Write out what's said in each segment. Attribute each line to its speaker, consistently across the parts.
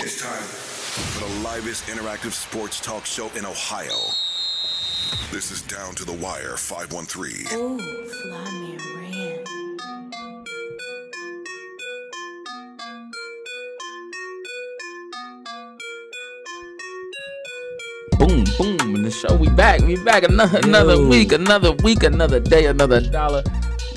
Speaker 1: It's time for the livest interactive sports talk show in Ohio. This is Down to the Wire 513.
Speaker 2: Oh, fly me ran.
Speaker 3: Boom, boom, and the show. We back. We back another another
Speaker 4: Yo.
Speaker 3: week, another week, another day, another dollar.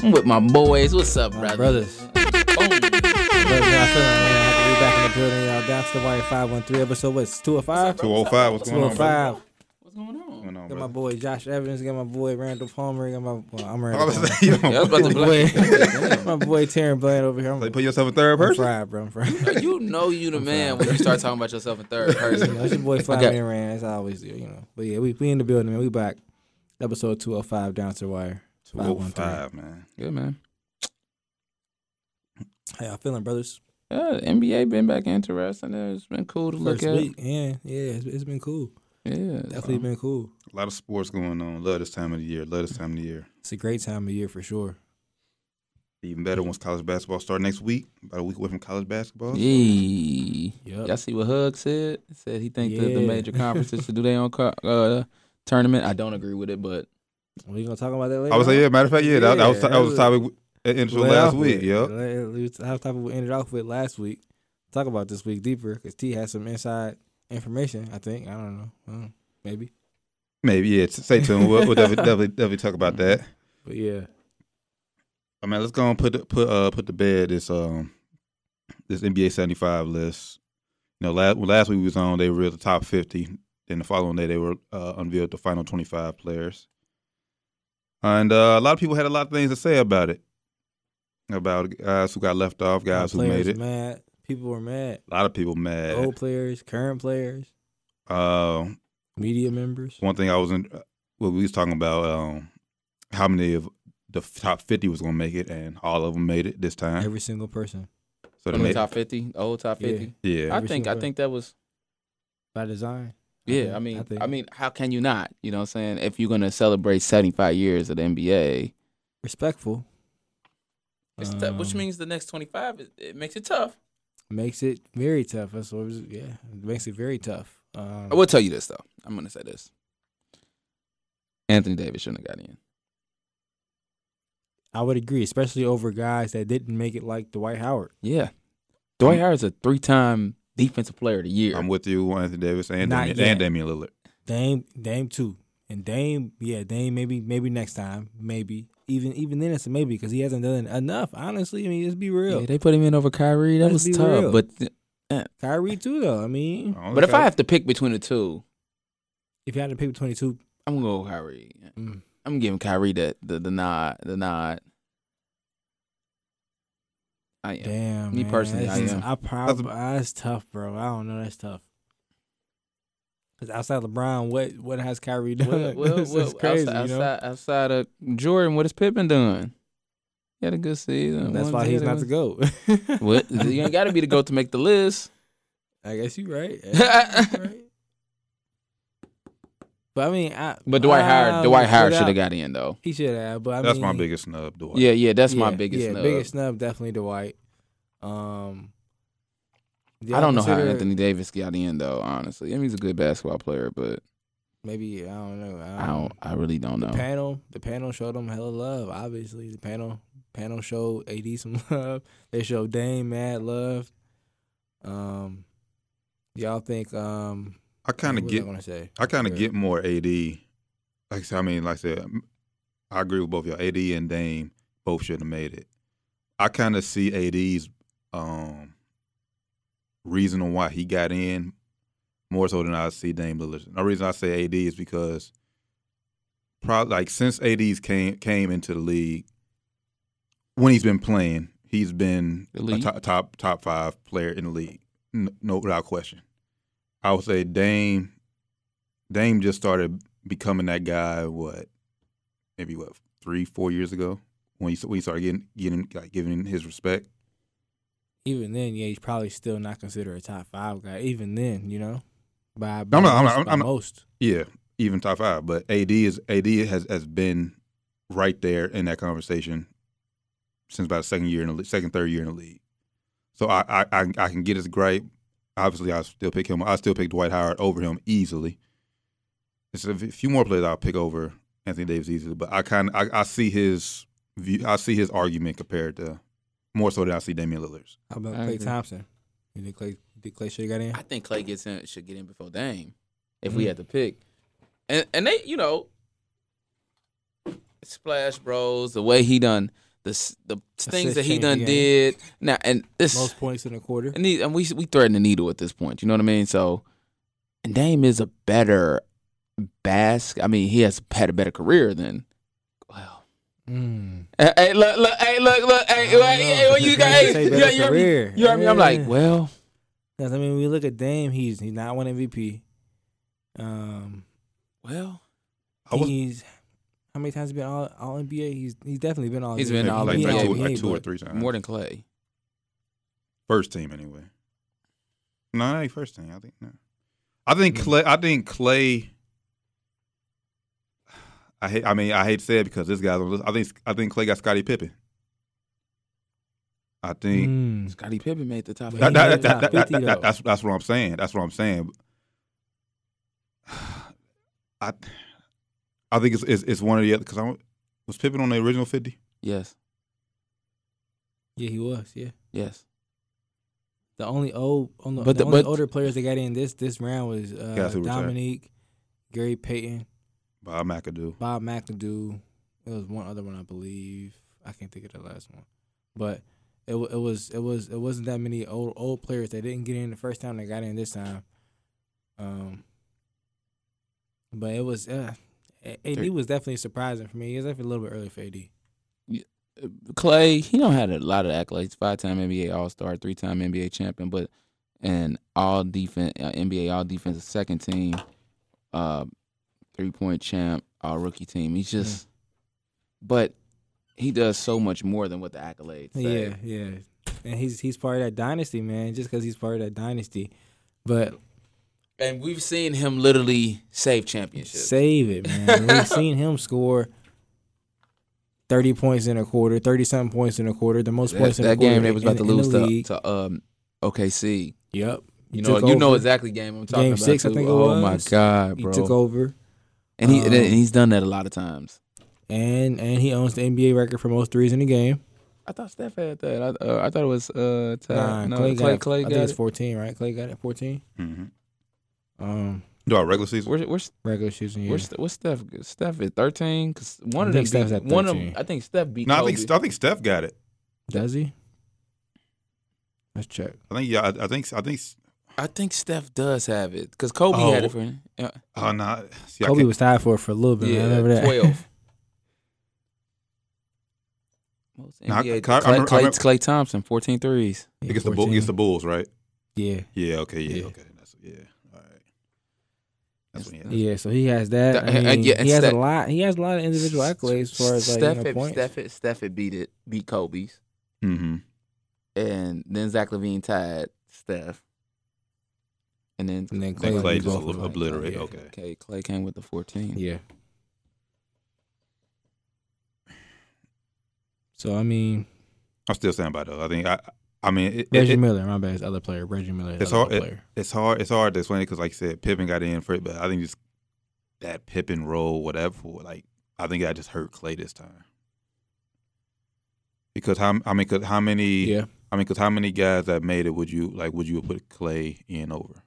Speaker 3: I'm with my boys. What's up,
Speaker 4: My
Speaker 3: brother?
Speaker 4: brothers. brothers how Oh. I feel, man. Happy to be back in the building, y'all. Down to the wire 513 episode. What's 205?
Speaker 5: 205, what's going on? bro?
Speaker 4: 205.
Speaker 3: What's going on?
Speaker 5: What's going on,
Speaker 4: Got
Speaker 5: bro?
Speaker 4: my boy Josh Evans. Got my boy Randall Palmer. Got my well, I'm
Speaker 5: I
Speaker 4: Randall.
Speaker 5: was
Speaker 4: Palmer.
Speaker 5: like, you
Speaker 3: Yeah, I was
Speaker 5: know,
Speaker 3: about to
Speaker 4: Boy,
Speaker 3: be
Speaker 4: my boy Taryn Bland over here. I'm,
Speaker 5: they
Speaker 4: I'm
Speaker 5: put yourself in
Speaker 4: oh
Speaker 5: third person.
Speaker 4: fried, bro. I'm fried.
Speaker 3: like, you know you the man when you start talking about yourself in third
Speaker 4: you know, it's
Speaker 3: person.
Speaker 4: your boy Fly
Speaker 3: Okay.
Speaker 4: Man Rand. That's how I always do, you know. But yeah, we we in the building, man. We back. Episode 205, Down to the wire. 513.
Speaker 5: 205, man.
Speaker 3: Good man.
Speaker 4: How y'all feeling, brothers?
Speaker 3: Yeah, NBA been back interesting. It's been cool to look
Speaker 4: First
Speaker 3: at.
Speaker 4: week. Yeah, yeah. It's, it's been cool.
Speaker 3: Yeah,
Speaker 4: Definitely been cool.
Speaker 5: A lot of sports going on. Love this time of the year. Love this time of the year.
Speaker 4: It's a great time of year for sure.
Speaker 5: Even better once college basketball start next week. About a week away from college basketball.
Speaker 3: Yeah.
Speaker 4: Yep.
Speaker 3: Y'all see what Hug said? He said he think the, the
Speaker 4: Yeah.
Speaker 3: major conferences should do their own co- uh, tournament. I don't agree with it, but
Speaker 4: We gonna talk about that later.
Speaker 5: I was
Speaker 4: on?
Speaker 5: like, yeah, matter of fact, yeah, that, that was,
Speaker 4: Yeah,
Speaker 5: that was the
Speaker 4: that
Speaker 5: topic at intro
Speaker 4: Led
Speaker 5: last
Speaker 4: off
Speaker 5: week.
Speaker 4: with.
Speaker 5: Yep.
Speaker 4: Led- we was- That's how we ended off with last week. Talk about this week deeper because T has some inside information. I think I don't know, I don't know. maybe.
Speaker 5: Maybe, yeah. t- Stay tuned. We'll, we'll definitely, definitely, definitely talk about that.
Speaker 4: But yeah,
Speaker 5: I mean, let's go and put the- put uh put to bed this um this NBA seventy five list. You know, last last week we was on they were at the top fifty. Then the following day they were uh, unveiled the final twenty five players, and uh, a lot of people had a lot of things to say about it, about guys who got left off, guys who
Speaker 4: players
Speaker 5: made it.
Speaker 4: mad. People were mad.
Speaker 5: A lot of people mad.
Speaker 4: Old players, current players,
Speaker 5: Uh,
Speaker 4: media members.
Speaker 5: one thing I was in, well, we was talking about um, how many of the top fifty was going to make it, and all of them made it this time.
Speaker 4: Every single person
Speaker 5: so they
Speaker 3: from the
Speaker 5: made,
Speaker 3: top fifty, the whole top
Speaker 4: Yeah.
Speaker 3: fifty.
Speaker 5: yeah,
Speaker 3: I
Speaker 4: Every
Speaker 3: think I
Speaker 4: single-
Speaker 3: think that was
Speaker 4: by design.
Speaker 3: Yeah,
Speaker 4: think-
Speaker 3: I mean,
Speaker 4: think
Speaker 3: I, mean, how can you not? You know, what I'm saying if you're gonna celebrate 75 years of the NBA,
Speaker 4: respectful.
Speaker 3: it's tou- which
Speaker 4: Um,
Speaker 3: means the next 25, it, it makes it tough.
Speaker 4: makes it very tough. That's what it was, yeah, it makes it very tough. Um,
Speaker 3: I will tell you this though. I'm gonna say this. Anthony Davis shouldn't have got in.
Speaker 4: I would agree, especially over guys that didn't make it, like Dwight Howard.
Speaker 3: Yeah, Dwight Howard's a three-time Defensive Player of the Year.
Speaker 5: I'm with you, Anthony Davis and
Speaker 4: Not
Speaker 5: Damian,
Speaker 4: yet.
Speaker 5: and Damian Lillard.
Speaker 4: Dame, Dame too, and Dame, yeah, Dame maybe maybe next time, maybe even even then it's a maybe because he hasn't done enough. Honestly, I mean, let's be real.
Speaker 3: yeah, they put him in over Kyrie. That
Speaker 4: Let's
Speaker 3: was
Speaker 4: be
Speaker 3: tough.
Speaker 4: real.
Speaker 3: But
Speaker 4: Kyrie too, though. I mean,
Speaker 5: Oh.
Speaker 3: but if I have to pick between the two,
Speaker 4: if you had to pick twenty two,
Speaker 3: I'm gonna go with Kyrie.
Speaker 4: mm,
Speaker 3: I'm giving Kyrie that the, the nod. The nod. I am.
Speaker 4: damn,
Speaker 3: Me
Speaker 4: man,
Speaker 3: personally,
Speaker 4: that's
Speaker 3: I
Speaker 4: just-
Speaker 3: am.
Speaker 4: I probably
Speaker 5: That's-
Speaker 4: that's tough, bro. I don't know, that's tough. Because outside LeBron, what what has Kyrie done?
Speaker 3: well, well,
Speaker 4: This is
Speaker 3: well, outside,
Speaker 4: you know?
Speaker 3: outside, outside of Jordan, what has Pippen done? He had a good season.
Speaker 4: That's
Speaker 3: One-
Speaker 4: why
Speaker 3: he
Speaker 4: he's
Speaker 3: had a
Speaker 4: not the
Speaker 3: good-
Speaker 4: goat.
Speaker 3: What? You ain't got to be the goat to make the list.
Speaker 4: I guess you're right. I guess you right. But I mean, I,
Speaker 3: But Dwight
Speaker 4: I
Speaker 3: Howard, Dwight
Speaker 4: would
Speaker 3: Howard
Speaker 4: put
Speaker 3: should
Speaker 4: out-
Speaker 3: have got in though.
Speaker 4: He should have. But I
Speaker 5: that's
Speaker 4: mean,
Speaker 5: my biggest snub, Dwight.
Speaker 3: Yeah, yeah, that's my
Speaker 4: yeah,
Speaker 3: biggest
Speaker 4: yeah,
Speaker 3: snub.
Speaker 4: Biggest snub, definitely Dwight. Um, do
Speaker 3: I
Speaker 4: y'all
Speaker 3: don't know how
Speaker 4: consider-
Speaker 3: Anthony Davis got in though. Honestly, I mean he's a good basketball player, but
Speaker 4: Maybe I don't know. I
Speaker 3: I don't. I really don't
Speaker 4: The
Speaker 3: know.
Speaker 4: panel, the panel showed him hella love. Obviously, the panel, panel showed AD some love. They showed Dame mad love. Um, y'all think um,
Speaker 5: I kind of
Speaker 4: what was
Speaker 5: get,
Speaker 4: I want to say.
Speaker 5: I kind of
Speaker 4: Yeah.
Speaker 5: get more AD. Like I said, I mean, like I said, I agree with both y'all. AD and Dame both should have made it. I kind of see AD's um, reason on why he got in more so than I see Dame Lillard. The reason I say AD is because probably like since AD's came came into the league when he's been playing, he's been a
Speaker 3: Elite.
Speaker 5: top top top five player in the league, N- no without question. I would say Dame Dame just started becoming that guy. What maybe what three four years ago when he when he started getting getting like giving his respect.
Speaker 4: even then, yeah, he's probably still not considered a top five guy. Even then, you know, by, by,
Speaker 5: I'm not- I'm
Speaker 4: most,
Speaker 5: not-
Speaker 4: by
Speaker 5: I'm not-
Speaker 4: most.
Speaker 5: Yeah, even top five. But AD is AD has has been right there in that conversation since about the second year in the le- second third year in the league. So I I I, I can get his gripe. obviously I still pick him. I still pick Dwight Howard over him easily. It's a v- few more players I'll pick over Anthony Davis easily, but I kind I, I see his view. I see his argument compared to more so than I see Damian Lillard's.
Speaker 4: How about
Speaker 3: I
Speaker 4: Clay
Speaker 3: agree.
Speaker 4: Thompson? You think Clay, did Clay should have got in?
Speaker 3: I think Clay gets in should get in before Dame, if
Speaker 4: Mm-hmm.
Speaker 3: we had to pick. And and they, you know, Splash Bros, the way he done the s- the things that he
Speaker 4: change
Speaker 3: done
Speaker 4: the game.
Speaker 3: did now, and this
Speaker 4: Most points in a quarter.
Speaker 3: and, these, and we we threading the needle at this point. You know what I mean? So, and Dame is a better basket. I mean, he has had a better career than. Well,
Speaker 4: Mm.
Speaker 3: hey, hey, look, look, hey, look, look, hey,
Speaker 4: I don't
Speaker 3: hey,
Speaker 4: know.
Speaker 3: hey, what you got?
Speaker 4: Say
Speaker 3: Hey, you, know- you, know
Speaker 4: better
Speaker 3: what I mean?
Speaker 4: career.
Speaker 3: You know what I mean? I'm
Speaker 4: Yeah.
Speaker 3: like, well,
Speaker 4: Because I mean, we look at Dame. He's he's not one MVP. Um,
Speaker 3: well,
Speaker 5: I was
Speaker 4: he's how many times he been all all NBA? He's he's definitely been all.
Speaker 3: He's
Speaker 4: NBA.
Speaker 3: been all
Speaker 5: like,
Speaker 3: NBA,
Speaker 5: like two, like
Speaker 4: but
Speaker 5: two or three times
Speaker 3: more than Clay.
Speaker 5: First team anyway. No, that ain't first team. I think no. I think Clay. I think Clay. I hate. I mean, I hate to say it because this guy's on. This, I think. I think Clay got Scottie Pippen. I think
Speaker 4: Mm.
Speaker 3: Scottie Pippen made the top.
Speaker 4: That-
Speaker 5: that,
Speaker 3: eight.
Speaker 5: that,
Speaker 4: He's
Speaker 5: that, that, that,
Speaker 4: not 50
Speaker 5: that-
Speaker 4: though.
Speaker 5: that's that's what I'm saying. That's what I'm saying. I I think it's it's, it's one of the other because I don't- was Pippen on the original fifty.
Speaker 3: yes,
Speaker 4: Yeah, he was. Yeah,
Speaker 3: yes.
Speaker 4: the only old, on the,
Speaker 3: But
Speaker 4: the
Speaker 3: the-
Speaker 4: only
Speaker 3: but-
Speaker 4: older players that got in this this round was uh,
Speaker 5: Guys who retired.
Speaker 4: Dominique, Gary Payton,
Speaker 5: Bob McAdoo.
Speaker 4: Bob McAdoo. It was one other one, I believe. I can't think of the last one, but it wa- it was it was it wasn't that many old old players that didn't get in the first time that got in this time. Um, but it was uh, A- AD was definitely surprising for me. It was definitely a little bit early for AD.
Speaker 3: Clay, he don't had a lot of accolades. Five time NBA All Star, three time NBA champion, but and all defense uh, NBA All Defensive second team, uh, three point champ, All Rookie team. He's just, but he does so much more than what the accolades. Say.
Speaker 4: Yeah, yeah. And he's he's part of that dynasty, man. Just because he's part of that dynasty, but
Speaker 3: and we've seen him literally save championships.
Speaker 4: Save it, man. We've seen him score thirty points in a quarter, thirty something points in a quarter, the most
Speaker 3: that
Speaker 4: points in a
Speaker 3: that
Speaker 4: quarter.
Speaker 3: game they was about
Speaker 4: in-
Speaker 3: to
Speaker 4: in the
Speaker 3: lose to,
Speaker 4: league.
Speaker 3: to um, OKC.
Speaker 4: Yep.
Speaker 3: You
Speaker 4: He
Speaker 3: know,
Speaker 4: took
Speaker 3: you know
Speaker 4: over.
Speaker 3: exactly game I'm talking
Speaker 4: Game
Speaker 3: about.
Speaker 4: six, I
Speaker 3: too.
Speaker 4: think it
Speaker 3: oh my
Speaker 4: was.
Speaker 3: god,
Speaker 4: He
Speaker 3: bro!
Speaker 4: took over,
Speaker 3: and he and
Speaker 4: um,
Speaker 3: he's done that a lot of times.
Speaker 4: and and he owns the NBA record for most threes in the game.
Speaker 3: I thought Steph had that. I, uh, I thought it was uh, Ty.
Speaker 4: Nah,
Speaker 3: no, Clay,
Speaker 4: Clay, got, it-
Speaker 3: Clay
Speaker 4: I
Speaker 3: got
Speaker 4: think it's
Speaker 3: it.
Speaker 4: fourteen, right? Clay got it fourteen.
Speaker 5: Mm-hmm.
Speaker 4: Um,
Speaker 5: Do our regular season?
Speaker 3: Where's where's
Speaker 4: regular season year.
Speaker 3: where's Ste- what's Steph? Steph at thirteen. Cause one
Speaker 4: I
Speaker 3: of them.
Speaker 4: think Steph's
Speaker 3: beat-
Speaker 4: at
Speaker 3: one of
Speaker 4: 13.
Speaker 3: them. I think Steph beat.
Speaker 5: No, I
Speaker 3: Kobe.
Speaker 5: think I think Steph got it.
Speaker 4: Does he? Let's check.
Speaker 5: I think yeah. I, I think I think.
Speaker 3: I think Steph does have it. Cause Kobe
Speaker 5: Oh.
Speaker 3: had it for him. Yeah,
Speaker 5: Oh no. See, I
Speaker 4: Uh, Kobe
Speaker 5: can't-
Speaker 4: was tied for it for a little bit. I
Speaker 3: yeah
Speaker 4: remember that.
Speaker 3: twelve. Most
Speaker 5: Nah, I-
Speaker 3: NBA,
Speaker 5: I- I
Speaker 3: Clay,
Speaker 5: remember- I
Speaker 3: Clay,
Speaker 5: remember-
Speaker 3: Clay Thompson, 14 threes.
Speaker 4: Yeah,
Speaker 5: Against the Bull,
Speaker 4: 14.
Speaker 5: against the Bulls, right?
Speaker 4: Yeah,
Speaker 5: Yeah. Okay. Yeah.
Speaker 4: Yeah.
Speaker 5: Okay. That's, yeah. All right. That's what he had.
Speaker 4: yeah. So he has that.
Speaker 5: uh,
Speaker 3: Th-
Speaker 4: I
Speaker 3: and
Speaker 4: mean,
Speaker 3: yeah, and
Speaker 4: he has
Speaker 3: Steph-
Speaker 4: a lot. He has a lot of individual accolades as far as like
Speaker 3: Steph,
Speaker 4: you know,
Speaker 3: had-
Speaker 4: points.
Speaker 3: Steph, had- Steph had beat it, beat Kobe's.
Speaker 5: Mm-hmm.
Speaker 3: and then Zach Levine tied Steph, and then
Speaker 4: And then
Speaker 5: Then
Speaker 4: Clay,
Speaker 5: Clay
Speaker 4: we
Speaker 5: just
Speaker 4: both
Speaker 5: obli-
Speaker 4: was like,
Speaker 5: obliterated.
Speaker 4: yeah.
Speaker 5: Okay.
Speaker 3: okay, Clay came with the fourteen.
Speaker 4: Yeah. So I mean,
Speaker 5: I'm still standing by though. I think I. I mean, it, it,
Speaker 4: Reggie
Speaker 5: it,
Speaker 4: Miller, my bad, is other player. Reggie Miller, is
Speaker 5: It's
Speaker 4: other
Speaker 5: hard- it-
Speaker 4: player.
Speaker 5: it's hard. It's hard to explain it because, like I said, Pippen got in for it, but I think just that Pippen role, whatever. Like I think I just hurt Clay this time. Because how I mean, cause how many?
Speaker 4: yeah,
Speaker 5: I mean, because how many guys that made it would you like? Would you put Clay in over?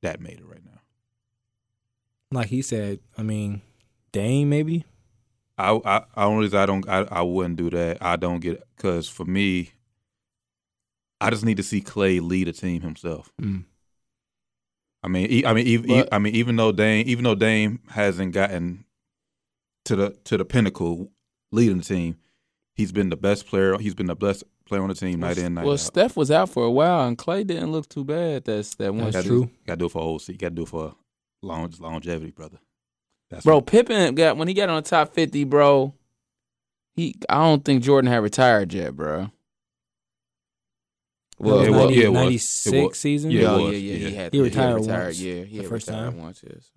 Speaker 5: That made it right now.
Speaker 4: like he said. I mean, Dame maybe.
Speaker 5: I I I only reason I don't I, I wouldn't do that. I don't get because for me, I just need to see Clay lead a team himself.
Speaker 4: Mm.
Speaker 5: I mean, e- I mean, even,
Speaker 3: But-
Speaker 5: I mean, even though Dame, even though Dame hasn't gotten to the to the pinnacle leading the team, he's been the best player. He's been the best player on the team night in night
Speaker 3: well,
Speaker 5: out.
Speaker 3: Steph was out for a while, and Clay didn't look too bad. That's that one.
Speaker 4: That's
Speaker 5: gotta
Speaker 4: true.
Speaker 5: Do, gotta do it for old seat. Gotta do it for long, longevity, brother. That's
Speaker 3: Bro,
Speaker 5: what-
Speaker 3: Pippen got when he got on the top fifty, bro. He, I don't think Jordan had retired yet, bro. Well,
Speaker 5: it
Speaker 4: That
Speaker 5: was-
Speaker 3: well,
Speaker 5: yeah, it was. It was.
Speaker 4: ninety six season.
Speaker 5: Yeah, it
Speaker 3: Oh, yeah, yeah,
Speaker 5: was,
Speaker 3: yeah,
Speaker 5: yeah.
Speaker 3: He had
Speaker 4: He retired
Speaker 3: He had retired
Speaker 4: once,
Speaker 3: yeah, he
Speaker 4: the
Speaker 3: had
Speaker 4: first
Speaker 3: retired
Speaker 4: time.
Speaker 3: once. Yes.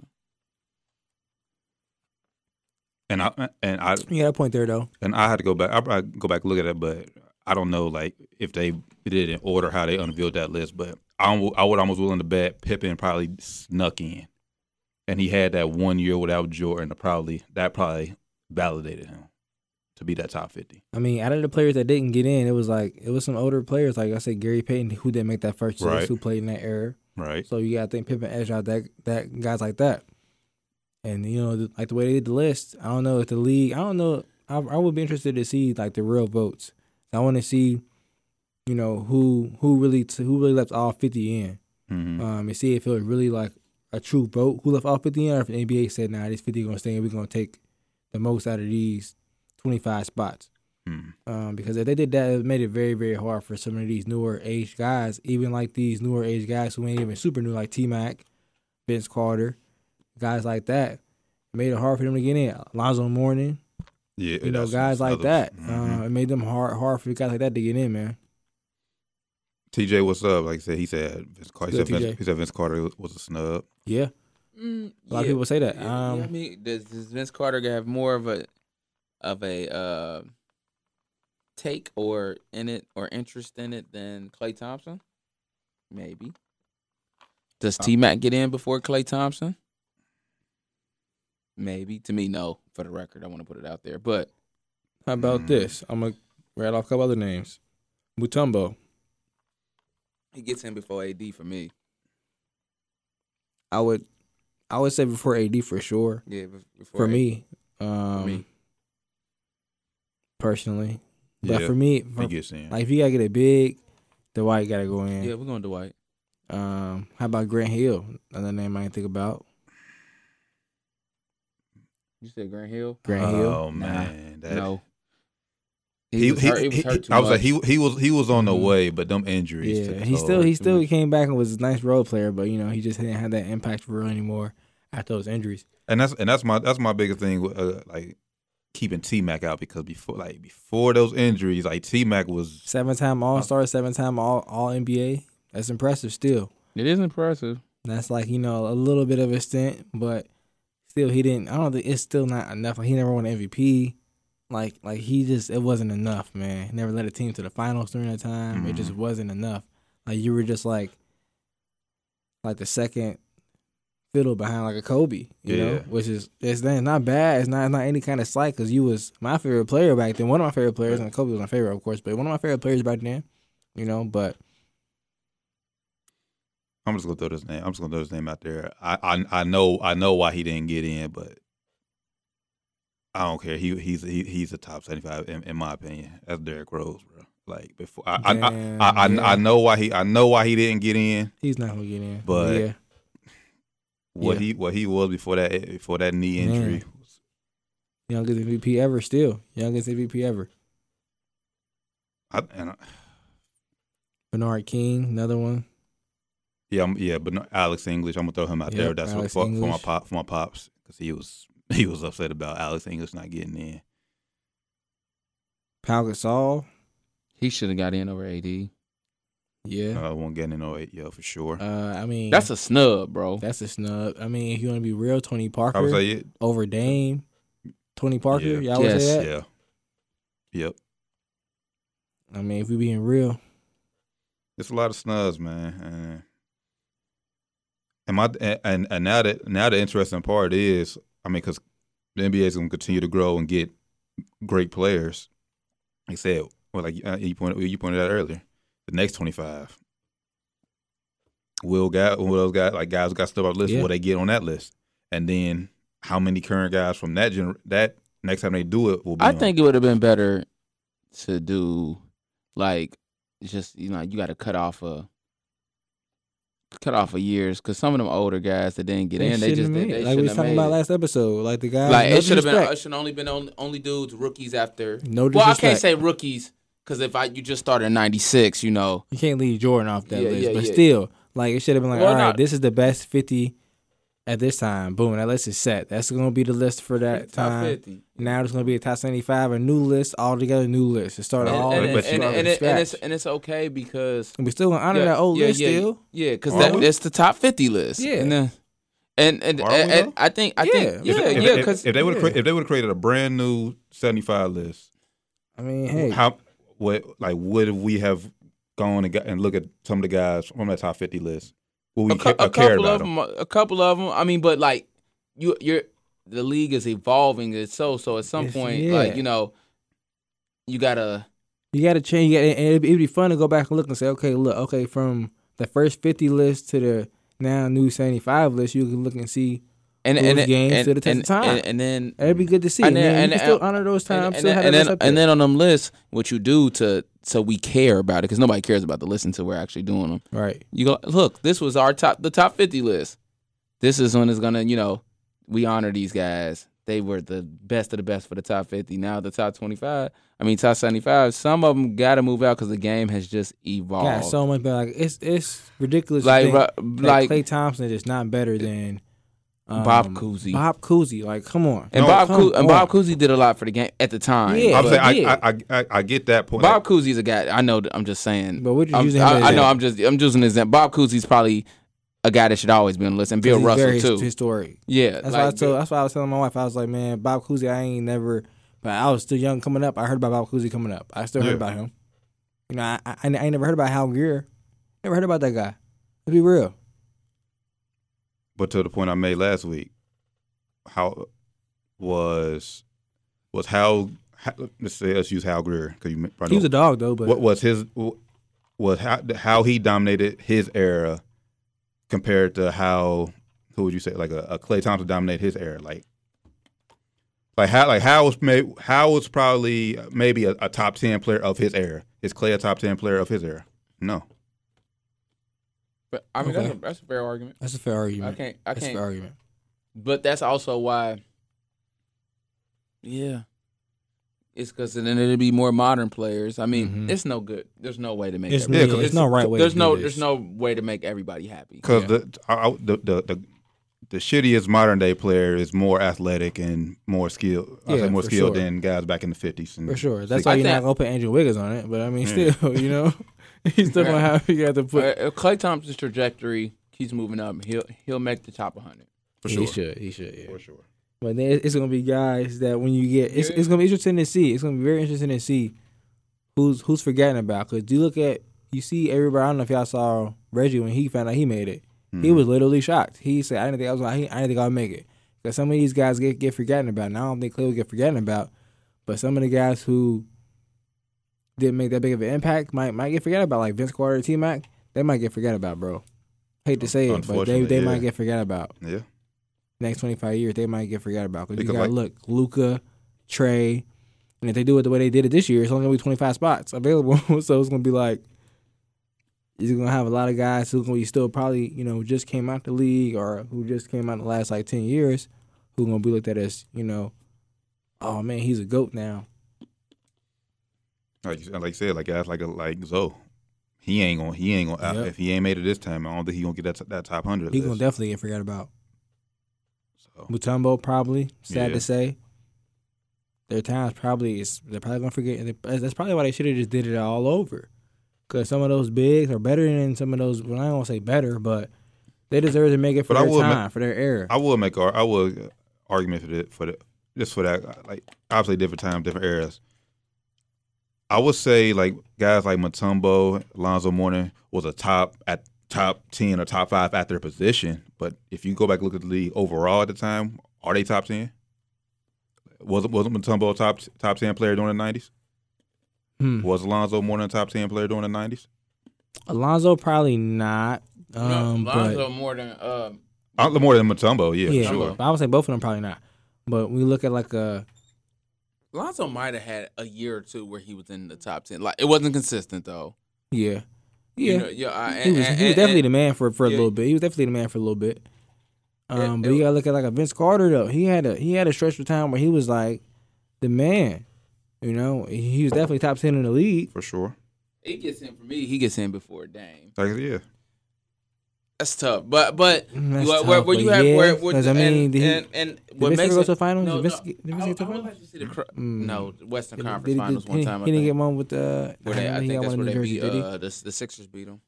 Speaker 5: and I and I
Speaker 4: You got a point there though.
Speaker 5: and I had to go back. I probably go back and look at it, but I don't know like if they did in order how they unveiled that list. But I w- I would almost willing to bet Pippen probably snuck in, and he had that one year without Jordan. To probably that probably validated him to be that top fifty.
Speaker 4: I mean, out of the players that didn't get in, it was like it was some older players, like I said, Gary Payton, who didn't make that first choice,
Speaker 5: Right.
Speaker 4: who played in that era.
Speaker 5: Right.
Speaker 4: So you gotta think Pippen edge out that that guys like that, and you know, th- like the way they did the list. I don't know if the league. I don't know. I, I would be interested to see like the real votes. I want to see, you know, who who really t- who really left all fifty in,
Speaker 5: hmm
Speaker 4: um, and see if it was really like a true vote who left all fifty in, or if the NBA said, "Nah, these fifty gonna stay, and we're gonna take the most out of these twenty five spots."
Speaker 5: mm
Speaker 4: um, because if they did that, it made it very, very hard for some of these newer age guys, even like these newer age guys who ain't even super new, like T Mac, Vince Carter, guys like that. It made it hard for them to get in. Lonzo Mourning,
Speaker 5: Yeah.
Speaker 4: you know,
Speaker 5: that's-
Speaker 4: guys
Speaker 5: that's
Speaker 4: like
Speaker 5: another-
Speaker 4: that.
Speaker 5: Mhm.
Speaker 4: Uh, it made them hard, hard for guys like that to get in, man.
Speaker 5: TJ, what's up? Like I said, he said Vince Carter. He
Speaker 4: Good,
Speaker 5: said, Vince,
Speaker 4: TJ.
Speaker 5: he said Vince Carter was a snub.
Speaker 4: Yeah,
Speaker 3: Mm,
Speaker 4: a lot of people say that. um,
Speaker 3: I mean, does, does Vince Carter have more of a of a uh, take or in it or interest in it than Clay Thompson? Maybe. Does
Speaker 4: Uh,
Speaker 3: T Mac get in before Clay Thompson? Maybe. To me, no. For the record, I want to put it out there. But
Speaker 4: How about
Speaker 5: Mm.
Speaker 4: this? I'm gonna rattle off a couple other names. Mutombo.
Speaker 3: he gets in before AD for me.
Speaker 4: I would, I would say before AD for sure.
Speaker 3: Yeah, bef- before
Speaker 4: For
Speaker 3: AD.
Speaker 4: me, um,
Speaker 3: me.
Speaker 4: personally, but
Speaker 5: yeah,
Speaker 4: for me,
Speaker 5: he
Speaker 4: for,
Speaker 5: gets in.
Speaker 4: Like if you gotta get a big, Dwight gotta go in.
Speaker 3: Yeah, we're going Dwight.
Speaker 4: Um, how about Grant Hill? Another name I didn't think about.
Speaker 3: You said Grant Hill?
Speaker 4: Grant Hill.
Speaker 5: oh man, that,
Speaker 3: no.
Speaker 5: He, he,
Speaker 3: hurt-
Speaker 5: he-
Speaker 3: hurt too
Speaker 5: I was like
Speaker 3: much.
Speaker 5: he he was he was on the
Speaker 4: Mhm.
Speaker 5: way, but them injuries.
Speaker 4: Yeah,
Speaker 5: took a
Speaker 4: he
Speaker 5: toll.
Speaker 4: still he
Speaker 3: too
Speaker 4: still
Speaker 3: much.
Speaker 4: came back and was a nice role player, but you know he just didn't have that impact for real anymore after those injuries.
Speaker 5: and that's and that's my that's my biggest thing with uh, like keeping T Mac out because before like before those injuries, like T Mac was
Speaker 4: Seven time All Star, seven time All All NBA. That's impressive still.
Speaker 3: It is impressive.
Speaker 4: That's like you know a little bit of a stint, but still he didn't. I don't think it's still not enough. Like, he never won MVP. Like like he just it wasn't enough, man. He never led a team to the finals during that time. It just
Speaker 5: Mhm.
Speaker 4: wasn't enough. Like you were just like like the second fiddle behind like a Kobe, you know,
Speaker 5: Yeah.
Speaker 4: which is it's not- it's not bad. It's not it's not any kind of slight because you was my favorite player back then. One of my favorite players, and Kobe was my favorite, of course, but one of my favorite players back then, you know. But
Speaker 5: I'm just gonna throw this name. I'm just gonna throw his name out there. I, I I know I know why he didn't get in, but I don't care. He he's he, he's a top 75 in, in my opinion. That's Derrick Rose, bro. Like before, I I, I,
Speaker 4: Damn,
Speaker 5: I,
Speaker 4: yeah.
Speaker 5: I I know why he I know why he didn't get in.
Speaker 4: he's not gonna get in.
Speaker 5: But-
Speaker 4: yeah.
Speaker 5: What
Speaker 4: Yeah.
Speaker 5: he what he was before that before that knee injury. was-
Speaker 4: Youngest MVP ever, still youngest MVP ever.
Speaker 5: I, and I,
Speaker 4: Bernard King, another one.
Speaker 5: Yeah, I'm, yeah, but no, Alex English, I'm gonna throw him out there.
Speaker 4: Yep,
Speaker 5: That's what
Speaker 4: Alex
Speaker 5: for, for my
Speaker 4: English.
Speaker 5: pop for my pops because he was he was upset about Alex English not getting in.
Speaker 4: Pau Gasol,
Speaker 3: He should have got in over AD.
Speaker 4: yeah.
Speaker 5: Uh, I won't get in no eight, yeah, for sure.
Speaker 4: Uh, I mean,
Speaker 3: That's a snub, bro.
Speaker 4: that's a snub. I mean, if you want to be real, Tony
Speaker 5: I would
Speaker 4: Parker
Speaker 5: say it.
Speaker 4: over Dame. Tony Parker,
Speaker 5: Yeah.
Speaker 4: y'all would
Speaker 3: Yes.
Speaker 4: say that.
Speaker 5: Yeah, yep.
Speaker 4: I mean, if we being real,
Speaker 5: It's a lot of snubs, man. And- And my and and now that now the interesting part is, I mean, because the NBA is gonna continue to grow and get great players. Like I said, well, like uh, you pointed you pointed out earlier, the next twenty five. Will got who else got like guys who got stuff off the list?
Speaker 4: Yeah.
Speaker 5: Will they get on that list? And then how many current guys from that gener- that next time they do it will be?
Speaker 3: I
Speaker 5: on?
Speaker 3: think it would have been better to do like just you know you got to cut off a cut off a years because some of them older guys that didn't get
Speaker 4: they
Speaker 3: in they just
Speaker 4: shouldn't have
Speaker 3: did,
Speaker 4: made
Speaker 3: they
Speaker 4: it. like
Speaker 3: shouldn't
Speaker 4: we was
Speaker 3: have
Speaker 4: talking
Speaker 3: made
Speaker 4: about
Speaker 3: it.
Speaker 4: last episode. Like the guy,
Speaker 3: like
Speaker 4: no
Speaker 3: it should have been
Speaker 4: disrespect.
Speaker 3: it should only been on, only dudes rookies after.
Speaker 4: no
Speaker 3: Well, I
Speaker 4: disrespect.
Speaker 3: can't say rookies because if I you just started in '96, you know.
Speaker 4: you can't leave Jordan off that
Speaker 3: Yeah,
Speaker 4: list,
Speaker 3: yeah,
Speaker 4: but
Speaker 3: yeah.
Speaker 4: still, like it should have been like,
Speaker 3: Well,
Speaker 4: all right,
Speaker 3: not-
Speaker 4: this is the best fifty at this time. Boom, that list is set. That's gonna be the list for that
Speaker 3: top
Speaker 4: time.
Speaker 3: 50.
Speaker 4: Now there's gonna be a top seventy five, a new list, altogether new list. It started
Speaker 5: And-
Speaker 4: all
Speaker 5: and-
Speaker 4: and,
Speaker 5: but
Speaker 3: and,
Speaker 5: you-
Speaker 3: and it- and it's and it's okay because
Speaker 4: we still gonna honor
Speaker 3: Yeah,
Speaker 4: that old
Speaker 3: yeah,
Speaker 4: list
Speaker 3: yeah,
Speaker 4: still.
Speaker 3: yeah, because
Speaker 5: Are
Speaker 3: that
Speaker 5: we?
Speaker 3: it's the top fifty list.
Speaker 4: Yeah.
Speaker 3: and then, and and,
Speaker 5: Are we,
Speaker 3: and- and
Speaker 5: though?
Speaker 3: I think I think
Speaker 4: Yeah,
Speaker 3: yeah
Speaker 5: if,
Speaker 3: yeah
Speaker 5: if-
Speaker 3: because
Speaker 5: if they would have
Speaker 4: yeah.
Speaker 5: if they would have created a brand new seventy five list,
Speaker 4: I mean, hey,
Speaker 5: how what like would we have go on and, got, and look at some of the guys from that top fifty list, will we
Speaker 3: a, cou-
Speaker 5: ca-
Speaker 3: a
Speaker 5: uh, care
Speaker 3: couple
Speaker 5: about
Speaker 3: of
Speaker 5: them?
Speaker 3: them. A couple of them. I mean, but like you, you're the league is evolving itself. So at some
Speaker 4: Yes,
Speaker 3: point,
Speaker 4: yeah.
Speaker 3: like you know, you gotta.
Speaker 4: You got to change, you gotta, and it'd, be- it'd be fun to go back and look and say, okay, look, okay, from the first fifty list to the now new seventy five list, you can look and see.
Speaker 3: And
Speaker 4: Those
Speaker 3: and and,
Speaker 4: games
Speaker 3: and,
Speaker 4: to the test of
Speaker 3: and,
Speaker 4: time.
Speaker 3: and- and then
Speaker 4: It'd be good to see,
Speaker 3: And
Speaker 4: and,
Speaker 3: then-
Speaker 4: then
Speaker 3: and-
Speaker 4: you can still
Speaker 3: and-
Speaker 4: honor those times.
Speaker 3: and,
Speaker 4: still
Speaker 3: and,
Speaker 4: have
Speaker 3: and
Speaker 4: that
Speaker 3: then
Speaker 4: list up
Speaker 3: and
Speaker 4: there.
Speaker 3: then on them lists, what you do to so we care about it because nobody cares about the list until we're actually doing them.
Speaker 4: right,
Speaker 3: You go look. This was our top the top fifty list. This is when it's gonna you know we honor these guys. They were the best of the best for the top fifty. Now the top twenty five. I mean top seventy five. Some of them got to move out because the game has just evolved.
Speaker 4: got so much better. Like it's it's ridiculous. to
Speaker 3: Oh. like
Speaker 4: think
Speaker 3: ru-
Speaker 4: that
Speaker 3: like
Speaker 4: Clay Thompson is not better than um,
Speaker 3: Bob Cousy.
Speaker 4: Bob Cousy, like come on,
Speaker 3: and
Speaker 5: No,
Speaker 3: Bob
Speaker 4: come
Speaker 3: Coo- and Bob
Speaker 4: on.
Speaker 3: Cousy did a lot for the game at the time.
Speaker 4: Yeah,
Speaker 5: I'm
Speaker 3: but-
Speaker 5: saying I,
Speaker 4: yeah.
Speaker 5: I, I I I get that point.
Speaker 3: Bob Cousy's a guy. I know. that- I'm just saying.
Speaker 4: But we're just
Speaker 3: I'm-
Speaker 4: using him
Speaker 3: I,
Speaker 4: as
Speaker 3: I know.
Speaker 4: a-
Speaker 3: I'm just. I'm just an example. Bob Cousy's probably a guy that should always be on the list, and Bill
Speaker 4: He's
Speaker 3: Russell
Speaker 4: very
Speaker 3: too.
Speaker 4: Historic.
Speaker 3: yeah,
Speaker 4: That's
Speaker 3: like,
Speaker 4: why I told, that's why I was telling my wife. I was like, man, Bob Cousy, I ain't never, but I was still young coming up. I heard about Bob Cousy coming up. I still heard
Speaker 5: Yeah.
Speaker 4: about him. You know, I, I, I ain't never heard about Hal Gear. Never heard about that guy. Let's be real.
Speaker 5: but to the point I made last week, how was was how, how let's say let's use Hal Greer because you may- probably
Speaker 4: He was
Speaker 5: know-
Speaker 4: a dog though, but
Speaker 5: what was his was how how he dominated his era compared to how who would you say like a, a Clay Thompson dominated his era like like how like how was may how was probably maybe a, a top ten player of his era is Clay a top ten player of his era no
Speaker 3: but, I mean, that's,
Speaker 4: Okay.
Speaker 3: a, that's a fair argument.
Speaker 4: that's a fair argument.
Speaker 3: I can't. I
Speaker 4: That's a fair
Speaker 3: can't.
Speaker 4: argument.
Speaker 3: But that's also why. Yeah, it's because then it'd be more modern players. I mean,
Speaker 4: Mhm.
Speaker 3: it's no good. There's no way to make.
Speaker 4: It's,
Speaker 5: Yeah,
Speaker 3: everybody-
Speaker 4: yeah,
Speaker 5: 'cause
Speaker 4: it's no right way. to
Speaker 3: There's
Speaker 4: do
Speaker 3: no.
Speaker 4: this.
Speaker 3: There's no way to make everybody happy.
Speaker 5: because
Speaker 3: Yeah.
Speaker 5: the, I, I- the the the the shittiest modern day player is more athletic and more skilled I
Speaker 4: Yeah,
Speaker 5: say more
Speaker 4: for
Speaker 5: skilled
Speaker 4: sure.
Speaker 5: than guys back in the fifties
Speaker 4: for sure. That's
Speaker 3: I
Speaker 4: why you're
Speaker 3: think-
Speaker 4: not gonna put Andrew Wiggins on it. But I mean,
Speaker 5: Yeah.
Speaker 4: still, you know, you still gonna have you have to put.
Speaker 3: Uh, Clay Thompson's trajectory keeps moving up. He'll he'll make the top 100.
Speaker 5: for sure
Speaker 4: He should. He should. Yeah.
Speaker 5: for sure
Speaker 4: But then it- it's gonna be guys that when you get, it's,
Speaker 3: Yeah.
Speaker 4: it's gonna be interesting to see. It's gonna be very interesting to see who's who's forgotten about. Cause you look at, you see everybody. I don't know if y'all saw Reggie when he found out he made it.
Speaker 5: Hmm.
Speaker 4: He was literally shocked. He said, "I didn't think I was. Gonna, I didn't think I'd make it." Cause some of these guys get get forgotten about. And I don't think Clay will get forgotten about, but some of the guys who didn't make that big of an impact might might get forgotten about. Like Vince Carter, T Mac, they might get forgotten about, bro. Hate to say it, but they
Speaker 5: Unfortunately,
Speaker 4: they
Speaker 5: yeah.
Speaker 4: might get forgotten about
Speaker 5: yeah
Speaker 4: next 25 years, they might get forgot about. Because you
Speaker 5: Because,
Speaker 4: got to
Speaker 5: like-
Speaker 4: look, Luca, Trey, and if they do it the way they did it this year, it's only going to be 25 spots available. so it's going to be like, you're going to have a lot of guys who you still probably, you know, just came out the league or who just came out the last like 10 years who going to be looked at as, you know, oh man, he's a GOAT now.
Speaker 5: Like you, like you said, like guys like like Zoe, he ain't gonna he ain't gonna uh,
Speaker 4: Yep.
Speaker 5: if he ain't made it this time. I don't think he gonna get that that top hundred.
Speaker 4: He's going
Speaker 5: List,
Speaker 4: to definitely get forgot about.
Speaker 5: so.
Speaker 4: Mutombo probably. Sad
Speaker 5: Yeah.
Speaker 4: to say. Their times probably is they're probably gonna forget. and they- That's probably why they should have just did it all over. Cause some of those bigs are better than some of those. Well, I don't say better, but they deserve to make it for
Speaker 5: But I
Speaker 4: their
Speaker 5: would ma-
Speaker 4: time, for their era.
Speaker 5: I would make ar- I would argument for that for the just for that like obviously different times, different eras. I would say like guys like Matumbo, Lonzo Mourning was a top at top ten or top five at their position. But if you go back and look at the league overall at the time, are they top ten? Wasn't wasn't Matumbo a top top ten player during the nineties?
Speaker 4: Hmm.
Speaker 5: Was Alonzo Mourning a top ten player during the nineties?
Speaker 4: Alonzo probably not. Um,
Speaker 3: no,
Speaker 4: but
Speaker 3: Lonzo more than um,
Speaker 5: Uh, more than Matumbo, yeah,
Speaker 4: yeah,
Speaker 5: for sure.
Speaker 4: but I would say both of them probably not. But we look at like a
Speaker 3: Lonzo might have had a year or two where he was in the top ten. Like it wasn't consistent though.
Speaker 4: yeah, yeah.
Speaker 3: You know, yeah, I-
Speaker 4: he
Speaker 3: and-
Speaker 4: was,
Speaker 3: and-
Speaker 4: he was
Speaker 3: and-
Speaker 4: definitely the man for for a
Speaker 3: yeah.
Speaker 4: little bit. He was definitely the man for a little bit. Um,
Speaker 3: It-
Speaker 4: but
Speaker 3: it-
Speaker 4: you gotta look at like a Vince Carter though. He had a he had a stretch of time where he was like the man. You know, he was definitely top ten in the league.
Speaker 5: For sure.
Speaker 3: He gets in for me. He gets in before Dame.
Speaker 5: Like, yeah.
Speaker 3: That's tough. But but
Speaker 4: Mm, that's
Speaker 3: where,
Speaker 4: tough,
Speaker 3: where, where
Speaker 4: but
Speaker 3: you have
Speaker 4: yeah,
Speaker 3: where, where
Speaker 4: 'cause I mean,
Speaker 3: and,
Speaker 4: did he-
Speaker 3: and, and
Speaker 4: Did
Speaker 3: what
Speaker 4: Vince
Speaker 3: makes
Speaker 4: Carter go
Speaker 3: it,
Speaker 4: to the finals?
Speaker 3: no,
Speaker 4: Did Vince,
Speaker 3: no,
Speaker 4: get- did
Speaker 3: I, would-
Speaker 4: Vince get to
Speaker 3: I
Speaker 4: the
Speaker 3: would
Speaker 4: finals?
Speaker 3: like to see the cr-
Speaker 4: Mm.
Speaker 3: no Western
Speaker 4: Did he-
Speaker 3: Conference
Speaker 4: did he-
Speaker 3: Finals
Speaker 4: did
Speaker 3: one
Speaker 4: he-
Speaker 3: time.
Speaker 4: He didn't
Speaker 3: I
Speaker 4: get
Speaker 3: think,
Speaker 4: one with the.
Speaker 3: where they,
Speaker 4: don't
Speaker 3: I
Speaker 4: think he
Speaker 3: think
Speaker 4: got
Speaker 3: that's where
Speaker 4: one in
Speaker 3: they
Speaker 4: New
Speaker 3: beat
Speaker 4: Jersey, did he?
Speaker 3: uh, the the Sixers beat him.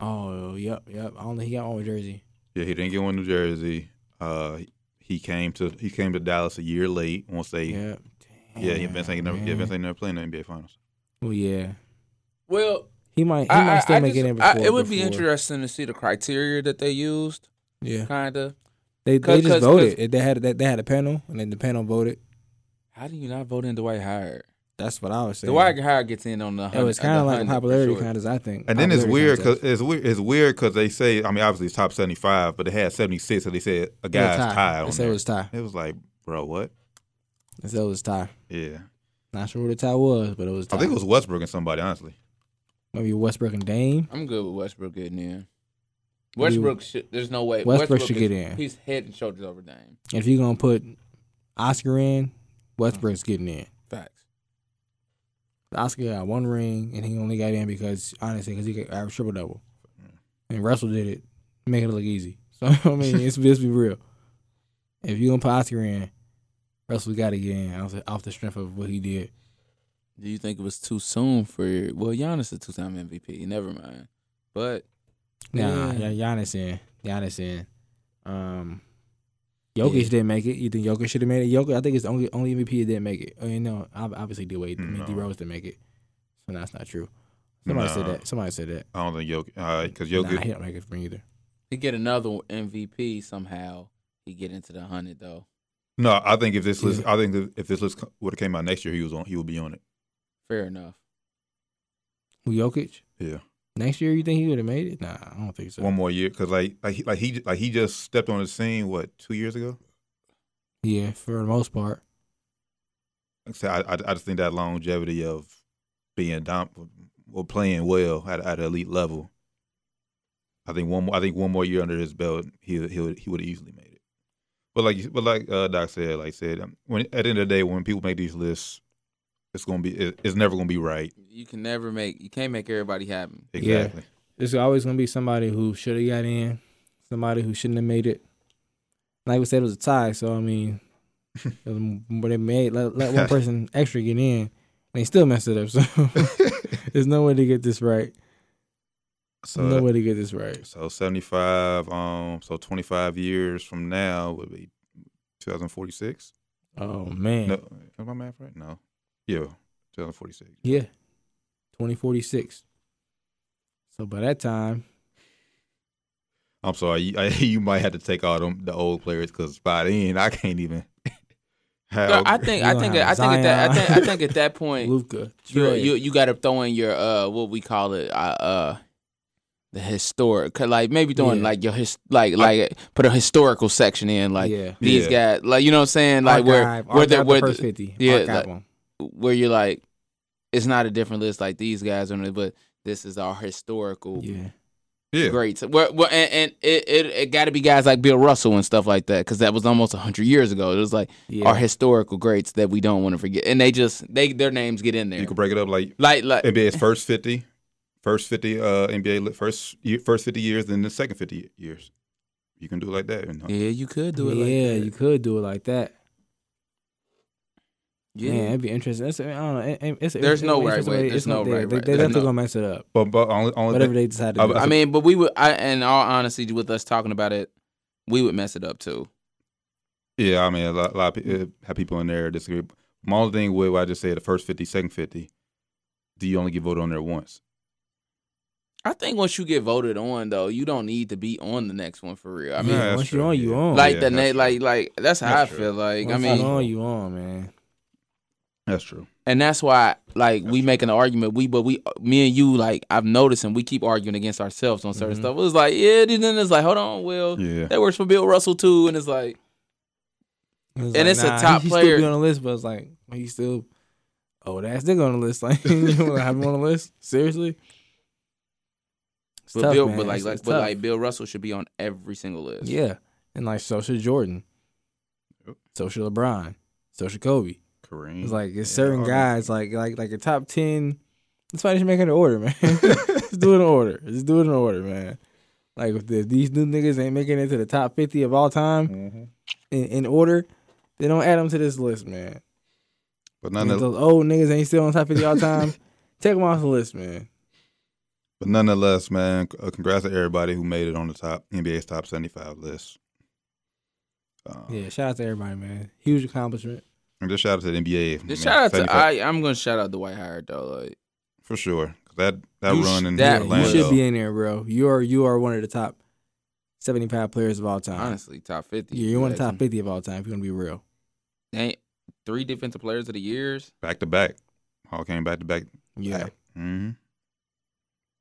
Speaker 4: Oh, yep, yep. I don't think he got one with Jersey.
Speaker 5: Yeah, he didn't get one in New Jersey. Uh he came to he came to Dallas a year late. Won't say yeah,
Speaker 4: Yep.
Speaker 5: yeah, Vince ain't never yeah,
Speaker 4: Damn,
Speaker 5: Vince
Speaker 4: man.
Speaker 5: ain't never playing the NBA finals.
Speaker 4: Well, yeah.
Speaker 3: Well,
Speaker 4: He might he
Speaker 3: I,
Speaker 4: might
Speaker 3: I-
Speaker 4: still
Speaker 3: I
Speaker 4: make
Speaker 3: just-
Speaker 4: it in
Speaker 3: I-
Speaker 4: before.
Speaker 3: it would be
Speaker 4: before.
Speaker 3: interesting to see the criteria that they used,
Speaker 4: Yeah,
Speaker 3: kind of.
Speaker 4: they
Speaker 3: Cause-
Speaker 4: they just
Speaker 3: cause-
Speaker 4: voted. They had they, they had a panel and then the panel voted.
Speaker 3: How do you not vote in Dwight Howard?
Speaker 4: That's what I was saying.
Speaker 3: Dwight Howard gets in on the.
Speaker 4: It
Speaker 3: hun-
Speaker 4: was
Speaker 3: uh,
Speaker 4: kind
Speaker 3: the
Speaker 4: of like a
Speaker 3: hundred for
Speaker 4: popularity
Speaker 3: sure.
Speaker 4: contest, I think.
Speaker 5: And then it's
Speaker 4: Popularity
Speaker 5: weird because
Speaker 4: contest.
Speaker 5: it's weird. It's weird because they say. I mean, obviously it's top seventy five, but they had seventy six, and they said a
Speaker 4: It was
Speaker 5: guy's
Speaker 4: tie.
Speaker 5: tied
Speaker 4: They
Speaker 5: on
Speaker 4: said it
Speaker 5: there.
Speaker 4: was tie.
Speaker 5: It was like, bro, what?
Speaker 4: They said it was tie.
Speaker 5: Yeah,
Speaker 4: Not sure what the tie was, but it was. Tie.
Speaker 5: I think it was Westbrook and somebody. Honestly,
Speaker 4: maybe Westbrook and Dame.
Speaker 3: I'm good with Westbrook getting in.
Speaker 4: You-
Speaker 3: Westbrook should. There's no way.
Speaker 4: Westbrook should
Speaker 3: is-
Speaker 4: get in.
Speaker 3: He's head and shoulders over Dame.
Speaker 4: If you're gonna put Oscar in, Westbrook's getting in.
Speaker 3: Facts.
Speaker 4: Oscar got one ring, and he only got in because honestly, because he could average triple double, and Russell did it, making it look easy. So I mean, it's let's be real. If you gonna put Oscar in, Russell got to get in off the, off the strength of what he did.
Speaker 3: Do you think it was too soon for? Well, Giannis is two-time MVP. Never mind. But
Speaker 4: Nah,
Speaker 3: Yeah.
Speaker 4: yeah. Giannis in, Giannis in. Um, Jokic
Speaker 3: Yeah.
Speaker 4: didn't make it. You think Jokic should have made it? Jokic, I think it's the only only MVP that didn't make it. I mean, no, ob- obviously D Wade, I mean,
Speaker 5: No.
Speaker 4: D Rose didn't make it. So that's not true. Somebody said
Speaker 5: Nah.
Speaker 4: that. Somebody said that.
Speaker 5: I don't think Jokic because
Speaker 4: Nah, he
Speaker 5: Jokic.
Speaker 4: don't make it for me either.
Speaker 3: he get another MVP somehow. He get into the hundred though.
Speaker 5: No, I think if this list,
Speaker 4: Yeah.
Speaker 5: I think that if this list would have came out next year, he was on. He would be on it.
Speaker 3: Fair enough.
Speaker 4: Who Jokic?
Speaker 5: Yeah,
Speaker 4: Next year, you think he would have made it? Nah, I don't think so.
Speaker 5: one more year because like like he, like he like he just stepped on the scene what two years ago.
Speaker 4: Yeah, for the most part.
Speaker 5: Like I said, I, I I just think that longevity of being dom or playing well at at elite level. I think one more I think one more year under his belt, he he would, he would have easily made it. But like you- but like uh, Doc said, like I said, um, when at the end of the day, when people make these lists, it's gonna be it, it's never gonna be right.
Speaker 3: You can never make. You can't make everybody happy.
Speaker 5: Exactly.
Speaker 4: There's always gonna be somebody who should have got in, somebody who shouldn't have made it. Like we said, it was a tie, so I mean, it was, m- but they made let, let one person extra get in, and they still messed it up. So there's no way to get this right.
Speaker 5: So
Speaker 4: no way to get this right.
Speaker 5: so seventy five um so twenty five years from now would be two thousand forty six.
Speaker 4: Oh man,
Speaker 5: No, is my math right? No, yeah, two thousand forty six.
Speaker 4: yeah, 2046. So by that time,
Speaker 5: I'm sorry, you, I, you might have to take all them the old players because by then I can't even. Have,
Speaker 3: No, I think. I
Speaker 4: You
Speaker 3: think.
Speaker 4: don't
Speaker 3: I
Speaker 4: have
Speaker 3: think. At that, I think. I
Speaker 4: Zion.
Speaker 3: think at that point,
Speaker 4: Luca,
Speaker 3: you you, you got to throw in your uh what we call it uh, uh the historic 'cause, like maybe throwing
Speaker 4: Yeah.
Speaker 3: like your his like like put a historical section in like
Speaker 4: yeah,
Speaker 3: these guys like you know what I'm saying like
Speaker 4: Archive-
Speaker 3: where where
Speaker 4: archive
Speaker 3: they're, where
Speaker 4: the
Speaker 3: the-
Speaker 4: first 50,
Speaker 3: yeah,
Speaker 4: archive
Speaker 3: like-
Speaker 4: 'em.
Speaker 3: where you're like it's not a different list like these guys on it but this is our historical
Speaker 4: yeah.
Speaker 5: yeah,
Speaker 3: greats where, where and, and it it, it got to be guys like Bill Russell and stuff like that because that was almost hundred years ago it was like
Speaker 4: Yeah.
Speaker 3: our historical greats that we don't want to forget and they just they their names get in there
Speaker 5: you could break it up like
Speaker 3: like like
Speaker 5: NBA's first fifty, first fifty uh, NBA li- first year, first fifty years, then the second fifty years. You can do it like that. You know?
Speaker 3: yeah you could do it like
Speaker 4: yeah,
Speaker 3: that.
Speaker 4: you could do it like that.
Speaker 3: Yeah.
Speaker 4: Man, it'd be interesting. It's, I don't know. It, it- it's,
Speaker 3: There's
Speaker 4: it's-
Speaker 3: no
Speaker 4: it's
Speaker 3: right
Speaker 4: just
Speaker 3: way.
Speaker 4: a
Speaker 3: There's
Speaker 4: It's
Speaker 3: no
Speaker 4: not there.
Speaker 3: right
Speaker 4: They,
Speaker 3: way.
Speaker 4: they
Speaker 3: There's
Speaker 4: definitely
Speaker 3: no-
Speaker 4: gonna mess it up.
Speaker 5: But but only only
Speaker 4: Whatever
Speaker 5: thing,
Speaker 4: they decide to
Speaker 5: I-
Speaker 4: do.
Speaker 5: I
Speaker 3: I mean, but we would. I in all honesty, with us talking about it, we would mess it up too.
Speaker 5: yeah, I mean a lot, a lot of pe- uh, have people in there disagree. My only thing with what I just said, the first 50, second fifty, do you only get voted on there once?
Speaker 3: I think once you get voted on, though, you don't need to be on the next one for real. I mean,
Speaker 5: Yeah, that's
Speaker 4: once
Speaker 5: true,
Speaker 4: you're on, you
Speaker 5: yeah.
Speaker 4: on.
Speaker 3: like
Speaker 5: Yeah,
Speaker 3: the
Speaker 5: that's
Speaker 3: na-
Speaker 5: true.
Speaker 3: like like that's how
Speaker 5: That's
Speaker 3: I
Speaker 5: true.
Speaker 3: feel. Like
Speaker 4: Once
Speaker 3: I mean,
Speaker 4: you on, you on, man.
Speaker 5: That's true.
Speaker 3: and that's why like we
Speaker 5: That's
Speaker 3: making an argument. We but we me and you like I've noticed and we keep arguing against ourselves on certain
Speaker 4: Mhm.
Speaker 3: stuff. It was like yeah, then it's like hold on, well
Speaker 5: Yeah,
Speaker 3: that works for Bill Russell too, and it's like
Speaker 4: And
Speaker 3: And it's a top
Speaker 4: he,
Speaker 3: player.
Speaker 4: He still be on the list, but it's like he still. Oh, that's nigga on the list. Like you wanna have him on the list? Seriously. It's
Speaker 3: but
Speaker 4: tough,
Speaker 3: Bill,
Speaker 4: man.
Speaker 3: but like
Speaker 4: It's-
Speaker 3: like
Speaker 4: it's
Speaker 3: but
Speaker 4: tough.
Speaker 3: like Bill Russell should be on every single list.
Speaker 4: yeah, and like so should Jordan.
Speaker 5: Yep.
Speaker 4: So should LeBron. So should Kobe.
Speaker 5: Kareem.
Speaker 4: It's like it's
Speaker 5: Mm. Yeah,
Speaker 4: certain
Speaker 5: all them.
Speaker 4: guys, like like like the top ten. That's why they should make it an order, man. Just do it in order. Just do it in order, man. Like if, the, these new niggas ain't making it to the top fifty of all time
Speaker 5: Mhm.
Speaker 4: in, in order, they don't add them to this list, man.
Speaker 5: But
Speaker 4: And if
Speaker 5: nonetheless,
Speaker 4: those old niggas ain't still on top fifty all time. take them off the list, man.
Speaker 5: but nonetheless, man, c- uh, congrats to everybody who made it on the top NBA's top seventy-five list. Um,
Speaker 4: Yeah, shout out to everybody, man. Huge accomplishment.
Speaker 5: and just shout out to the NBA. man,
Speaker 3: Just shout out to
Speaker 5: 75
Speaker 3: I. I'm gonna shout out Dwight Howard though. Like
Speaker 5: for sure. 'Cause that that
Speaker 3: You sh-
Speaker 5: run in
Speaker 3: that-
Speaker 4: you
Speaker 5: Atlanta.
Speaker 4: should be in there, bro. You are you are one of the top seventy five players of all time.
Speaker 3: Honestly, top fifty.
Speaker 4: yeah, you're one of the top
Speaker 3: They
Speaker 4: fifty of all time. If you're gonna be real,
Speaker 3: ain't three defensive players of the years.
Speaker 5: back to back. Hall came back to back.
Speaker 4: yeah,
Speaker 5: hmm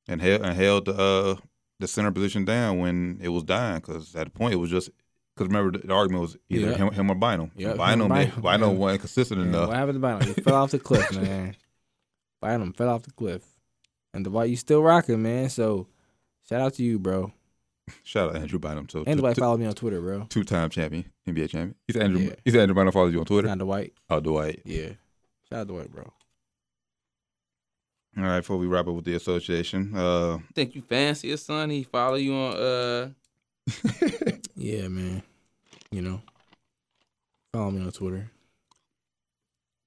Speaker 5: And held and held the uh, the center position down when it was dying because at the point it was just because remember the, the argument was either
Speaker 4: Yeah.
Speaker 5: him, him or Bynum.
Speaker 4: Yeah, him or
Speaker 5: Bynum Bynum,
Speaker 4: Bynum,
Speaker 5: Bynum
Speaker 4: yeah.
Speaker 5: wasn't consistent
Speaker 4: Man,
Speaker 5: enough.
Speaker 4: What happened to Bynum? He fell off the cliff, man. Bynum fell off the cliff, and Dwight, you still rocking, man. So, shout out to you, bro.
Speaker 5: Shout out to Andrew Bynum. So
Speaker 4: And
Speaker 5: two,
Speaker 4: Dwight followed me on Twitter, bro.
Speaker 5: two time champion, NBA champion. He's Andrew.
Speaker 4: Yeah.
Speaker 5: He's Andrew Bynum. Follows you on Twitter.
Speaker 4: Not Dwight.
Speaker 5: Oh, Dwight.
Speaker 4: Yeah. Shout out Dwight, bro.
Speaker 5: All right. Before we wrap up with the association, uh,
Speaker 3: Think you fancy his son? He follow you on uh
Speaker 4: Yeah, man. You know, follow me on Twitter.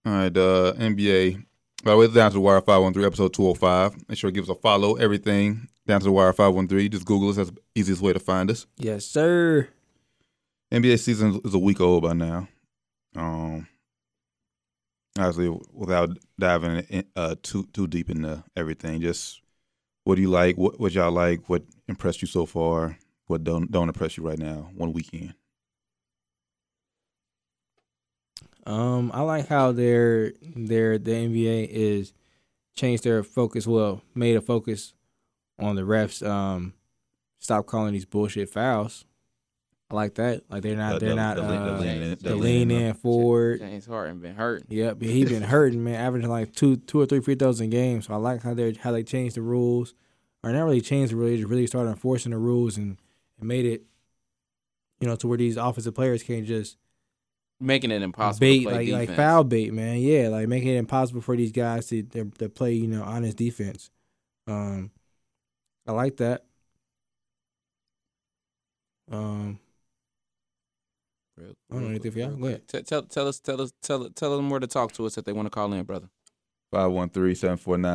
Speaker 5: All right, uh, NBA. By the way, it's down to the wire 513, episode 205. Make sure to give us a follow, everything. Down to the wire 513. Just Google us. That's the easiest way to find us.
Speaker 4: Yes, sir.
Speaker 5: NBA season is a week old by now. Um, obviously, without diving in, uh, too too deep into everything, just what do you like? What, what y'all like? What impressed you so far? What don't don't impress you right now? One weekend.
Speaker 4: Um, I like how their their the NBA is changed their focus. Well, made a focus on the refs. Um, stop calling these bullshit fouls. I like that. Like they're not.
Speaker 5: The-
Speaker 4: They're
Speaker 5: the-
Speaker 4: not.
Speaker 5: the lean- the
Speaker 4: uh,
Speaker 5: lean in-
Speaker 4: the
Speaker 5: the
Speaker 4: lean
Speaker 5: lean
Speaker 4: in forward.
Speaker 3: James Harden been hurt.
Speaker 4: Yep, but he been hurting, man. Averaging like two, two or three free throws a game. So I like how they how they changed the rules, or not really changed the rules. They just really started enforcing the rules and, and made it, you know, to where these offensive players can't just
Speaker 3: Making it impossible
Speaker 4: bait
Speaker 3: to play
Speaker 4: like
Speaker 3: defense.
Speaker 4: like foul bait, man. Yeah, like making it impossible for these guys to to, to play, you know, honest defense. Um, I like that. Um,
Speaker 3: Real-
Speaker 4: I don't know
Speaker 3: real
Speaker 4: anything
Speaker 3: quick,
Speaker 4: for y'all.
Speaker 3: real
Speaker 4: Go ahead.
Speaker 3: quick. Te- Tell, tell us, tell us, tell tell them where to talk to us if they want to call in, brother.
Speaker 5: 513 749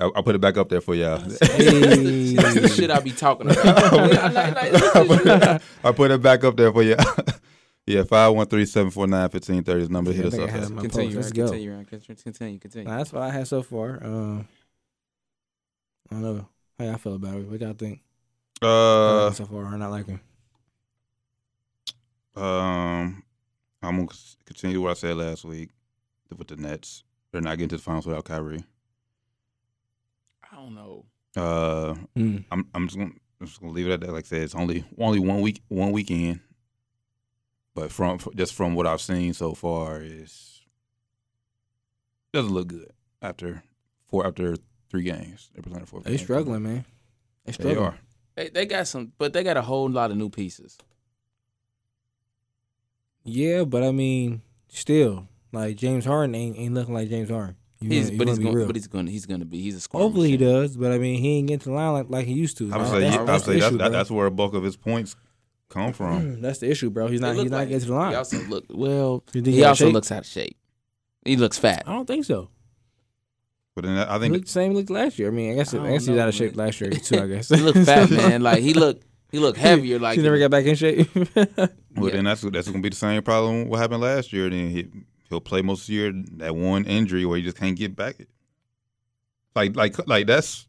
Speaker 5: 1530. I'll put it back up there for y'all.
Speaker 3: That's the- that's the shit I be talking about. Like- like- like, this is-
Speaker 5: I put it back up there for you. yeah, 513-749-1530 is the number. Hit
Speaker 4: Yeah, I
Speaker 5: us
Speaker 4: think I had
Speaker 5: up.
Speaker 4: him. my
Speaker 3: Continue,
Speaker 4: post. Let's
Speaker 3: Ryan,
Speaker 4: go.
Speaker 3: continue, Ryan, continue, continue, continue.
Speaker 4: Nah, that's what I had so far. Uh, I don't know how y'all feel about it. What y'all think?
Speaker 5: Uh,
Speaker 4: so far, or not liking?
Speaker 5: um, I'm going to continue what I said last week with the Nets. They're not getting to the finals without Kyrie.
Speaker 3: I don't know.
Speaker 5: Uh,
Speaker 3: Hmm.
Speaker 4: Mm.
Speaker 5: I'm I'm just gonna, I'm just gonna leave it at that. Like I said, it's only only one week one weekend, but from just from what I've seen so far, is doesn't look good after four after three games. They're presented four.
Speaker 4: They
Speaker 5: games.
Speaker 4: struggling, man. They
Speaker 5: They
Speaker 4: struggling.
Speaker 5: are.
Speaker 3: They, they got some, but they got a whole lot of new pieces.
Speaker 4: Yeah, but I mean, still, like James Harden ain't, ain't looking like James Harden. You
Speaker 3: He's,
Speaker 4: wanna-
Speaker 3: but
Speaker 4: you wanna
Speaker 3: he's
Speaker 4: be
Speaker 3: going,
Speaker 4: real.
Speaker 3: but he's going, to he's going to be. He's a scorer.
Speaker 4: Hopefully he
Speaker 3: machine.
Speaker 4: does, but I mean, he ain't getting to the line like, like he used to.
Speaker 5: I would
Speaker 4: Nah,
Speaker 5: say
Speaker 4: that's,
Speaker 5: I would
Speaker 4: that's
Speaker 5: say
Speaker 4: the
Speaker 5: that's,
Speaker 4: issue,
Speaker 5: that,
Speaker 4: bro.
Speaker 5: that's where a bulk of his points come from.
Speaker 4: Mm, That's the issue, bro. He's
Speaker 3: It
Speaker 4: not
Speaker 3: look
Speaker 4: he's not
Speaker 3: like-
Speaker 4: getting to the
Speaker 3: He
Speaker 4: line.
Speaker 3: also look well.
Speaker 4: You think he
Speaker 3: He
Speaker 4: out of
Speaker 3: also
Speaker 4: shape?
Speaker 3: looks out of shape. He looks fat.
Speaker 4: I don't think so.
Speaker 5: But then I
Speaker 4: He
Speaker 5: think
Speaker 4: looked the same he looked last year. I mean, I guess
Speaker 3: I
Speaker 4: I,
Speaker 3: don't
Speaker 4: guess he was
Speaker 3: know,
Speaker 4: out of shape
Speaker 3: man.
Speaker 4: last year too. I guess
Speaker 3: he looked fat, man. Like he looked, he looked heavier. Like
Speaker 4: he never got back in shape.
Speaker 5: well,
Speaker 3: yeah.
Speaker 5: then uh, that's that's gonna be the same problem what happened last year. Then he he'll play most of the year that one injury where he just can't get back. Like like like that's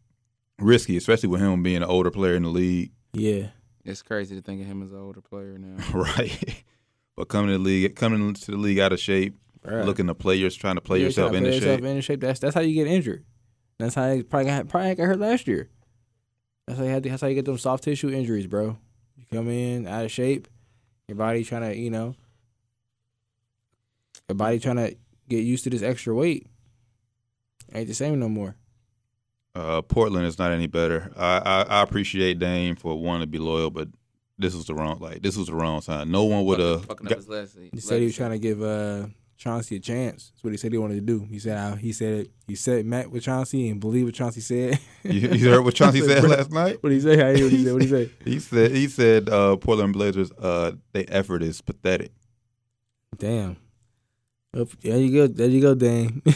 Speaker 5: risky, especially with him being an older player in the league,
Speaker 4: yeah,
Speaker 3: It's crazy to think of him as an older player now.
Speaker 5: right? but coming to the league, coming to the league out of shape,
Speaker 4: Bruh.
Speaker 5: looking to players trying to play
Speaker 4: You're
Speaker 5: yourself
Speaker 4: trying to
Speaker 5: into
Speaker 4: play yourself
Speaker 5: shape.
Speaker 4: into shape. That's that's how you get injured. That's how you probably got, probably got hurt last year. That's how you had to, that's how you get them soft tissue injuries, bro. You come in out of shape, your body trying to you know, your body trying to get used to this extra weight. Ain't the same no more.
Speaker 5: Uh, Portland is not any better. I, I I appreciate Dame for wanting to be loyal, but this was the wrong like this was the wrong sign. No one would have.
Speaker 3: fucking up his last.
Speaker 4: He said he was trying to give uh, Chauncey a chance. That's what he said he wanted to do. He said uh, he said it. He said met with Chauncey and believe what Chauncey said.
Speaker 5: You, you heard what Chauncey said
Speaker 4: Bruh.
Speaker 5: last night.
Speaker 4: What he say? I hear what he said. What he say?
Speaker 5: He said he said uh, Portland Blazers uh their effort is pathetic.
Speaker 4: Damn. Up- There you go. There you go, Dame.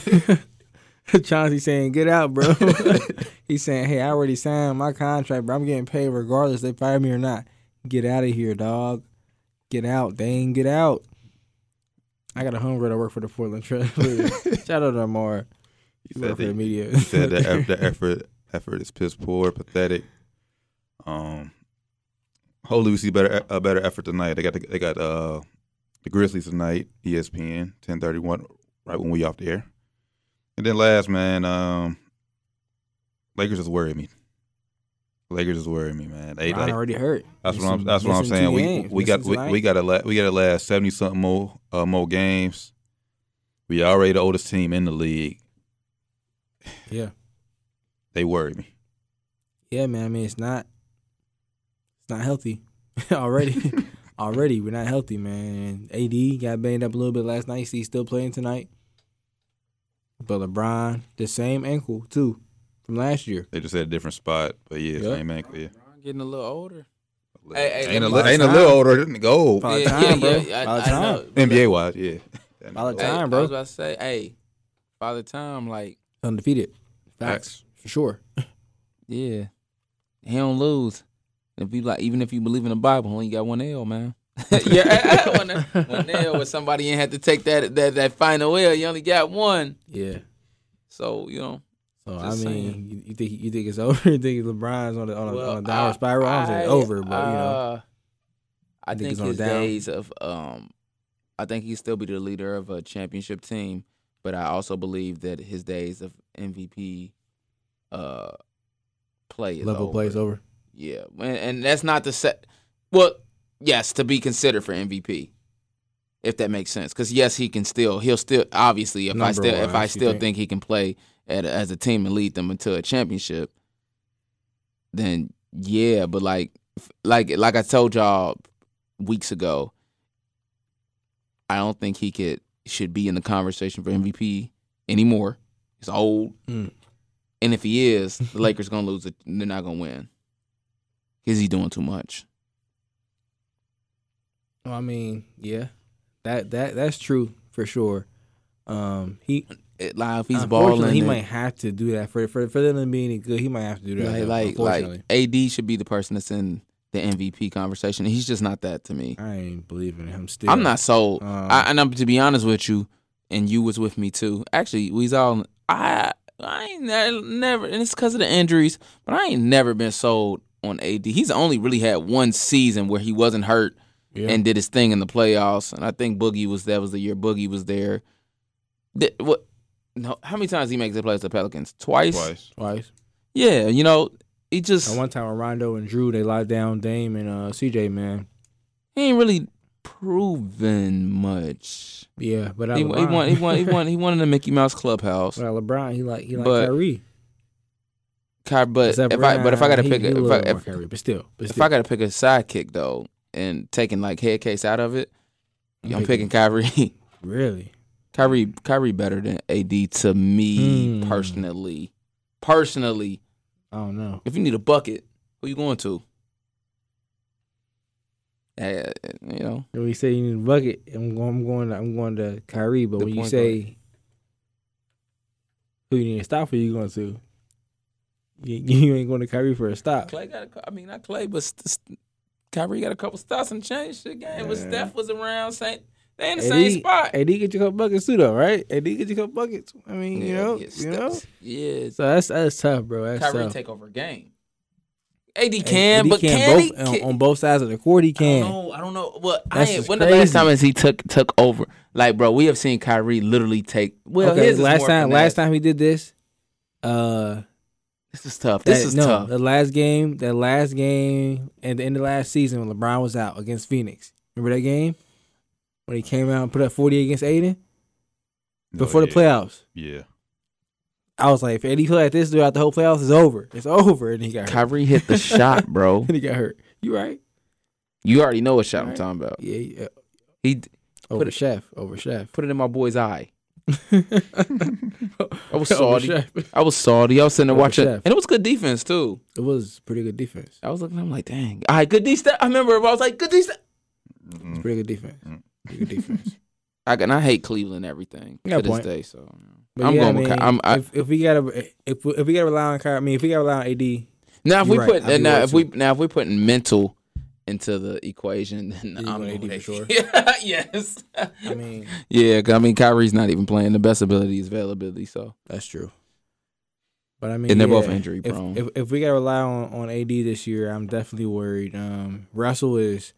Speaker 4: Chauncey saying, "Get out, bro." He's saying, "Hey, I already signed my contract, but I'm getting paid regardless they fire me or not. Get out of here, dog. Get out, Dame. Get out." I got a homegirl that work for the Portland Trail. Blazers. Shout out to Amara.
Speaker 5: He
Speaker 4: Said
Speaker 5: said,
Speaker 4: for the
Speaker 5: the,
Speaker 4: media.
Speaker 5: he said uh, the, eff- the effort effort is piss poor, pathetic. Um, hopefully we see better e- a better effort tonight. They got the, they got uh the Grizzlies tonight, E ESPN, ten thirty one, right when we off the air. And then last man, um, Lakers is worrying me. Lakers is worrying me, man. They,
Speaker 4: Ron
Speaker 5: like,
Speaker 4: already hurt.
Speaker 5: that's what I'm.
Speaker 4: Missing-
Speaker 5: That's what I'm
Speaker 4: missing
Speaker 5: saying.
Speaker 4: two
Speaker 5: We
Speaker 4: games.
Speaker 5: we got
Speaker 4: Missing
Speaker 5: we,
Speaker 4: tonight.
Speaker 5: we got to last we got to last seventy something more uh, more games. We already the oldest team in the league.
Speaker 4: Yeah,
Speaker 5: They worry me.
Speaker 4: yeah, man. I mean, it's not, it's not healthy already. already, we're not healthy, man. AD got banged up a little bit last night. He's still playing tonight. But LeBron, the same ankle too from last year.
Speaker 5: They just had a different spot, but yeah,
Speaker 4: Yeah.
Speaker 5: same ankle. Yeah,
Speaker 3: Getting a little older. hey,
Speaker 5: ain't, a
Speaker 3: let
Speaker 5: li-
Speaker 4: me-
Speaker 5: ain't a little older than the gold.
Speaker 4: By the time, bro. By the
Speaker 3: know.
Speaker 4: time.
Speaker 5: NBA wise, yeah.
Speaker 4: By the
Speaker 3: Hey,
Speaker 4: time,
Speaker 3: I
Speaker 4: bro.
Speaker 3: was about to say, hey, by the time, like,
Speaker 4: Undefeated. Facts for sure.
Speaker 3: yeah, he don't lose. If you like, even if you believe in the Bible, only got one L, man. yeah, one, one L where somebody ain't had to take that that that final L. You only got one,
Speaker 4: Yeah.
Speaker 3: so you know.
Speaker 4: So
Speaker 3: Just
Speaker 4: I mean,
Speaker 3: saying.
Speaker 4: you, you think you think it's over? You think LeBron's on a, on a,
Speaker 3: Well,
Speaker 4: on a downward
Speaker 3: I-
Speaker 4: spiral? I don't say
Speaker 3: I,
Speaker 4: over, but you know,
Speaker 3: uh, I
Speaker 4: Think
Speaker 3: think
Speaker 4: it's on
Speaker 3: his
Speaker 4: down?
Speaker 3: days of um, I think he'd still be the leader of a championship team, but I also believe that his days of MVP uh play is
Speaker 4: level
Speaker 3: over.
Speaker 4: plays over.
Speaker 3: Yeah, and, and that's not the set. Well, yes, to be considered for MVP, if that makes sense. Because yes, he can still he'll still obviously if I
Speaker 4: Number
Speaker 3: still if I
Speaker 4: wise, you
Speaker 3: still
Speaker 4: think?
Speaker 3: think? he can play at as a team and lead them into a championship, then yeah. But like f- like like I told y'all weeks ago, I don't think he could should be in the conversation for MVP anymore. He's old,
Speaker 4: Mm.
Speaker 3: and if he is, the Lakers gonna lose. It. They're not gonna win because he's doing too much.
Speaker 4: Well, I mean, yeah, that that that's true for sure. Um, he
Speaker 3: It, like if he's
Speaker 4: unfortunately,
Speaker 3: balling,
Speaker 4: He
Speaker 3: then-
Speaker 4: might have to do that for for for them to be any good. He might have to do that.
Speaker 3: like like,
Speaker 4: unfortunately,
Speaker 3: like AD should be the person that's in the MVP conversation. He's just not that to me.
Speaker 4: I ain't believing him still.
Speaker 3: I'm not sold.
Speaker 4: Um,
Speaker 3: I, and I'm to be honest with you, and you was with me too. Actually, we's all I I ain't ne- never, and it's because of the injuries, but I ain't never been sold on AD. He's only really had one season where he wasn't hurt
Speaker 4: Yeah.
Speaker 3: and did his thing in the playoffs, and I think Boogie was that was the year Boogie was there. Th- what? No, how many times he makes the playoffs? The Pelicans twice.
Speaker 5: Twice.
Speaker 4: twice.
Speaker 3: Yeah, you know, he just
Speaker 4: At one time, when Rondo and Drew they locked down Dame and uh, CJ. Man,
Speaker 3: he ain't really proven much.
Speaker 4: yeah, but
Speaker 3: He, he
Speaker 4: LeBron,
Speaker 3: won. He won. He won. He won in the Mickey Mouse clubhouse.
Speaker 4: Without LeBron, he like he like
Speaker 3: But-
Speaker 4: Kyrie.
Speaker 3: Ky- but
Speaker 4: Except
Speaker 3: if I but if I gotta
Speaker 4: he-
Speaker 3: pick
Speaker 4: he
Speaker 3: a-
Speaker 4: a
Speaker 3: if
Speaker 4: little
Speaker 3: I,
Speaker 4: more
Speaker 3: if,
Speaker 4: Kyrie, but still, but
Speaker 3: if
Speaker 4: still.
Speaker 3: I gotta pick a sidekick though and taking like head case out of it, I'm, picking, Kyrie.
Speaker 4: really.
Speaker 3: Kyrie Kyrie better than AD to me
Speaker 4: Hmm.
Speaker 3: personally. Personally,
Speaker 4: I don't know.
Speaker 3: if you need a bucket, who you going to? Eh, you know,
Speaker 4: When you say you need a bucket, I'm going. I'm going. To, I'm going to Kyrie. But
Speaker 3: The
Speaker 4: when you
Speaker 3: point
Speaker 4: say who you need to stop for, you going to. You, you ain't going to Kyrie for a stop.
Speaker 3: Clay got. A, cou- I mean, not Clay, but st- st- Kyrie got a couple stops and changed the game. But
Speaker 4: Yeah.
Speaker 3: Steph was around. Same, they in the
Speaker 4: AD
Speaker 3: same spot.
Speaker 4: AD get your couple buckets too, though, right? AD get your couple buckets. I mean, you know,
Speaker 3: yeah,
Speaker 4: you know.
Speaker 3: Steph- yeah.
Speaker 4: So that's that's tough, bro. That's
Speaker 3: Kyrie
Speaker 4: tough.
Speaker 3: take over a game. AD
Speaker 4: And-
Speaker 3: can,
Speaker 4: and he
Speaker 3: but can, he?
Speaker 4: both, on,
Speaker 3: Can-
Speaker 4: on both sides of the court, he
Speaker 3: I
Speaker 4: can.
Speaker 3: don't know. I don't know. Well,
Speaker 4: That's
Speaker 3: I ain't,
Speaker 4: just
Speaker 3: when the last
Speaker 4: crazy.
Speaker 3: time is he took took over? Like, bro, we have seen Kyrie literally take. Well,
Speaker 4: okay,
Speaker 3: his is
Speaker 4: last
Speaker 3: more
Speaker 4: time,
Speaker 3: finesse.
Speaker 4: last time he did this, uh,
Speaker 3: This is tough.
Speaker 4: That,
Speaker 3: This is
Speaker 4: no,
Speaker 3: tough.
Speaker 4: the last game, that last game, and the end of last season when LeBron was out against Phoenix. Remember that game when he came out and put up forty against Aiden
Speaker 3: Oh,
Speaker 4: before the playoffs?
Speaker 5: Yeah.
Speaker 4: I was like, if Eddie play like this throughout the whole playoffs, it's over. It's over, and he got hurt.
Speaker 3: Kyrie hit the shot, bro.
Speaker 4: And he got hurt. You right?
Speaker 3: You already know what shot I'm
Speaker 4: Right.
Speaker 3: talking about.
Speaker 4: Yeah. yeah.
Speaker 3: He d-
Speaker 4: Over
Speaker 3: it-
Speaker 4: chef. Over chef.
Speaker 3: put it in my boy's eye. I was
Speaker 4: Over
Speaker 3: salty.
Speaker 4: chef.
Speaker 3: I was salty. I was sitting there
Speaker 4: Over
Speaker 3: watching,
Speaker 4: Chef.
Speaker 3: and it was good defense too.
Speaker 4: It was pretty good defense.
Speaker 3: I was looking. I'm like, dang. All right, good D step. I remember. I was like, good D step.
Speaker 5: Mm-mm.
Speaker 4: Pretty good defense.
Speaker 3: Mm.
Speaker 4: Pretty good defense.
Speaker 3: I can. I hate Cleveland. Everything
Speaker 4: You got a
Speaker 3: to this
Speaker 4: point.
Speaker 3: day. So you know.
Speaker 4: But
Speaker 3: I'm
Speaker 4: yeah,
Speaker 3: going. with
Speaker 4: I
Speaker 3: Ky-
Speaker 4: mean,
Speaker 3: I'm, I,
Speaker 4: if, if we gotta if we, if we gotta rely on Kyrie, I mean, if we gotta rely on AD,
Speaker 3: Now if
Speaker 4: You're
Speaker 3: we
Speaker 4: right.
Speaker 3: put
Speaker 4: I'll be
Speaker 3: now
Speaker 4: right
Speaker 3: if we now if we putting mental into the equation, then
Speaker 4: you
Speaker 3: I'm
Speaker 4: want AD
Speaker 3: away.
Speaker 4: for sure?
Speaker 3: Yeah, yes.
Speaker 4: I mean,
Speaker 3: yeah, 'cause I mean Kyrie's not even playing. The best ability is availability. So
Speaker 4: that's true. But I mean,
Speaker 3: And they're both
Speaker 4: yeah,
Speaker 3: injury
Speaker 4: if-
Speaker 3: prone.
Speaker 4: If, if, we gotta rely on, on AD this year, I'm definitely worried. Um, Russell is.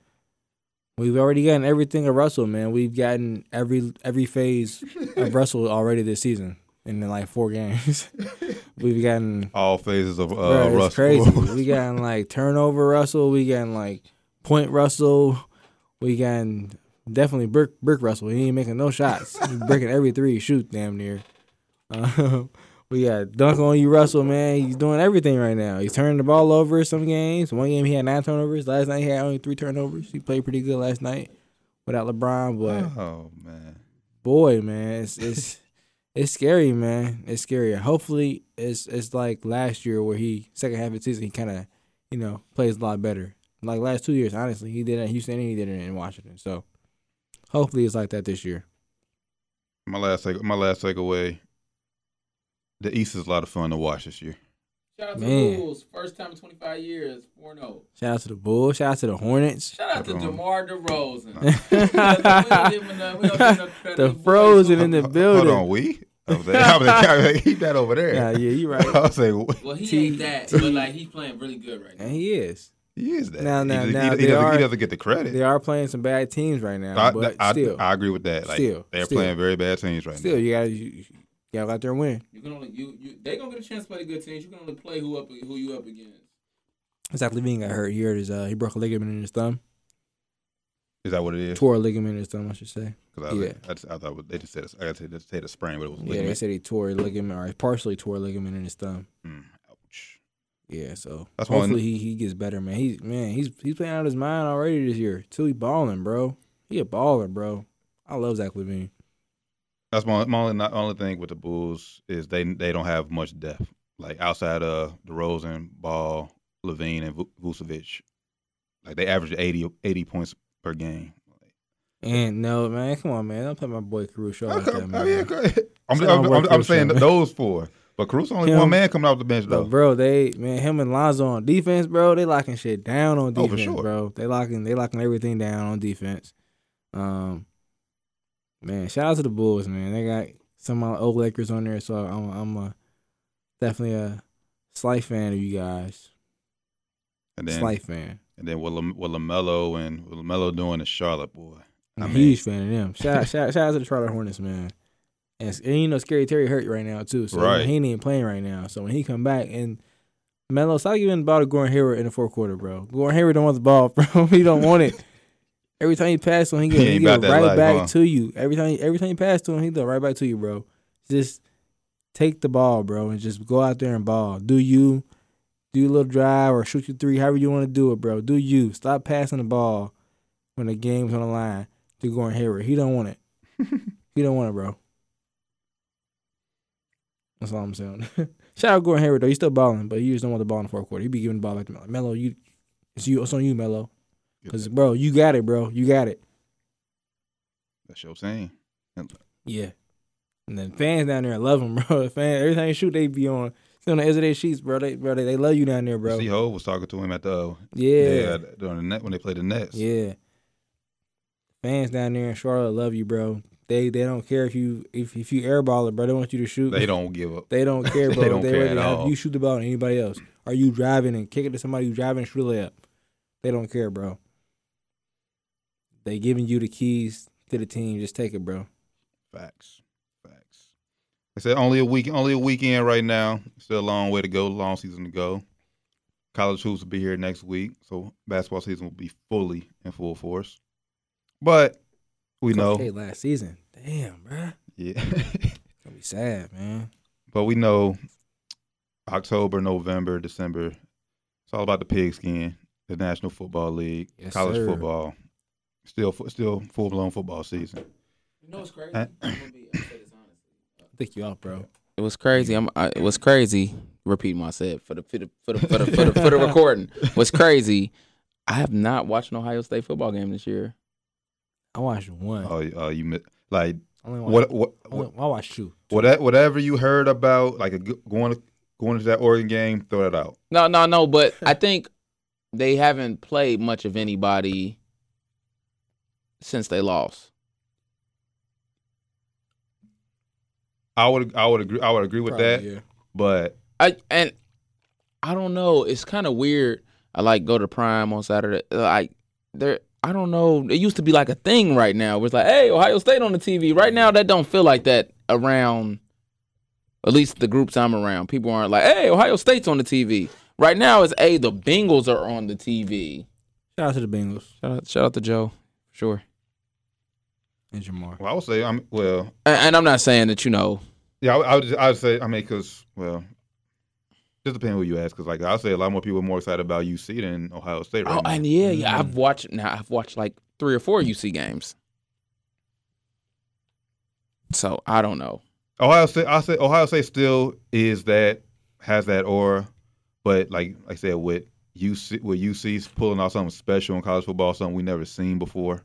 Speaker 4: We've already gotten everything of Russell, man. We've gotten every every phase of Russell already this season in like four games. We've gotten
Speaker 5: All phases of uh,
Speaker 4: Bruh,
Speaker 5: Russell.
Speaker 4: it's crazy. we got like turnover Russell. We got like point Russell. We got definitely brick brick Russell. He ain't making no shots. He's breaking every three he shoot damn near. Um, we got dunk on you Russell man. He's doing everything right now. He's turning the ball over some games. One game he had nine turnovers. Last night he had only three turnovers. He played pretty good last night without LeBron, but
Speaker 5: oh man,
Speaker 4: boy, man, it's it's it's scary, man. It's scary. Hopefully, it's it's like last year where he second half of the season he kind of you know plays a lot better. Like last two years, honestly, he did it in Houston and he did it in Washington. So hopefully, it's like that this year.
Speaker 5: my last take, my last takeaway. The East is a lot of fun to watch this year.
Speaker 3: shout out
Speaker 4: to the Man. Bulls.
Speaker 3: first time in 25 years, 4-0.
Speaker 4: Shout out to the Bulls. Shout out to the Hornets.
Speaker 3: Shout
Speaker 5: out to Everyone.
Speaker 3: DeRozan.
Speaker 4: the Frozen in the
Speaker 5: Hold-
Speaker 4: building.
Speaker 5: Hold on, we. I was like, I was like, I was like, he that over there.
Speaker 4: Nah, yeah, you
Speaker 5: I
Speaker 4: right.
Speaker 5: was like, what?
Speaker 6: Well, he
Speaker 4: T-
Speaker 6: ain't that, but like he's playing really good right now.
Speaker 4: And he is.
Speaker 5: he is that.
Speaker 4: Now,
Speaker 5: he,
Speaker 4: now,
Speaker 5: just- he-
Speaker 4: now,
Speaker 5: he
Speaker 4: they
Speaker 5: doesn't,
Speaker 4: are-
Speaker 5: he doesn't get the credit.
Speaker 4: They are playing some bad teams right now,
Speaker 5: I,
Speaker 4: but
Speaker 5: I,
Speaker 4: still,
Speaker 5: I agree with that. Like,
Speaker 4: Still,
Speaker 5: they're
Speaker 4: still.
Speaker 5: playing very bad teams right
Speaker 4: still,
Speaker 5: now.
Speaker 4: you gotta you, you gotta go out there and win.
Speaker 6: You can only you, you they gonna get a chance to play the good teams. You can only play who up who you up against.
Speaker 4: Zach Levine got hurt. He hurt his uh, he broke a ligament in his thumb,
Speaker 5: Is that what it is?
Speaker 4: tore a ligament in his thumb, I should say.
Speaker 5: 'Cause I, was-
Speaker 4: yeah.
Speaker 5: I, just, I thought they just said I got to just say the sprain, but it was
Speaker 4: Yeah, they
Speaker 5: ligament.
Speaker 4: said he tore a ligament or partially tore a ligament in his thumb.
Speaker 5: Mm, ouch.
Speaker 4: Yeah, so
Speaker 5: That's why-
Speaker 4: hopefully he, he gets better, man. He's man, he's he's playing out of his mind already this year. Till he balling, bro. He a baller, bro. I love Zach Levine.
Speaker 5: That's my, my only, not, only thing with the Bulls is they they don't have much depth. Like outside of DeRozan, Ball, Levine, and Vu- Vucevic, like they average 80, 80 points per game.
Speaker 4: And no, man, come on, man. Don't play my boy Caruso like
Speaker 5: Okay,
Speaker 4: that,
Speaker 5: oh,
Speaker 4: man.
Speaker 5: yeah, go ahead. I'm,
Speaker 4: Say
Speaker 5: I'm,
Speaker 4: don't
Speaker 5: I'm,
Speaker 4: work
Speaker 5: I'm saying
Speaker 4: Caruso.
Speaker 5: those four, but Caruso only
Speaker 4: Him-
Speaker 5: one man coming off the bench
Speaker 4: But
Speaker 5: though.
Speaker 4: bro, they man, him and Lonzo on defense, bro. They locking shit down on
Speaker 5: Oh, for
Speaker 4: defense,
Speaker 5: sure.
Speaker 4: bro. They locking they locking everything down on defense. Um, man, shout out to the Bulls, man. They got some of my old Lakers on there, so I'm I'm a definitely a slight fan of you guys.
Speaker 5: and then
Speaker 4: Slight fan,
Speaker 5: and then what, Lam- what Lamelo and what Lamelo doing in Charlotte, boy.
Speaker 4: I'm
Speaker 5: I
Speaker 4: a
Speaker 5: mean-
Speaker 4: huge fan of them. Shout shout shout out to the Charlotte Hornets, man. And, s- and you know, Scary Terry hurt right now too, so
Speaker 5: Right.
Speaker 4: he ain't even playing right now. So when he come back and Melo, stop giving the ball to Gordon Hayward in the fourth quarter, bro. Gordon Hayward don't want the ball, bro. he don't want it. Every time you pass to him, he get,
Speaker 5: He
Speaker 4: he
Speaker 5: ain't
Speaker 4: get
Speaker 5: about that
Speaker 4: right
Speaker 5: life,
Speaker 4: back
Speaker 5: huh?
Speaker 4: to you. Every time, every time you pass to him, he go right back to you, bro. Just take the ball, bro, and just go out there and ball. Do you do your little drive or shoot your three, however you want to do it, bro. Do you stop passing the ball when the game's on the line to Gordon Hayward? He don't want it. he don't want it, bro. That's all I'm saying. Shout out Gordon Hayward though. He's still balling, but you just don't want the ball in the fourth quarter. You be giving the ball back to Melo. Melo, you it's you. It's on you, Melo. Cause bro, you got it, bro. You got it.
Speaker 5: That's your saying.
Speaker 4: Yeah. And then fans down there love him, bro. Fans, every time you shoot, they be on they on the edge of their sheets, bro. They bro, they, they love you down there, bro.
Speaker 5: See, Ho was talking to him at the uh,
Speaker 4: Yeah.
Speaker 5: during the net when they played the Nets.
Speaker 4: Yeah. Fans down there in Charlotte love you, bro. They they don't care if you if, if you airball it, bro. They want you to shoot.
Speaker 5: They don't give up.
Speaker 4: They don't care,
Speaker 5: They
Speaker 4: bro. They,
Speaker 5: don't care
Speaker 4: ready
Speaker 5: at
Speaker 4: to have
Speaker 5: all.
Speaker 4: you shoot the ball to anybody else. Are you driving and kick it to somebody you driving and shoot a layup? They don't care, bro. They giving you the keys to the team. Just take it, bro.
Speaker 5: Facts. Facts. I said only a week only a weekend right now. Still a long way to go, long season to go. College hoops will be here next week, so basketball season will be fully in full force. But we
Speaker 4: Hey,
Speaker 5: know
Speaker 4: last season. Damn, bro. It's
Speaker 5: yeah.
Speaker 4: gonna be sad, man.
Speaker 5: but we know October, November, December, it's all about the pigskin, the National Football League,
Speaker 4: Yes,
Speaker 5: college
Speaker 4: sir.
Speaker 5: football. Still fu- still full blown football season.
Speaker 6: You know what's crazy?
Speaker 5: Uh,
Speaker 6: I'm gonna be I'm gonna say this honestly.
Speaker 4: Think you off, bro.
Speaker 3: It was crazy. I'm, I, it was crazy. Repeating what I said for the for the for the for the, for the, for the recording. Was crazy. I have not watched an Ohio State football game this year.
Speaker 4: I watched one.
Speaker 5: Oh, you- oh you mi- like
Speaker 4: I only watched,
Speaker 5: what what,
Speaker 4: I,
Speaker 5: what
Speaker 4: only, I watched two.
Speaker 5: Whatever, whatever you heard about, like a, g- going going into that Oregon game, throw that out.
Speaker 3: No, no, no. But I think they haven't played much of anybody since they lost.
Speaker 5: I would I would agree I would agree with
Speaker 4: Probably,
Speaker 5: that.
Speaker 4: yeah.
Speaker 5: But
Speaker 3: I and I don't know. It's kind of weird. I like go to Prime on Saturday. Like there, I don't know. It used to be like a thing right now. Where it's like, hey, Ohio State on the TV. Right now, that don't feel like that around. At least the groups I'm around, people aren't like, hey, Ohio State's on the TV. Right now, it's a the Bengals are on the TV.
Speaker 4: Shout out to the Bengals
Speaker 3: Shout out, shout out to Joe, sure.
Speaker 4: and Jamar.
Speaker 5: well, I would say I'm well.
Speaker 3: And, and I'm not saying that you know.
Speaker 5: Yeah, I, would- I would just, I would say I mean because well, just depending who you ask. Because like I say, a lot more people are more excited about UC than Ohio State right
Speaker 3: Oh,
Speaker 5: now.
Speaker 3: and yeah, yeah.
Speaker 4: Mhm.
Speaker 3: I've watched now. I've watched like three or four UC games. So I don't know.
Speaker 5: Ohio State, I say Ohio State still is that has that aura, but like I said, with UC with UC's pulling out something special in college football, something we never seen before.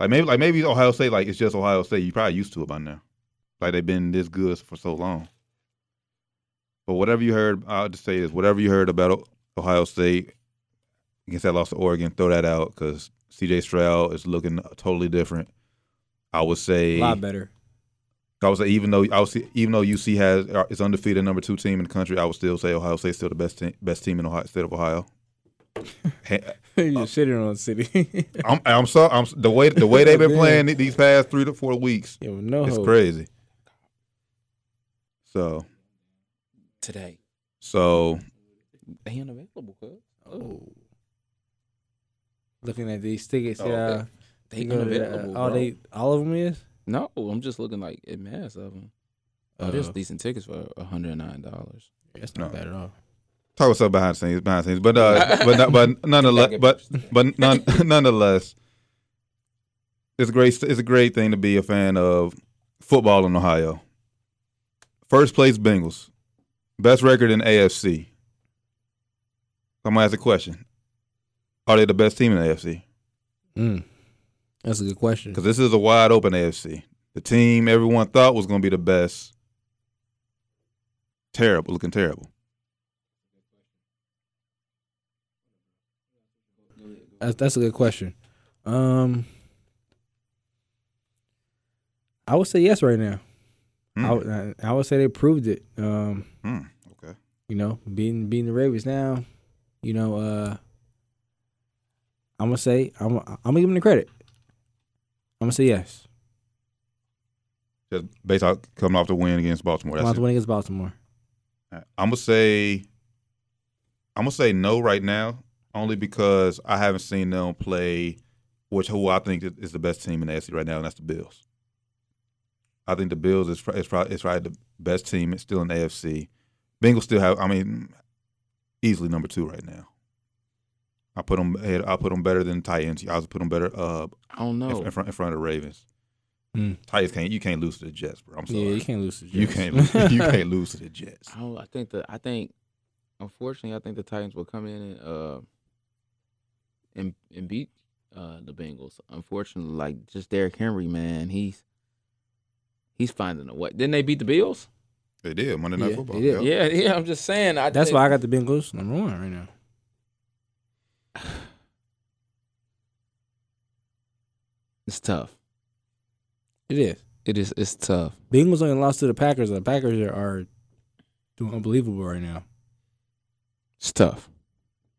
Speaker 5: Like maybe like maybe Ohio State, like it's just Ohio State. You probably used to it by now. Like they've been this good for so long. But whatever you heard, I'll just say this: whatever you heard about O- Ohio State against that loss to Oregon, throw that out because CJ Stroud is looking totally different. I would say
Speaker 4: A lot better.
Speaker 5: I would say even though I would say, even though UC has uh, is undefeated number two team in the country, I would still say Ohio State's still the best team, best team in Ohio state of Ohio. Hey,
Speaker 4: you just shitting on the city.
Speaker 5: I'm I'm sorry. I'm the way the way they've been playing these past three to four weeks.
Speaker 4: yeah, with no
Speaker 5: It's
Speaker 4: hope.
Speaker 5: crazy. So
Speaker 3: Today
Speaker 5: so
Speaker 3: they unavailable. Cause.
Speaker 4: Oh. Looking at these tickets,
Speaker 5: Oh,
Speaker 4: yeah.
Speaker 5: okay.
Speaker 3: They
Speaker 4: You go to the-
Speaker 3: unavailable.
Speaker 4: all
Speaker 3: bro.
Speaker 4: they, all of them is.
Speaker 3: No, I'm just looking like it mass of them. Oh, there's decent tickets for 109 dollars.
Speaker 4: That's
Speaker 5: not
Speaker 4: not
Speaker 5: Uh, No. bad
Speaker 4: bad at all.
Speaker 5: talk about stuff behind the scenes, behind the scenes, but uh, but not, but nonetheless, but but none, nonetheless, it's a great it's a great thing to be a fan of football in Ohio. First place Bengals, best record in AFC. I'm gonna ask a question: Are they the best team in the AFC?
Speaker 4: Mm. That's a good question.
Speaker 5: Because this is a wide open AFC. The team everyone thought was gonna be the best, terrible, looking terrible.
Speaker 4: That's, that's a good question. Um, I would say yes right now.
Speaker 5: Hmm.
Speaker 4: I would, I, I would say they proved it. Um,
Speaker 5: Hmm. Okay.
Speaker 4: you know, beating beating the Ravens now. You know, uh, I'm gonna say I'm I'm gonna give them the credit. I'm gonna say yes.
Speaker 5: Just based on coming off the win against Baltimore. That's
Speaker 4: Miles
Speaker 5: it.
Speaker 4: win against Baltimore.
Speaker 5: I'm gonna say, I'm gonna say no right now, only because I haven't seen them play, which who I think is- is the best team in the SEC right now, and that's the Bills. I think the Bills is pro- is probably, is probably the best team. It's still in the AFC. Bengals still have, I mean, easily number two right now. I put them ahead. I put them better than Titans. I also put them better uh,
Speaker 3: I don't
Speaker 5: in-
Speaker 3: know.
Speaker 5: in, front in front of the Ravens.
Speaker 4: Hmm.
Speaker 5: Titans can't you can't lose to the Jets, bro. I'm sorry.
Speaker 4: Yeah, you can't lose. To the
Speaker 5: you
Speaker 4: Jets.
Speaker 5: can't lose, you can't lose to the Jets.
Speaker 3: I don't. I think the. I think, unfortunately, I think the Titans will come in and uh, and and beat uh the Bengals. Unfortunately, like just Derrick Henry, man, he's he's finding a way. Didn't they beat the Bills?
Speaker 5: They did Monday Night
Speaker 4: Yeah,
Speaker 5: Football.
Speaker 4: they did.
Speaker 5: yep.
Speaker 3: Yeah, yeah. I'm just saying. I
Speaker 4: That's
Speaker 3: think-
Speaker 4: why I got the Bengals number one right now.
Speaker 3: It's tough.
Speaker 4: It is.
Speaker 3: It is. It's tough.
Speaker 4: Bengals only lost to the Packers. The Packers are, are doing unbelievable right now.
Speaker 3: It's tough.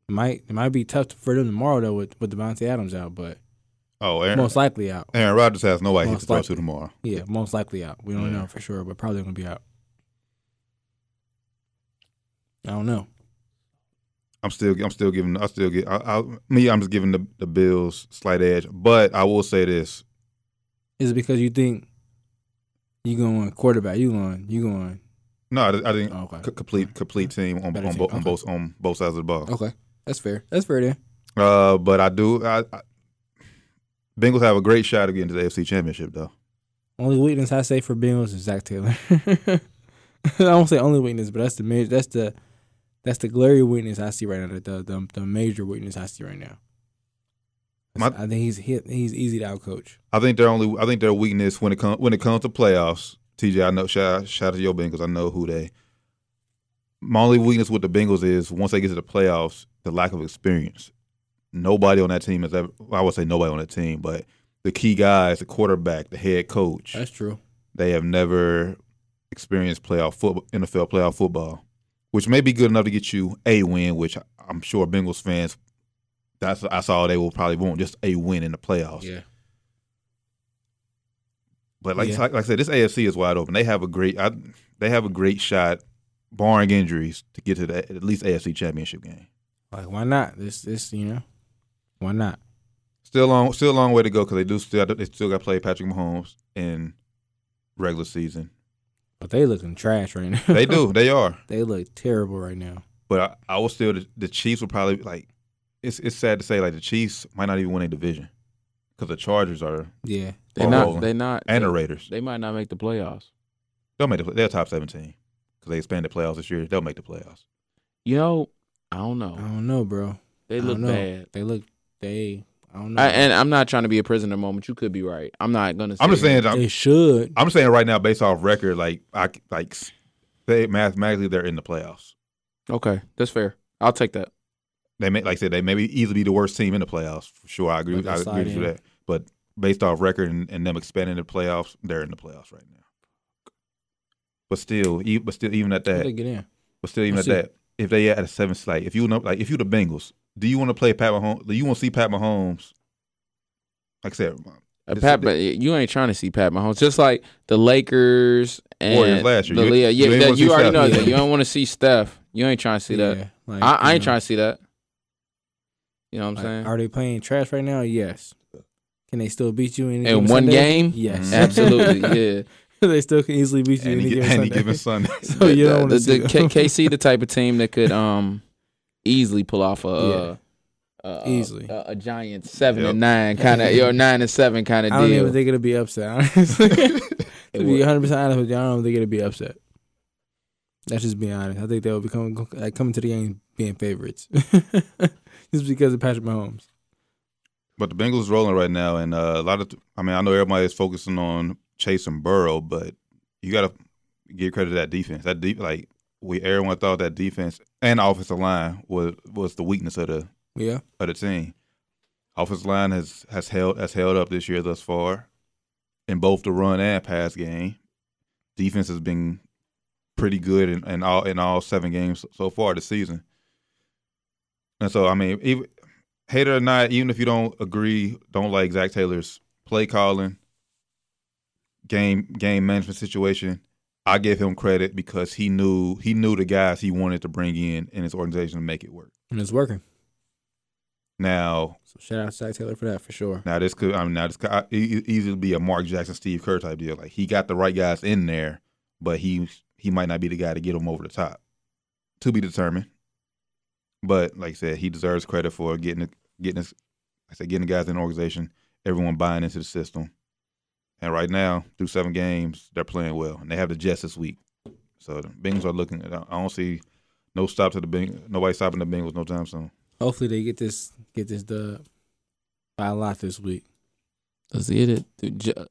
Speaker 4: It might it might be tough for them tomorrow though with with Devontae Adams out, but
Speaker 5: Oh, Aaron,
Speaker 4: most likely out.
Speaker 5: Aaron Rodgers has nobody he
Speaker 4: Most
Speaker 5: can throw to
Speaker 4: likely.
Speaker 5: tomorrow.
Speaker 4: Yeah, most likely out. We don't
Speaker 5: Yeah.
Speaker 4: know for sure, but probably gonna be out. I don't know.
Speaker 5: I'm still, I'm still giving, I still get, I, I, me, I'm just giving the, the Bills slight edge. But I will say this:
Speaker 4: Is it because you think you going quarterback? You going you going?
Speaker 5: no, I, I think
Speaker 4: Oh, okay,
Speaker 5: c- complete, complete team on
Speaker 4: Better
Speaker 5: on,
Speaker 4: team,
Speaker 5: bo- on
Speaker 4: okay.
Speaker 5: both on both sides of the ball.
Speaker 4: Okay, that's fair. That's fair. Then
Speaker 5: Uh, but I do, I, I, Bengals have a great shot of getting to the AFC Championship, though.
Speaker 4: only weakness I say for Bengals is Zach Taylor. I don't say only weakness, but that's the major. That's the that's the glaring weakness I see right now. The the, the, the major weakness I see right now.
Speaker 5: My-
Speaker 4: I think he's he, he's easy to outcoach.
Speaker 5: I think their only, I think their weakness when it comes when it comes to playoffs. TJ, I know. Shout, shout out to your Bengals. I know who they. My only weakness with the Bengals is once they get to the playoffs, the lack of experience. Nobody on that team has ever. I would say nobody on that team, but the key guys, the quarterback, the head coach,
Speaker 4: That's true.
Speaker 5: they have never experienced playoff football, NFL playoff football, which may be good enough to get you a win, which I'm sure Bengals fans, that's that's all they will probably want, just a win in the playoffs. But like,
Speaker 4: Yeah.
Speaker 5: like like I said, this AFC is wide open. They have a great I, they have a great shot, barring injuries, to get to the at least AFC championship game.
Speaker 4: Like why not? This this you know, why not?
Speaker 5: Still long, still a long way to go because they do still they still got to play Patrick Mahomes in regular season.
Speaker 4: But they looking trash right now.
Speaker 5: They do, they are.
Speaker 4: they look terrible right now.
Speaker 5: But I, I will still the, the Chiefs will probably like. It's it's sad to say like the Chiefs might not even win a division because the Chargers are
Speaker 4: Yeah.
Speaker 3: They
Speaker 5: Oh,
Speaker 3: not.
Speaker 5: rolling.
Speaker 3: They not.
Speaker 5: and the
Speaker 3: they,
Speaker 5: Raiders.
Speaker 3: they might not make the playoffs.
Speaker 5: They'll make the, play- they're top seventeen because they expanded playoffs this year. They'll make the playoffs.
Speaker 3: You know, I don't know.
Speaker 4: I don't know, bro.
Speaker 3: they
Speaker 4: I
Speaker 3: look
Speaker 4: don't know.
Speaker 3: bad.
Speaker 4: They look they I don't know.
Speaker 3: I, and I'm not trying to be a prisoner moment. You could be right. I'm not gonna.
Speaker 5: I'm just
Speaker 3: say-
Speaker 5: saying. I'm,
Speaker 4: they should.
Speaker 5: I'm saying right now, based off record, like I c- like s- they mathematically they're in the playoffs.
Speaker 3: Okay, that's fair. I'll take that.
Speaker 5: They may like I said they may be easily be the worst team in the playoffs for sure. I agree.
Speaker 4: But they
Speaker 5: I agree
Speaker 4: slide
Speaker 5: with you
Speaker 4: in.
Speaker 5: that. But based off record and, and them expanding the playoffs, they're in the playoffs right now. But still, e- but still, even at
Speaker 4: How they
Speaker 5: that,
Speaker 4: get in.
Speaker 5: but still, even
Speaker 4: Let's
Speaker 5: at
Speaker 4: see.
Speaker 5: that, if they at a seven slate, if you know, like if you the Bengals, do you want to play Pat Mahomes? Do you want to see Pat Mahomes? Like I said,
Speaker 3: Uh,
Speaker 5: This
Speaker 3: Pat,
Speaker 5: is the-
Speaker 3: but you ain't trying to see Pat Mahomes. Just like the Lakers and
Speaker 5: Warriors last year.
Speaker 3: the
Speaker 5: You-
Speaker 3: Lea-
Speaker 5: you
Speaker 3: yeah,
Speaker 5: ain't
Speaker 3: that-
Speaker 5: wanna
Speaker 3: you
Speaker 5: see
Speaker 3: already
Speaker 5: Steph.
Speaker 3: know
Speaker 4: Yeah.
Speaker 3: that. You don't want to see Steph. You ain't trying to see that.
Speaker 4: Yeah, like,
Speaker 3: I, I
Speaker 4: you
Speaker 3: ain't
Speaker 4: know,
Speaker 3: trying to see that. You know what I'm
Speaker 4: like,
Speaker 3: saying?
Speaker 4: Are they playing trash right now? Yes. Can they still beat you in, a
Speaker 3: In
Speaker 4: given
Speaker 3: one
Speaker 4: Sunday?
Speaker 3: game? Mm-hmm.
Speaker 4: Yes.
Speaker 5: Mhm.
Speaker 3: Absolutely, yeah.
Speaker 4: they still can easily beat you
Speaker 5: any,
Speaker 4: in a given
Speaker 5: any
Speaker 4: Sunday.
Speaker 5: given Sunday,
Speaker 4: so you don't want
Speaker 3: the,
Speaker 4: to see
Speaker 3: the
Speaker 4: them.
Speaker 3: K- KC the type of team that could um easily pull off a uh, uh,
Speaker 4: Easily.
Speaker 3: a, a giant seven
Speaker 5: Yep.
Speaker 3: and nine kind of or nine and seven kind
Speaker 4: I
Speaker 3: of
Speaker 4: don't
Speaker 3: deal.
Speaker 4: even think it'll be upset. Honestly, to be
Speaker 3: would.
Speaker 4: 100 percent honest with you, I don't think it'll be upset. That's just being honest. I think they'll become like coming to the game being favorites, just because of Patrick Mahomes.
Speaker 5: But the Bengals rolling right now, and uh, a lot of I mean, I know everybody's focusing on Chase and Burrow, but you got to give credit to that defense. That deep, like we everyone thought that defense and offensive line was was the weakness of the
Speaker 4: Yeah,
Speaker 5: of the team. Offensive line has has held has held up this year thus far, in both the run and pass game. Defense has been pretty good in, in all in all seven games so far this season. And so, I mean, even hate it or not, even if you don't agree, don't like Zach Taylor's play calling, game game management situation, I give him credit because he knew he knew the guys he wanted to bring in in his organization to make it work.
Speaker 4: and it's working.
Speaker 5: Now,
Speaker 4: So shout out to Zach Taylor for that for sure.
Speaker 5: Now this could, I mean, now this could I- e- e- easily be a Mark Jackson, Steve Kerr type deal. Like he got the right guys in there, but he he might not be the guy to get them over the top. To be determined. But like I said, he deserves credit for getting the, getting us. I said getting the guys in the organization, everyone buying into the system. And right now, through seven games, they're playing well, and they have the Jets this week. So the Bengals are looking. I don't see no stop to the Bengals. Nobody stopping the Bengals no time soon.
Speaker 4: Hopefully they get this get this dub by a lot this week.
Speaker 3: Let's get it. Dude, ju-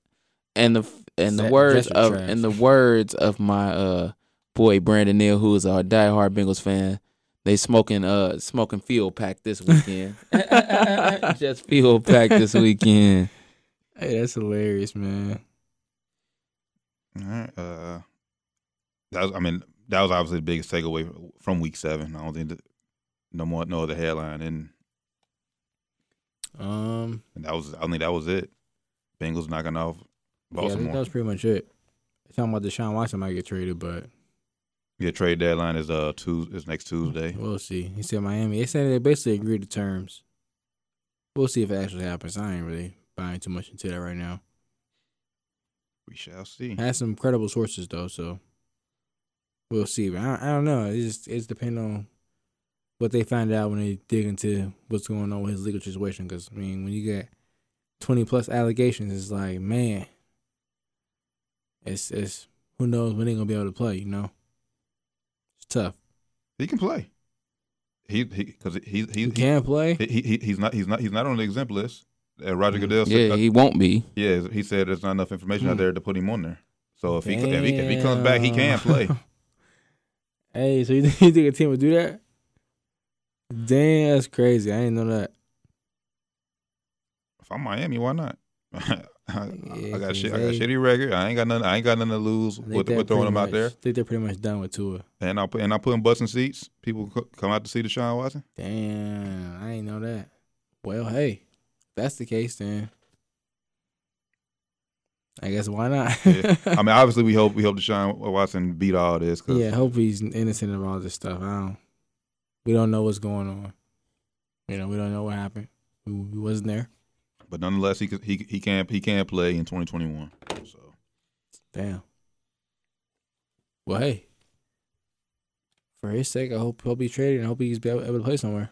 Speaker 3: And the f- and the
Speaker 4: Zach-
Speaker 3: words
Speaker 4: Jets are
Speaker 3: of
Speaker 4: trash.
Speaker 3: and the words of my uh boy Brandon Neal, who is a diehard Bengals fan. They smoking uh smoking field pack this weekend. Just field pack this weekend.
Speaker 4: Hey, that's hilarious, man.
Speaker 5: All right. Uh, that was, I mean, that was obviously the biggest takeaway from Week Seven. I don't think that, no more, no other headline, and,
Speaker 4: Um,
Speaker 5: and that was, I think that was it. Bengals knocking off
Speaker 4: yeah, I think
Speaker 5: Baltimore.
Speaker 4: that was pretty much it. Talking about Deshaun Watson might get traded, but
Speaker 5: yeah, trade deadline is uh Tuesday, is next Tuesday.
Speaker 4: We'll see. He said Miami. They said they basically agreed to terms. We'll see if it actually happens. I ain't really buying too much into that right now.
Speaker 5: We shall see.
Speaker 4: I had some credible sources though, so we'll see. But I, I don't know. It's just it's depend on what they find out when they dig into what's going on with his legal situation. Because I mean, when you get twenty plus allegations, it's like man, it's it's who knows when they gonna be able to play. You know, it's tough.
Speaker 5: He can play. He he because he he
Speaker 4: You
Speaker 5: he,
Speaker 4: can play.
Speaker 5: he, he he's not he's not he's not on the exempt list. Uh, Roger
Speaker 4: Mhm.
Speaker 5: Goodell said,
Speaker 3: Yeah, he won't be.
Speaker 5: yeah, he said there's not enough information out
Speaker 4: Hmm.
Speaker 5: there to put him on there. So if he, if he if he comes back, he can
Speaker 4: Damn.
Speaker 5: play.
Speaker 4: hey, so you think, you think a team would do that? Damn, that's crazy. I didn't know that.
Speaker 5: If I'm Miami, why not? I, I-
Speaker 4: Yeah,
Speaker 5: I got
Speaker 4: 'cause
Speaker 5: shit. I got
Speaker 4: they-
Speaker 5: shitty record. I ain't got nothing. I ain't got nothing to lose
Speaker 4: I think
Speaker 5: with,
Speaker 4: they're
Speaker 5: with throwing
Speaker 4: pretty
Speaker 5: them out
Speaker 4: much-
Speaker 5: there.
Speaker 4: I think they're pretty much done with Tua.
Speaker 5: And I put and I put in butts and seats. People co- come out to see Deshaun Watson.
Speaker 4: Damn, I didn't know that. Well, hey, if that's the case, then I guess why not?
Speaker 5: Yeah. I mean, obviously, we hope we hope Deshaun Watson beat all this. Cause
Speaker 4: yeah, hope he's innocent of all this stuff. I don't. We don't know what's going on. You know, we don't know what happened. We, we wasn't there.
Speaker 5: But nonetheless, he could- he he can he can play in 2021. So
Speaker 4: Damn. Well, hey. For his sake, I hope he'll be traded. and I hope he's be able, able to play somewhere.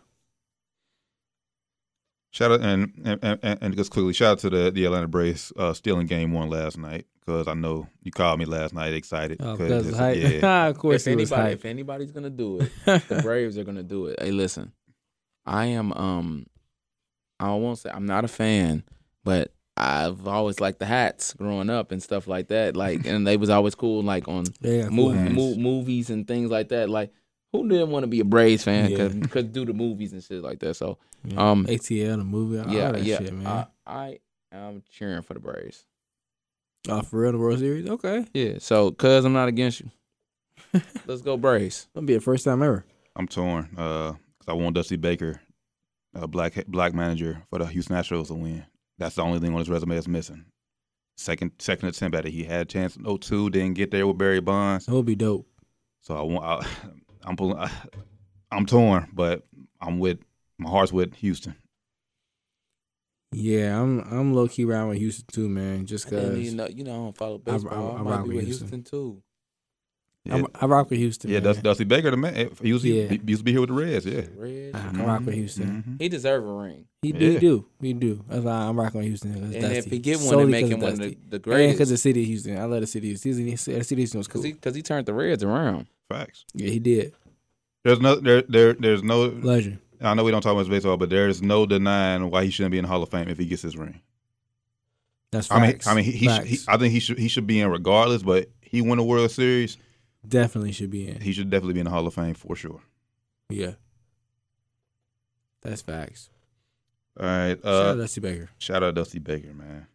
Speaker 5: shout out and and, and and just quickly shout out to the the Atlanta Braves uh, stealing game one last night because I know you called me last night excited.
Speaker 4: Oh,
Speaker 5: 'cause
Speaker 4: because
Speaker 5: it's-
Speaker 4: hype.
Speaker 5: yeah.
Speaker 4: of course,
Speaker 3: if
Speaker 4: he was
Speaker 3: anybody,
Speaker 4: hype.
Speaker 3: if anybody's gonna do it, the Braves are gonna do it. Hey, listen, I am um, I won't say I'm not a fan, but I've always liked the hats growing up and stuff like that. Like, and they was always cool, like on
Speaker 4: yeah,
Speaker 3: mov-
Speaker 5: hats.
Speaker 3: mo- movies and things like that. Like, who didn't want to be a Braves fan?
Speaker 4: Yeah.
Speaker 3: Cause, 'cause do the movies and shit like that. So,
Speaker 4: Yeah.
Speaker 3: um,
Speaker 4: ATL, the movie, all
Speaker 3: yeah,
Speaker 4: that
Speaker 3: yeah, uh,
Speaker 4: shit, man.
Speaker 3: I, I am cheering for the Braves.
Speaker 4: oh, for real, the World Series? Okay.
Speaker 3: Yeah, so cause I'm not against you. Let's go Braves.
Speaker 4: That'll be the first time ever.
Speaker 5: I'm torn because I want Dusty Baker, a black black manager for the Houston Astros to win. That's the only thing on his resume that's missing. Second second attempt at it. He had a chance in 02, didn't get there with Barry Bonds.
Speaker 4: It'll be dope.
Speaker 5: So I want. I, I'm pulling. I, I'm torn, but I'm with my heart's with Houston.
Speaker 4: Yeah, I'm I'm low key riding with Houston too, man. Just
Speaker 3: I didn't even
Speaker 4: cause
Speaker 3: know, you know, I don't follow
Speaker 4: I- I-
Speaker 3: baseball. I,
Speaker 4: I
Speaker 3: might
Speaker 4: rock
Speaker 3: be
Speaker 4: with
Speaker 3: with
Speaker 4: Houston.
Speaker 3: Houston, too.
Speaker 5: Yeah,
Speaker 4: I'm- I rock with Houston.
Speaker 5: yeah
Speaker 4: man.
Speaker 5: Dusty, Dusty Baker, the man. eh, He used,
Speaker 4: Yeah.
Speaker 5: he used to be here with the Reds. Yeah,
Speaker 3: Reds.
Speaker 4: I, I
Speaker 5: Mhm.
Speaker 4: rock with Houston.
Speaker 5: Mhm.
Speaker 3: He deserve a ring.
Speaker 4: He do, he
Speaker 5: Yeah.
Speaker 4: do, he do. That's why I'm rocking with Houston. 'cause
Speaker 3: And
Speaker 4: Dusty.
Speaker 3: if he get one,
Speaker 4: Solely
Speaker 3: it make
Speaker 4: 'cause
Speaker 3: him one of
Speaker 4: Dusty.
Speaker 3: the, the
Speaker 4: And
Speaker 3: greatest.
Speaker 4: because the city of Houston, I love the city of Houston. The city of Houston was cool.
Speaker 3: Cause he, cause he turned the Reds around.
Speaker 5: Facts.
Speaker 4: yeah, he did.
Speaker 5: There's no there, there there's
Speaker 3: Mm-hmm.
Speaker 5: no.
Speaker 4: Legend.
Speaker 5: I know we don't talk much baseball, but there's no denying why he shouldn't be in the Hall of Fame if he gets his ring.
Speaker 4: That's
Speaker 5: I mean,
Speaker 4: facts.
Speaker 5: I mean, he, he, should- he
Speaker 4: Facts.
Speaker 5: I think he should he should be in regardless, but he won the World Series.
Speaker 4: definitely should be in.
Speaker 5: He should definitely be in the Hall of Fame for sure.
Speaker 4: Yeah, that's facts.
Speaker 5: All right.
Speaker 4: Shout out
Speaker 5: Uh,
Speaker 4: Dusty Baker.
Speaker 5: Shout out Dusty Baker, man.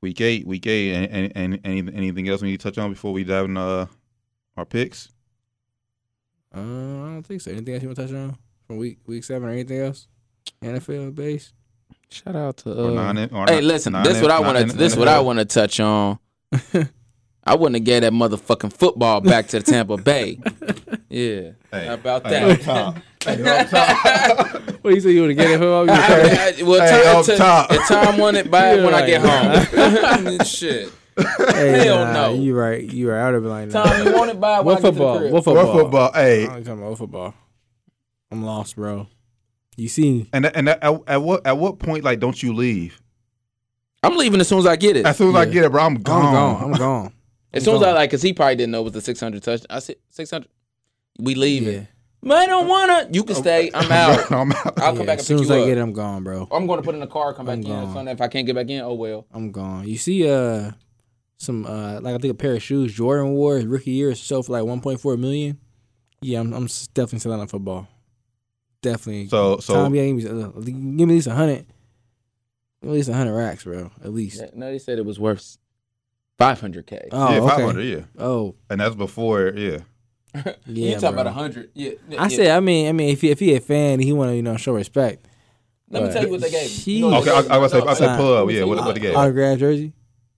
Speaker 5: Week eight, week eight, and, and, and anything, anything else we need to touch on before we dive into uh, our picks?
Speaker 4: Um, I don't think so. Anything else you want to touch on from week week seven or anything else? NFL base.
Speaker 3: Shout out to
Speaker 5: Or
Speaker 3: uh,
Speaker 5: nine in- or
Speaker 3: Hey,
Speaker 5: nine-
Speaker 3: listen,
Speaker 5: nine
Speaker 3: this
Speaker 5: in-
Speaker 3: what I
Speaker 5: nine
Speaker 3: want
Speaker 5: in-
Speaker 3: to this
Speaker 5: nine
Speaker 3: what I
Speaker 5: in-
Speaker 3: want to touch on. I wouldn't have gave that motherfucking football back to Tampa Bay. Yeah,
Speaker 5: Hey,
Speaker 3: How about
Speaker 5: hey,
Speaker 3: that.
Speaker 5: up top. Hey, up top.
Speaker 4: What you say? You would have get it? Football? You
Speaker 3: I-
Speaker 4: would've-
Speaker 3: I- I- well,
Speaker 5: Hey,
Speaker 3: Tom,
Speaker 5: up
Speaker 3: t-
Speaker 5: top.
Speaker 3: if Tom won it back
Speaker 4: Yeah,
Speaker 3: when I
Speaker 4: like-
Speaker 3: get home. Shit,
Speaker 4: Hey,
Speaker 3: Hell
Speaker 4: nah,
Speaker 3: no.
Speaker 4: You right. You right. I would have been like, nah.
Speaker 3: Tom, you want it back? when I
Speaker 4: what
Speaker 3: get to the
Speaker 4: football?
Speaker 3: crib?
Speaker 4: What football?
Speaker 5: What football?
Speaker 4: I'm
Speaker 5: Hey,
Speaker 4: only talking about football. I'm lost, bro. You see,
Speaker 5: and and at, at what at what point like don't you leave?
Speaker 3: I'm leaving as soon as I get it.
Speaker 5: As soon as I
Speaker 4: Yeah.
Speaker 5: get it, bro, I'm gone.
Speaker 4: I'm gone. I'm gone.
Speaker 3: As soon as I
Speaker 4: gone.
Speaker 3: like, cause he probably didn't know it was the 600 touch. I said 600. We leaving.
Speaker 4: yeah.
Speaker 3: Man, I don't wanna. You
Speaker 5: Oh.
Speaker 3: can stay. I'm out.
Speaker 5: I'm out.
Speaker 3: I'll
Speaker 4: Yeah,
Speaker 3: come back and
Speaker 4: as soon
Speaker 3: pick
Speaker 4: as
Speaker 3: you
Speaker 4: I
Speaker 3: up.
Speaker 4: get it, I'm gone, bro.
Speaker 3: I'm going to put it in the car. Come back
Speaker 4: I'm
Speaker 3: in on
Speaker 4: gone.
Speaker 3: Sunday. If I can't get back in, oh well.
Speaker 4: I'm gone. You see, uh, some uh, like I think a pair of shoes Jordan wore his rookie year sold for like 1.4 million. Yeah, I'm, I'm s- definitely selling on football. Definitely.
Speaker 5: So so
Speaker 4: Tom, yeah, give me, uh, give me at least 100. Give me at least 100 racks, bro. At least.
Speaker 3: No, they said it was worth 500k.
Speaker 4: Oh,
Speaker 5: yeah, five
Speaker 4: okay.
Speaker 5: hundred, yeah,
Speaker 4: Oh,
Speaker 5: and that's before, yeah.
Speaker 4: yeah.
Speaker 3: you talking
Speaker 4: bro.
Speaker 3: about 100? Yeah.
Speaker 4: I said, I mean, I mean, if he, if he a fan, he want to you know show respect.
Speaker 3: Let me
Speaker 4: but-
Speaker 3: tell you what they gave. me.
Speaker 4: Jeez.
Speaker 3: what
Speaker 5: Okay,
Speaker 3: they
Speaker 5: I, I
Speaker 3: gave me?
Speaker 5: was say I say
Speaker 4: Sign.
Speaker 5: pull up, yeah. What what the
Speaker 3: Yeah.
Speaker 5: game?
Speaker 4: Autograph jersey.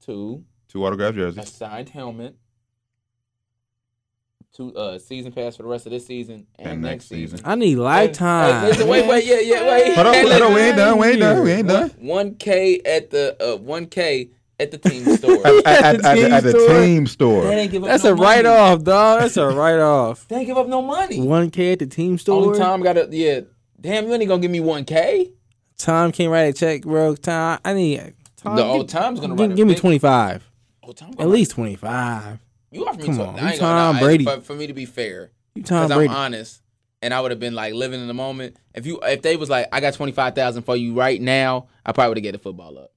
Speaker 3: Two
Speaker 5: Two autograph
Speaker 3: a
Speaker 5: jerseys.
Speaker 3: signed helmet, two uh season pass for the rest of this season and,
Speaker 5: And
Speaker 3: next
Speaker 5: next
Speaker 3: season.
Speaker 5: season.
Speaker 4: I need
Speaker 3: Hey,
Speaker 4: lifetime.
Speaker 3: Hey, listen, wait, wait, yeah, yeah, wait.
Speaker 5: Hold on,
Speaker 3: Hey,
Speaker 5: hold on,
Speaker 3: listen.
Speaker 5: we ain't done, we ain't done, we ain't done.
Speaker 3: One K at the uh one K at the team store.
Speaker 5: at, at, at,
Speaker 4: Team
Speaker 5: at, at the
Speaker 4: store.
Speaker 5: team
Speaker 3: They
Speaker 5: store.
Speaker 3: didn't give up
Speaker 4: That's
Speaker 3: no
Speaker 4: a
Speaker 3: money.
Speaker 4: write off, dog. That's a write off.
Speaker 3: They didn't give up no money.
Speaker 4: 1K at the team store.
Speaker 3: Only time got a yeah. Damn, you ain't gonna give me one K.
Speaker 4: Tom can't write a check, bro. Tom, I need. Tom,
Speaker 3: No,
Speaker 4: give-
Speaker 3: Tom's gonna
Speaker 4: give,
Speaker 3: write a
Speaker 4: give me
Speaker 3: big-
Speaker 4: twenty five,
Speaker 3: Oh, Tom
Speaker 4: at least twenty five.
Speaker 3: you offered me.
Speaker 4: come
Speaker 3: tw-
Speaker 4: on,
Speaker 3: I
Speaker 4: you
Speaker 3: ain't gonna-
Speaker 4: Tom
Speaker 3: I-
Speaker 4: Brady.
Speaker 3: But for me to be fair,
Speaker 4: You Tom
Speaker 3: because I'm
Speaker 4: Brady?
Speaker 3: honest, and I would have been like living in the moment. If you if they was like, I got twenty five thousand for you right now, I probably would have get the football up.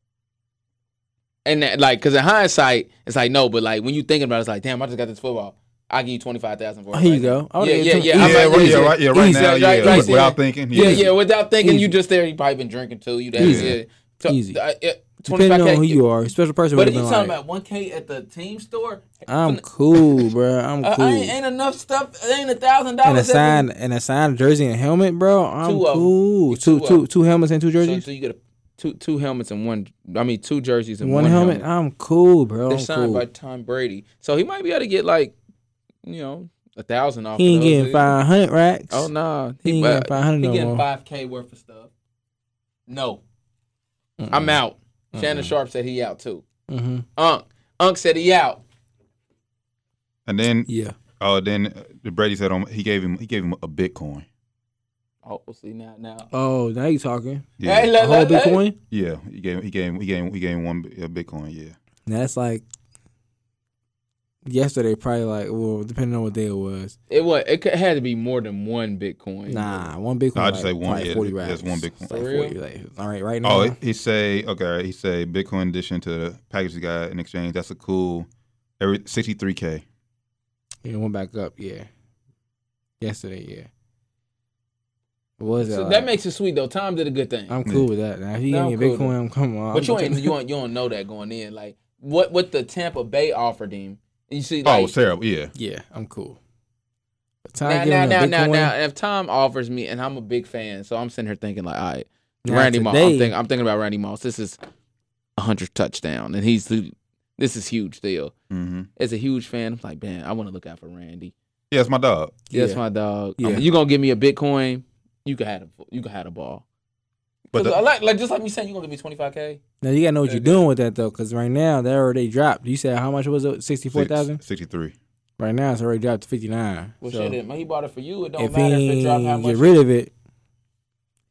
Speaker 3: And that, like, cause in hindsight, it's like no, but like when you thinking about it, it's like, damn, I just got this football. I give you twenty five thousand for it.
Speaker 4: Oh, Here you
Speaker 3: right now.
Speaker 4: go. I
Speaker 3: Yeah,
Speaker 4: would've gave
Speaker 3: yeah,
Speaker 4: it to
Speaker 3: yeah.
Speaker 4: him.
Speaker 3: I
Speaker 5: Yeah,
Speaker 3: might-
Speaker 5: right,
Speaker 3: easy.
Speaker 5: yeah, right, yeah, right
Speaker 4: Easy,
Speaker 5: now,
Speaker 3: right,
Speaker 5: yeah,
Speaker 3: right,
Speaker 5: with- without
Speaker 3: easy.
Speaker 5: thinking,
Speaker 3: Yeah,
Speaker 5: yeah,
Speaker 3: yeah. Without thinking, you
Speaker 4: Easy.
Speaker 3: just there. You probably been drinking too. You that
Speaker 4: Easy.
Speaker 3: yeah. So,
Speaker 4: Easy.
Speaker 3: Uh, yeah,
Speaker 4: Depending on
Speaker 3: 25K.
Speaker 4: who you are, special person would
Speaker 3: But
Speaker 4: have
Speaker 3: you
Speaker 4: been
Speaker 3: talking
Speaker 4: like,
Speaker 3: about one k at the team store?
Speaker 4: "I'm cool, bro. I'm
Speaker 3: Uh,
Speaker 4: cool."
Speaker 3: I ain't, ain't enough stuff. It ain't a thousand
Speaker 4: and a
Speaker 3: dollars.
Speaker 4: sign, and a signed jersey and helmet, bro. I'm
Speaker 3: Two of 'em.
Speaker 4: cool.
Speaker 3: You
Speaker 4: Two,
Speaker 3: two of
Speaker 4: two,
Speaker 3: 'em.
Speaker 4: two helmets and two
Speaker 3: So,
Speaker 4: jerseys.
Speaker 3: so you get a, two two helmets and one. I mean, two jerseys and
Speaker 4: one, helmet. I'm cool, bro.
Speaker 3: They're
Speaker 4: I'm
Speaker 3: signed
Speaker 4: cool.
Speaker 3: by Tom Brady, so he might be able to get like, you know, a thousand off.
Speaker 4: he ain't
Speaker 3: of those.
Speaker 4: getting five hundred racks.
Speaker 3: Oh no,
Speaker 4: He ain't getting 500
Speaker 3: He
Speaker 4: no
Speaker 3: getting
Speaker 4: more.
Speaker 3: five k worth of stuff. No,
Speaker 4: Mm-mm.
Speaker 3: I'm out. Shannon Sharp said he out too.
Speaker 4: Mm-hmm.
Speaker 3: Unc, Unc said he out.
Speaker 5: and then
Speaker 4: Yeah.
Speaker 5: oh, then uh, the Brady said on, he gave him he gave him a Bitcoin.
Speaker 3: Oh, see now, now.
Speaker 4: Oh, now you talking?
Speaker 5: Yeah,
Speaker 3: Hey,
Speaker 4: A
Speaker 3: look,
Speaker 4: whole
Speaker 3: look, look.
Speaker 4: Bitcoin?
Speaker 5: yeah, he gave he gave he gave he gave him one bi- a Bitcoin. Yeah,
Speaker 4: Now that's like yesterday. Probably like well, depending on what day it was.
Speaker 3: It was. It could, had to be more than one Bitcoin.
Speaker 4: Nah, one Bitcoin.
Speaker 5: No, I just
Speaker 4: like,
Speaker 5: say one,
Speaker 4: probably
Speaker 5: yeah,
Speaker 4: Forty racks.
Speaker 5: that's one Bitcoin.
Speaker 4: It's
Speaker 3: For
Speaker 4: Like
Speaker 3: real?
Speaker 4: 40, like, all right, right now.
Speaker 5: Oh, he- he say okay. He say Bitcoin addition to the package guy in exchange. That's a cool, every sixty three k.
Speaker 4: It went back up, yeah. Yesterday, yeah. What was that?
Speaker 3: So
Speaker 4: like?
Speaker 3: that makes it sweet though. Tom did a good thing.
Speaker 4: I'm cool with that. Now if he
Speaker 3: No,
Speaker 4: give me a
Speaker 3: I'm cool with
Speaker 4: Bitcoin, I'm come on.
Speaker 3: But you ain't you ain't, you don't know that going in. Like what what the Tampa Bay offered him. You see,
Speaker 5: Oh, it
Speaker 3: like,
Speaker 5: was terrible. Yeah,
Speaker 4: Yeah, I'm cool. But
Speaker 3: now,
Speaker 4: Ty
Speaker 3: now,
Speaker 4: giving
Speaker 3: now,
Speaker 4: a
Speaker 3: now,
Speaker 4: Bitcoin,
Speaker 3: now, if Tom offers me, and I'm a big fan, so I'm sitting here thinking like, all right,
Speaker 4: Now
Speaker 3: Randy Moss. I'm
Speaker 4: today-
Speaker 3: thinking, I'm thinking about Randy Moss. This is a hundred touchdown, and he's the, this is huge deal.
Speaker 5: mm-hmm.
Speaker 3: As a huge fan, I'm like, man, I want to look out for Randy.
Speaker 5: yeah, it's my dog.
Speaker 3: That's
Speaker 4: Yeah.
Speaker 3: my dog.
Speaker 4: Yeah.
Speaker 3: Um, you gonna give me a Bitcoin? You can have a, you can have a ball.
Speaker 5: But
Speaker 3: But
Speaker 5: the-
Speaker 3: like, like just like me saying, you gonna give me 25k?
Speaker 4: Now you gotta know what you're doing with that though, because right now they already dropped. You said how much was it? Sixty four thousand.
Speaker 5: sixty three.
Speaker 4: Right now it's already dropped to fifty nine.
Speaker 3: Well,
Speaker 4: so
Speaker 3: shit, it, man, he bought it for you. It don't
Speaker 4: if he
Speaker 3: matter if it drop how
Speaker 4: ain't
Speaker 3: much.
Speaker 4: get rid of it,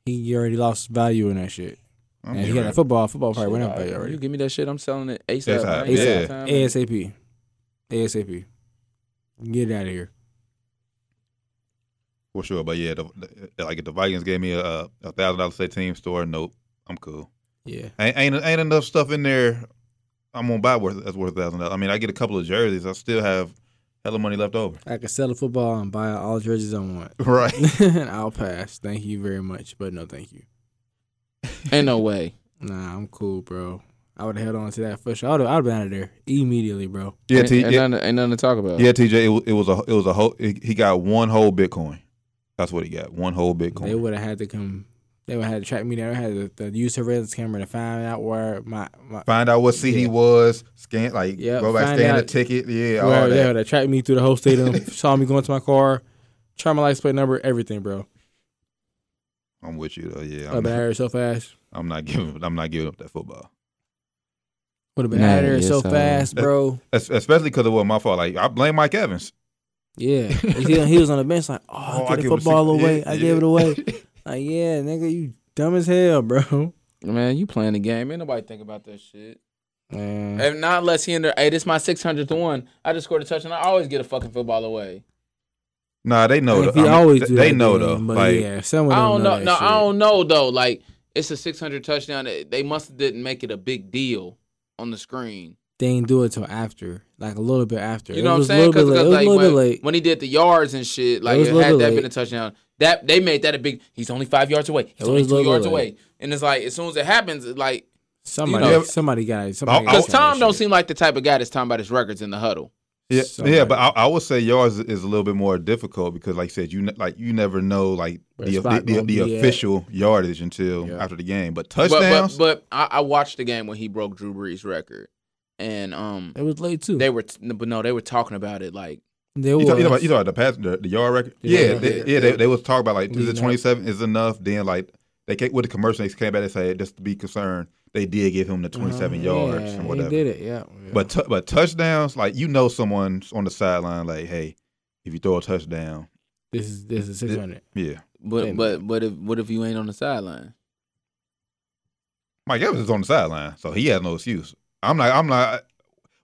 Speaker 4: he already lost value in that shit.
Speaker 5: I'm
Speaker 4: And he
Speaker 5: getting
Speaker 4: got
Speaker 5: ready.
Speaker 4: that football. Football probably went up
Speaker 3: Shit,
Speaker 4: value
Speaker 3: alright, You
Speaker 4: already.
Speaker 3: give me that shit, I'm selling it ASAP.
Speaker 5: ASAP,
Speaker 3: right?
Speaker 5: yeah.
Speaker 3: Time, man.
Speaker 4: ASAP. ASAP. Get out of here.
Speaker 5: For sure, but yeah, the, the, like if the Vikings gave me a a thousand dollars at team store, nope, I'm cool.
Speaker 4: Yeah.
Speaker 5: Ain't ain't, ain't enough stuff in there. I'm gonna buy worth that's worth a thousand dollars. I mean, I get a couple of jerseys, I still have hella money left over.
Speaker 4: I could sell the football and buy all the jerseys I want.
Speaker 5: Right.
Speaker 4: And I'll pass. Thank you very much, but no, thank you.
Speaker 3: Ain't no way.
Speaker 4: Nah, I'm cool, bro. I would have held on to that for sure. I'd have been out of there immediately, bro.
Speaker 5: Yeah,
Speaker 3: ain't,
Speaker 5: T,
Speaker 3: ain't
Speaker 5: yeah,
Speaker 3: nothing, ain't nothing to talk
Speaker 4: uh,
Speaker 3: about.
Speaker 5: yeah, TJ. It, wa- it was a it was a whole. He he got one whole Bitcoin. That's what he got. One whole
Speaker 4: They
Speaker 5: Bitcoin.
Speaker 4: would have had to come. They would have had to track me down. They had to, to use surveillance camera to find out where my, my
Speaker 5: Find out what seat he
Speaker 4: Yeah.
Speaker 5: was. Scan like
Speaker 4: Yep,
Speaker 5: go back,
Speaker 4: find
Speaker 5: scan the
Speaker 4: out
Speaker 5: ticket. Yeah, all
Speaker 4: where they
Speaker 5: that.
Speaker 4: would have tracked me through the whole stadium. saw me going to my car, try my license plate number, everything, bro.
Speaker 5: I'm with you though.
Speaker 4: I'd
Speaker 5: Yeah,
Speaker 4: have
Speaker 5: I'm,
Speaker 4: been out of
Speaker 5: not,
Speaker 4: there so fast.
Speaker 5: I'm not giving. I'm not giving up that football.
Speaker 4: Would have been
Speaker 3: Nah,
Speaker 4: out of there
Speaker 3: yeah,
Speaker 4: so
Speaker 3: so-
Speaker 4: fast, bro.
Speaker 5: Es- Especially because it was my fault. Like I blame Mike Evans.
Speaker 4: Yeah, You see, he was on the bench like, oh,
Speaker 5: Oh,
Speaker 4: I
Speaker 5: I
Speaker 4: gave
Speaker 5: give
Speaker 4: the
Speaker 5: him
Speaker 4: football
Speaker 5: six-
Speaker 4: away.
Speaker 5: yeah,
Speaker 4: I
Speaker 5: yeah.
Speaker 4: gave it away. like, yeah, nigga, you dumb as hell, bro.
Speaker 3: man, you playing the game. Ain't nobody think about that shit.
Speaker 4: Man.
Speaker 5: Mm.
Speaker 3: If not unless he in there, hey, this my 600th one. I just scored a touchdown. I always get a fucking football away.
Speaker 5: Nah, they know.
Speaker 4: Like, he
Speaker 5: though. I mean,
Speaker 4: always
Speaker 5: th-
Speaker 4: do
Speaker 5: They
Speaker 4: that
Speaker 5: know
Speaker 4: thing,
Speaker 5: though.
Speaker 4: But
Speaker 5: Like
Speaker 4: yeah, some of
Speaker 3: I
Speaker 4: them
Speaker 3: don't know.
Speaker 4: that
Speaker 3: No,
Speaker 4: shit.
Speaker 3: I don't know though. Like it's a 600 touchdown. They they must have didn't make it a big deal on the screen.
Speaker 4: They didn't do it till after, like a little bit after.
Speaker 3: You
Speaker 4: It
Speaker 3: know what I'm
Speaker 4: was a
Speaker 3: saying?
Speaker 4: little
Speaker 3: Because
Speaker 4: bit late. It was a
Speaker 3: like
Speaker 4: little
Speaker 3: when,
Speaker 4: bit late.
Speaker 3: when he did the yards and shit, like
Speaker 4: was
Speaker 3: it
Speaker 4: a little
Speaker 3: had
Speaker 4: bit
Speaker 3: that been a
Speaker 4: late.
Speaker 3: touchdown, that they made that a big. He's only five yards away. He's
Speaker 4: was
Speaker 3: only
Speaker 4: a little
Speaker 3: two
Speaker 4: bit
Speaker 3: yards
Speaker 4: late.
Speaker 3: away. And it's like as soon as it happens, it's like
Speaker 4: Somebody,
Speaker 3: you know-
Speaker 4: somebody got it. Somebody
Speaker 5: I-
Speaker 4: got
Speaker 3: because
Speaker 5: was
Speaker 4: some of
Speaker 3: Tom
Speaker 4: that
Speaker 3: don't
Speaker 4: shit.
Speaker 3: seem like the type of guy that's talking about his records in the huddle.
Speaker 5: Yeah,
Speaker 4: Somebody.
Speaker 5: yeah, but I, I would say yours is a little bit more difficult because, like I said, you ne- like you never know like
Speaker 4: Where
Speaker 5: the
Speaker 4: the spot
Speaker 5: the, the,
Speaker 4: gonna
Speaker 5: the
Speaker 4: be at.
Speaker 5: official yardage until
Speaker 4: Yeah.
Speaker 5: after the game. But
Speaker 3: But but,
Speaker 5: touchdowns,
Speaker 3: but I, I watched the game when he broke Drew Brees' record, and um
Speaker 4: It was late too.
Speaker 3: they were t- but no they were talking about it like
Speaker 4: They
Speaker 5: you, talk, you, know, about-
Speaker 4: was.
Speaker 5: you know about the pass the, the yard record.
Speaker 4: Yeah,
Speaker 5: Yeah,
Speaker 4: yeah,
Speaker 5: yeah, they,
Speaker 3: yeah.
Speaker 5: yeah, they, they was talking about like is
Speaker 4: Leading
Speaker 5: it
Speaker 4: up.
Speaker 5: twenty seven is enough? Then like they came, with the commercial they came back and say just to be concerned they did give him the twenty seven
Speaker 4: Uh-huh.
Speaker 5: yards
Speaker 4: Yeah,
Speaker 5: and
Speaker 4: he
Speaker 5: whatever.
Speaker 4: did it, yeah. yeah.
Speaker 5: But tou- but touchdowns like you know someone's on the sideline like hey if you throw a touchdown
Speaker 4: this is this is six hundred.
Speaker 5: yeah
Speaker 3: but
Speaker 4: Amen.
Speaker 3: but but if what if you ain't on the sideline?
Speaker 5: Mike Evans is on the sideline, so he has no excuse. I'm not. I'm not.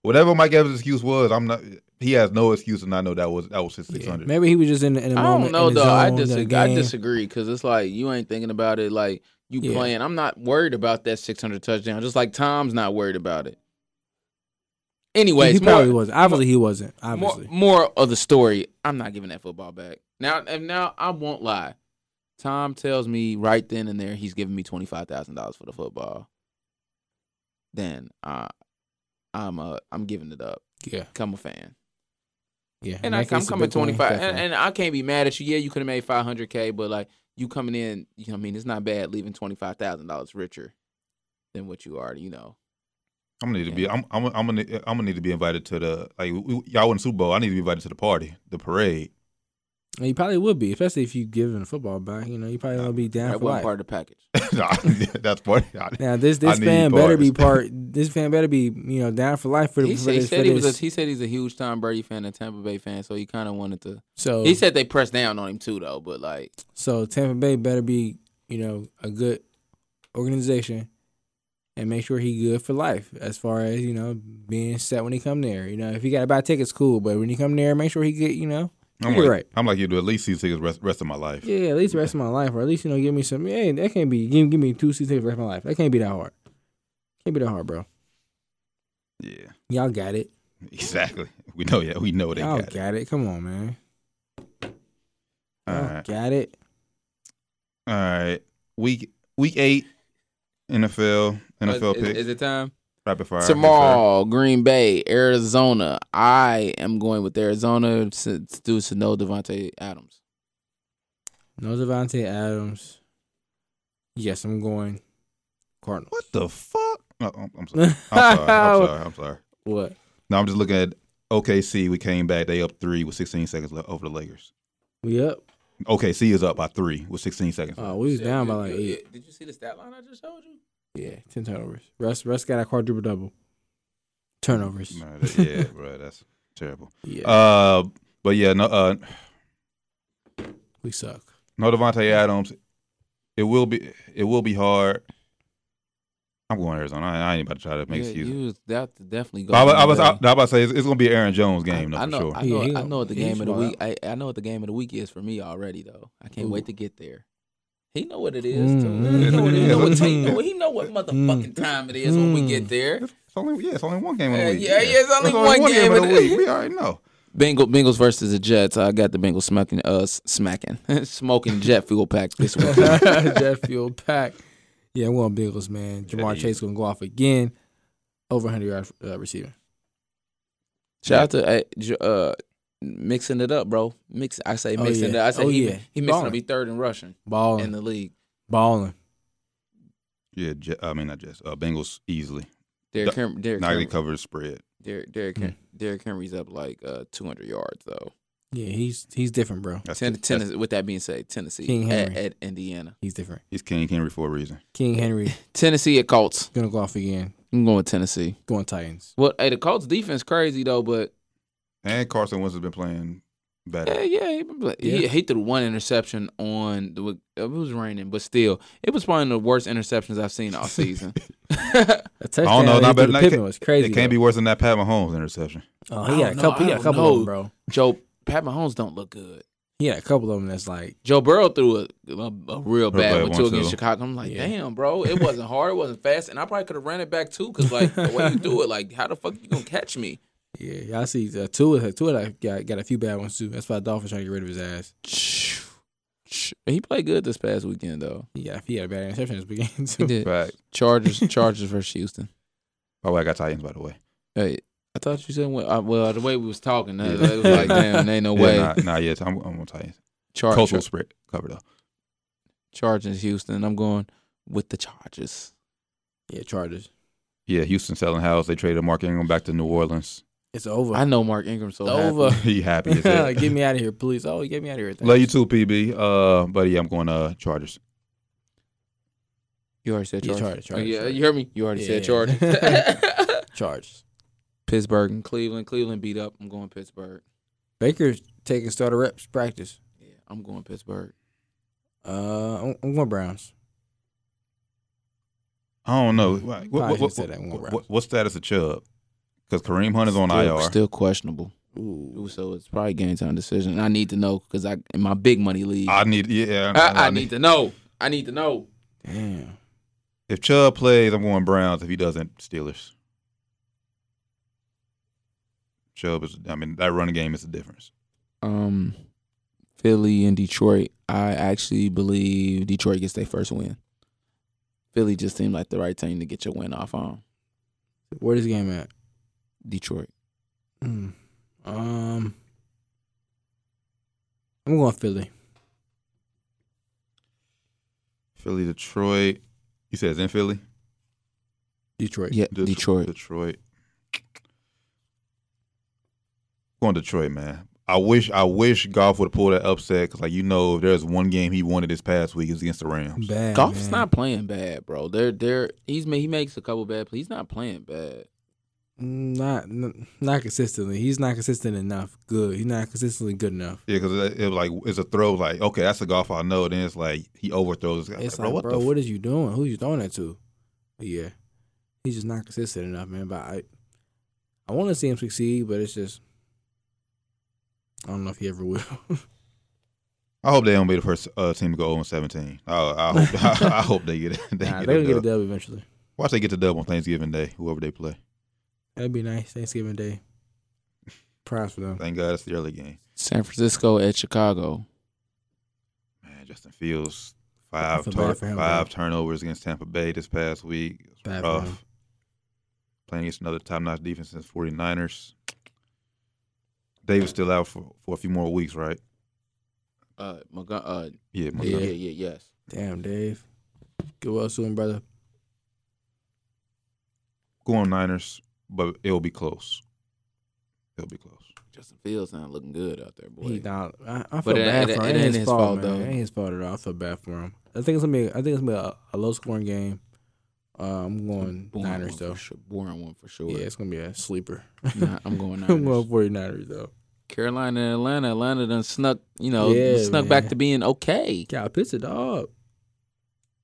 Speaker 5: Whatever Mike Evans' excuse was, I'm not. He has no excuse to not know that was that was his six
Speaker 4: Yeah.
Speaker 5: hundred.
Speaker 4: Maybe he was just in, the- in a
Speaker 3: I don't
Speaker 4: moment.
Speaker 3: know
Speaker 4: in the
Speaker 3: though. I
Speaker 4: zone, the
Speaker 3: disagree. I
Speaker 4: game.
Speaker 3: disagree because it's like you ain't thinking about it. Like you
Speaker 4: Yeah.
Speaker 3: playing. I'm not worried about that 600 touchdown. Just like Tom's not worried about it. Anyway,
Speaker 4: he
Speaker 3: it's more-
Speaker 4: probably wasn't. Obviously, he wasn't. Obviously,
Speaker 3: More, more of the story. I'm not giving that football back. Now, and now I won't lie. Tom tells me right then and there he's giving me twenty five thousand dollars for the football. Then uh, I'm uh, I'm giving it up.
Speaker 4: yeah,
Speaker 3: Come a fan,
Speaker 4: yeah.
Speaker 3: and I,
Speaker 4: Nike
Speaker 3: I'm
Speaker 4: is a
Speaker 3: coming
Speaker 4: big one,
Speaker 3: twenty five, and,
Speaker 4: definitely.
Speaker 3: and I can't be mad at you. Yeah, you could have made five hundred k, but like you coming in, you know, what I mean, it's not bad leaving twenty five thousand dollars richer than what you already, you know.
Speaker 5: I'm gonna need to be. I'm. I'm. I'm gonna. I'm gonna need to be invited to the like we, y'all win the Super Bowl. I need to be invited to the party, the parade.
Speaker 4: And you probably would be, especially if you give him the football back. You know, you probably gonna be down
Speaker 3: that
Speaker 4: for
Speaker 3: wasn't
Speaker 4: life.
Speaker 3: part of the package.
Speaker 5: nah, that's party.
Speaker 4: Now this
Speaker 5: I
Speaker 4: this
Speaker 5: need
Speaker 4: fan better be part.
Speaker 5: bars.
Speaker 4: This fan better be you know down for life for, the
Speaker 3: He
Speaker 4: for
Speaker 3: said, he
Speaker 4: this.
Speaker 3: said
Speaker 4: for
Speaker 3: he was. A,
Speaker 4: this.
Speaker 3: he said he's a huge Tom Brady fan and Tampa Bay fan, so he kind of wanted to.
Speaker 4: so
Speaker 3: He said they pressed down on him too, though. But like,
Speaker 4: so Tampa Bay better be you know a good organization and make sure he good for life as far as you know being set when he come there. You know if he got to buy tickets, cool, but when he come there, make sure he get you know
Speaker 5: I'm
Speaker 4: You're
Speaker 5: like,
Speaker 4: right.
Speaker 5: I'm like you do at least see tickets rest, rest of my life.
Speaker 4: yeah at least the rest of my life or at least you know give me some. Hey, that can't be give, give me two season tickets for the rest of my life. That can't be that hard. Can't be that hard, bro.
Speaker 5: Yeah,
Speaker 4: Y'all got it.
Speaker 5: exactly. We know. Yeah, we know they
Speaker 4: Y'all
Speaker 5: got,
Speaker 4: got,
Speaker 5: it.
Speaker 4: it. Come on, man.
Speaker 5: All
Speaker 4: Y'all
Speaker 5: right.
Speaker 4: got it.
Speaker 5: All right. Week Week eight. NFL NFL
Speaker 3: Uh, is,
Speaker 5: picks.
Speaker 3: is it time
Speaker 5: rapid fire.
Speaker 3: tomorrow? Green Bay, Arizona. I am going with Arizona since due to no Devontae Adams.
Speaker 4: No Devontae Adams. Yes, I'm going Cardinals.
Speaker 5: What the fuck? No, I'm, I'm sorry. I'm sorry. I'm sorry. I'm sorry.
Speaker 4: What?
Speaker 5: No, I'm just looking at OKC. We came back. They up three with 16 seconds left over the Lakers.
Speaker 4: We up?
Speaker 5: OKC is up by three with 16 seconds.
Speaker 4: Oh, we was down by like eight.
Speaker 6: Did you see the stat line I just showed you?
Speaker 4: Yeah, ten turnovers. Russ Russ got a quadruple double.
Speaker 3: Oh,
Speaker 4: Turnovers.
Speaker 5: Man, that- yeah, bro, that's terrible.
Speaker 4: Yeah,
Speaker 5: Uh, but yeah, no, uh,
Speaker 4: we suck.
Speaker 5: no Devontae Adams. It will be, it will be hard. I'm going Arizona. I, I ain't about to try to make
Speaker 3: Yeah,
Speaker 5: excuses.
Speaker 3: You was that definitely
Speaker 5: But I, was- I was, I,
Speaker 3: going.
Speaker 5: I was about to say it's, it's going to be an Aaron Jones
Speaker 3: I,
Speaker 5: game, though,
Speaker 3: I
Speaker 5: for
Speaker 3: know,
Speaker 5: sure.
Speaker 3: I
Speaker 4: Yeah,
Speaker 3: know,
Speaker 4: he
Speaker 3: I know what the
Speaker 4: gonna-
Speaker 3: game
Speaker 4: he
Speaker 3: of the
Speaker 4: should
Speaker 3: week. I, I know what the game of the week is for me already, though. I can't wait
Speaker 4: Ooh.
Speaker 3: to get there. He know what it is. Too.
Speaker 4: Mm.
Speaker 3: He know what, it- he know what
Speaker 5: Mm.
Speaker 3: time- he know- he know what motherfucking
Speaker 4: Mm-hmm.
Speaker 3: time it is when we get there.
Speaker 5: it's only, yeah, it's only one game of the
Speaker 3: Yeah,
Speaker 5: week.
Speaker 3: yeah, yeah, it's only one game
Speaker 5: of
Speaker 3: of
Speaker 5: the
Speaker 3: the-
Speaker 5: week. We already know.
Speaker 3: Bengal, Bengals versus the Jets. I got the Bengals smacking us, smacking, smoking jet fuel packs this week.
Speaker 4: Jet fuel pack. Yeah, I'm going Bengals, man. Jamar
Speaker 5: Yeah.
Speaker 4: Chase gonna go off again. Over 100 yards uh, receiving.
Speaker 3: Shout out to uh, J- uh, mixing it up, bro. Mix. I say
Speaker 4: Oh,
Speaker 3: mixing it
Speaker 4: yeah.
Speaker 3: up. I say
Speaker 4: Oh,
Speaker 3: he,
Speaker 4: yeah. Oh.
Speaker 3: he mixing
Speaker 4: Ballin'.
Speaker 3: to be third and rushing in
Speaker 4: Balling,
Speaker 3: the league.
Speaker 4: balling.
Speaker 5: Yeah, Je- I mean, not just uh, Bengals easily.
Speaker 3: Derrick
Speaker 5: Th-
Speaker 3: Henry, Derrick
Speaker 5: Not
Speaker 3: Henry,
Speaker 5: even cover the spread.
Speaker 3: Derrick, Derrick, Hen- Derrick Henry's up like uh, 200 yards though.
Speaker 4: Yeah, he's he's different, bro.
Speaker 5: That's
Speaker 3: Ten,
Speaker 5: just-
Speaker 3: ten,
Speaker 5: that's-
Speaker 3: with that being said, Tennessee
Speaker 4: King
Speaker 3: at,
Speaker 4: Henry.
Speaker 3: at Indiana,
Speaker 4: He's different.
Speaker 5: He's King Henry for a reason.
Speaker 4: King Henry
Speaker 3: Tennessee at Colts.
Speaker 4: gonna go off again.
Speaker 3: I'm going with Tennessee.
Speaker 4: Going Titans.
Speaker 3: Well, hey, the Colts defense crazy though, but
Speaker 5: And Carson Wentz has been playing better.
Speaker 3: Yeah, yeah. He, been play- He,
Speaker 4: Yeah.
Speaker 3: he threw one interception on the. It was raining, but still, it was probably one of the worst interceptions I've seen all season.
Speaker 4: A touchdown.
Speaker 5: know,
Speaker 4: that he threw
Speaker 5: not better-
Speaker 4: to
Speaker 5: not-
Speaker 4: Pittman was crazy.
Speaker 5: it can't
Speaker 4: though.
Speaker 5: be worse than that Pat Mahomes interception.
Speaker 4: Oh,
Speaker 3: I
Speaker 4: he got
Speaker 3: don't
Speaker 4: a
Speaker 3: know.
Speaker 4: couple.
Speaker 3: I
Speaker 4: He got a
Speaker 3: don't
Speaker 4: couple
Speaker 3: know.
Speaker 4: of them, bro.
Speaker 3: Joe Pat Mahomes don't look good.
Speaker 4: He had a couple of them that's like,
Speaker 3: Joe Burrow threw a, a, a real bad
Speaker 5: bad
Speaker 3: one
Speaker 5: one,
Speaker 3: too against
Speaker 5: too.
Speaker 3: Chicago. I'm like,
Speaker 4: Yeah.
Speaker 3: damn, bro, it wasn't hard, it wasn't fast, and I probably could have ran it back too. Cause like the way you do it, like how the fuck you gonna catch me?
Speaker 4: yeah, y'all see uh, two of two of that got got a few bad ones too. That's why the Dolphins trying to get rid of his ass.
Speaker 3: He played good this past weekend though.
Speaker 4: He got he had a bad interception this weekend
Speaker 3: He
Speaker 4: too.
Speaker 3: did.
Speaker 5: Right.
Speaker 3: Chargers, Chargers versus Houston.
Speaker 5: Oh, I got Titans by the way.
Speaker 3: Hey, I thought you said well, uh, well the way we was talking, uh,
Speaker 5: Yeah.
Speaker 3: it was like damn, there ain't no
Speaker 5: yeah,
Speaker 3: way.
Speaker 5: Nah, nah, yeah, I'm, I'm on Titans.
Speaker 3: Char-
Speaker 5: Coastal
Speaker 3: Char-
Speaker 5: spread cover though.
Speaker 3: Chargers, Houston. I'm going with the Chargers.
Speaker 4: Yeah, Chargers.
Speaker 5: Yeah, Houston selling house. They traded Mark Ingram back to New Orleans.
Speaker 4: It's over.
Speaker 3: I know Mark Ingram so
Speaker 4: it's
Speaker 3: happy.
Speaker 4: over.
Speaker 5: he happy as hell.
Speaker 4: get me out of here, please. Oh, get me out of here.
Speaker 5: Love you too, PB. Uh, but yeah, I'm going uh Chargers.
Speaker 3: You already said
Speaker 4: Yeah,
Speaker 3: Chargers.
Speaker 4: Chargers, Chargers,
Speaker 3: oh, yeah,
Speaker 4: Chargers.
Speaker 3: you heard me. You already said
Speaker 4: Yeah.
Speaker 3: Chargers.
Speaker 4: Chargers.
Speaker 3: Pittsburgh and Cleveland. Cleveland beat up. I'm going Pittsburgh.
Speaker 4: Baker's taking starter reps practice.
Speaker 3: Yeah, I'm going Pittsburgh.
Speaker 4: Uh, I'm, I'm going Browns.
Speaker 5: I don't know. What, what,
Speaker 4: Probably
Speaker 5: what,
Speaker 4: should say that in one
Speaker 5: what-
Speaker 4: round.
Speaker 5: what status of Chubb? Because Kareem Hunt is on
Speaker 3: still,
Speaker 5: IR.
Speaker 3: Still questionable. Ooh, so it's probably game time decision. And I need to know because I in my big money league. I,
Speaker 5: I need. Yeah,
Speaker 3: I, need to know. I need to know.
Speaker 4: Damn.
Speaker 5: If Chubb plays, I'm going Browns. If he doesn't, Steelers. Chubb is. I mean, that running game is the difference.
Speaker 3: Um, Philly and Detroit. I actually believe Detroit gets their first win. Philly just seemed like the right team to get your win off on.
Speaker 4: Where this game at?
Speaker 3: Detroit.
Speaker 4: Mm. Um, I'm going Philly.
Speaker 5: Philly, Detroit. You said it's in Philly.
Speaker 4: Detroit.
Speaker 3: Yeah,
Speaker 5: Det-
Speaker 3: Detroit.
Speaker 5: Detroit. Going Detroit, man. I wish I wish Goff would pull that upset because, like you know, if there's one game he wanted this past week, it was against the Rams.
Speaker 4: Bad.
Speaker 3: Golf's
Speaker 4: man.
Speaker 3: not playing bad, bro. They're they're he's ma- he makes a couple bad plays. He's not playing bad.
Speaker 4: Mm, not n- not consistently. He's not consistent enough. Good. He's not consistently good enough.
Speaker 5: Yeah, because it, it was like it's a throw. Like, okay, that's a golf I know. Then it's like he overthrows. This guy.
Speaker 4: It's
Speaker 5: Like,
Speaker 4: like,
Speaker 5: bro, what
Speaker 4: bro,
Speaker 5: the?
Speaker 4: what is you doing? Who you throwing it to? But yeah, he's just not consistent enough, man. But I, I want to see him succeed, but it's just, I don't know if he ever will.
Speaker 5: f- I hope they don't be the first uh, team to go over seventeen. I, I hope I hope they get it. They
Speaker 4: nah,
Speaker 5: get
Speaker 4: they're
Speaker 5: a
Speaker 4: gonna get a dub
Speaker 5: dub.
Speaker 4: eventually.
Speaker 5: Watch they get the dub on Thanksgiving Day. Whoever they play.
Speaker 4: That'd be nice. Thanksgiving Day, prize for them.
Speaker 5: Thank God it's the early game.
Speaker 3: San Francisco at Chicago.
Speaker 5: Man, Justin Fields five
Speaker 4: feel
Speaker 5: tur-
Speaker 4: bad for him,
Speaker 5: five
Speaker 4: bro.
Speaker 5: turnovers against Tampa Bay this past week. It's
Speaker 4: Bad for him.
Speaker 5: rough. Playing against another top-notch defense since 49ers. Davis still out for, for a few more weeks, right?
Speaker 3: Uh, Mc- uh
Speaker 5: Yeah,
Speaker 3: yeah,
Speaker 5: Montgomery.
Speaker 3: yeah, yeah, yes.
Speaker 4: Damn, Dave, get well soon, brother.
Speaker 5: Going Niners, but it'll be close. It'll be close.
Speaker 3: Justin Fields not looking good out there, boy.
Speaker 4: He not. I, I feel
Speaker 3: But it-
Speaker 4: bad
Speaker 3: it-
Speaker 4: for him.
Speaker 3: it
Speaker 4: It ain't his fault,
Speaker 3: though.
Speaker 4: man. It ain't his fault at all. I feel bad for him. I think it's gonna be. I think it's gonna be a, a low scoring game. Uh, I'm going
Speaker 3: Boring
Speaker 4: Niners
Speaker 3: one for
Speaker 4: though.
Speaker 3: Sure. Boring one for sure.
Speaker 4: Yeah, it's gonna be a sleeper.
Speaker 3: Nah, I'm going Niners.
Speaker 4: I'm going 49ers though.
Speaker 3: Carolina and Atlanta. Atlanta done snuck, you know,
Speaker 4: Yeah,
Speaker 3: snuck back
Speaker 4: man.
Speaker 3: to being okay.
Speaker 4: Cal Pitts a dog.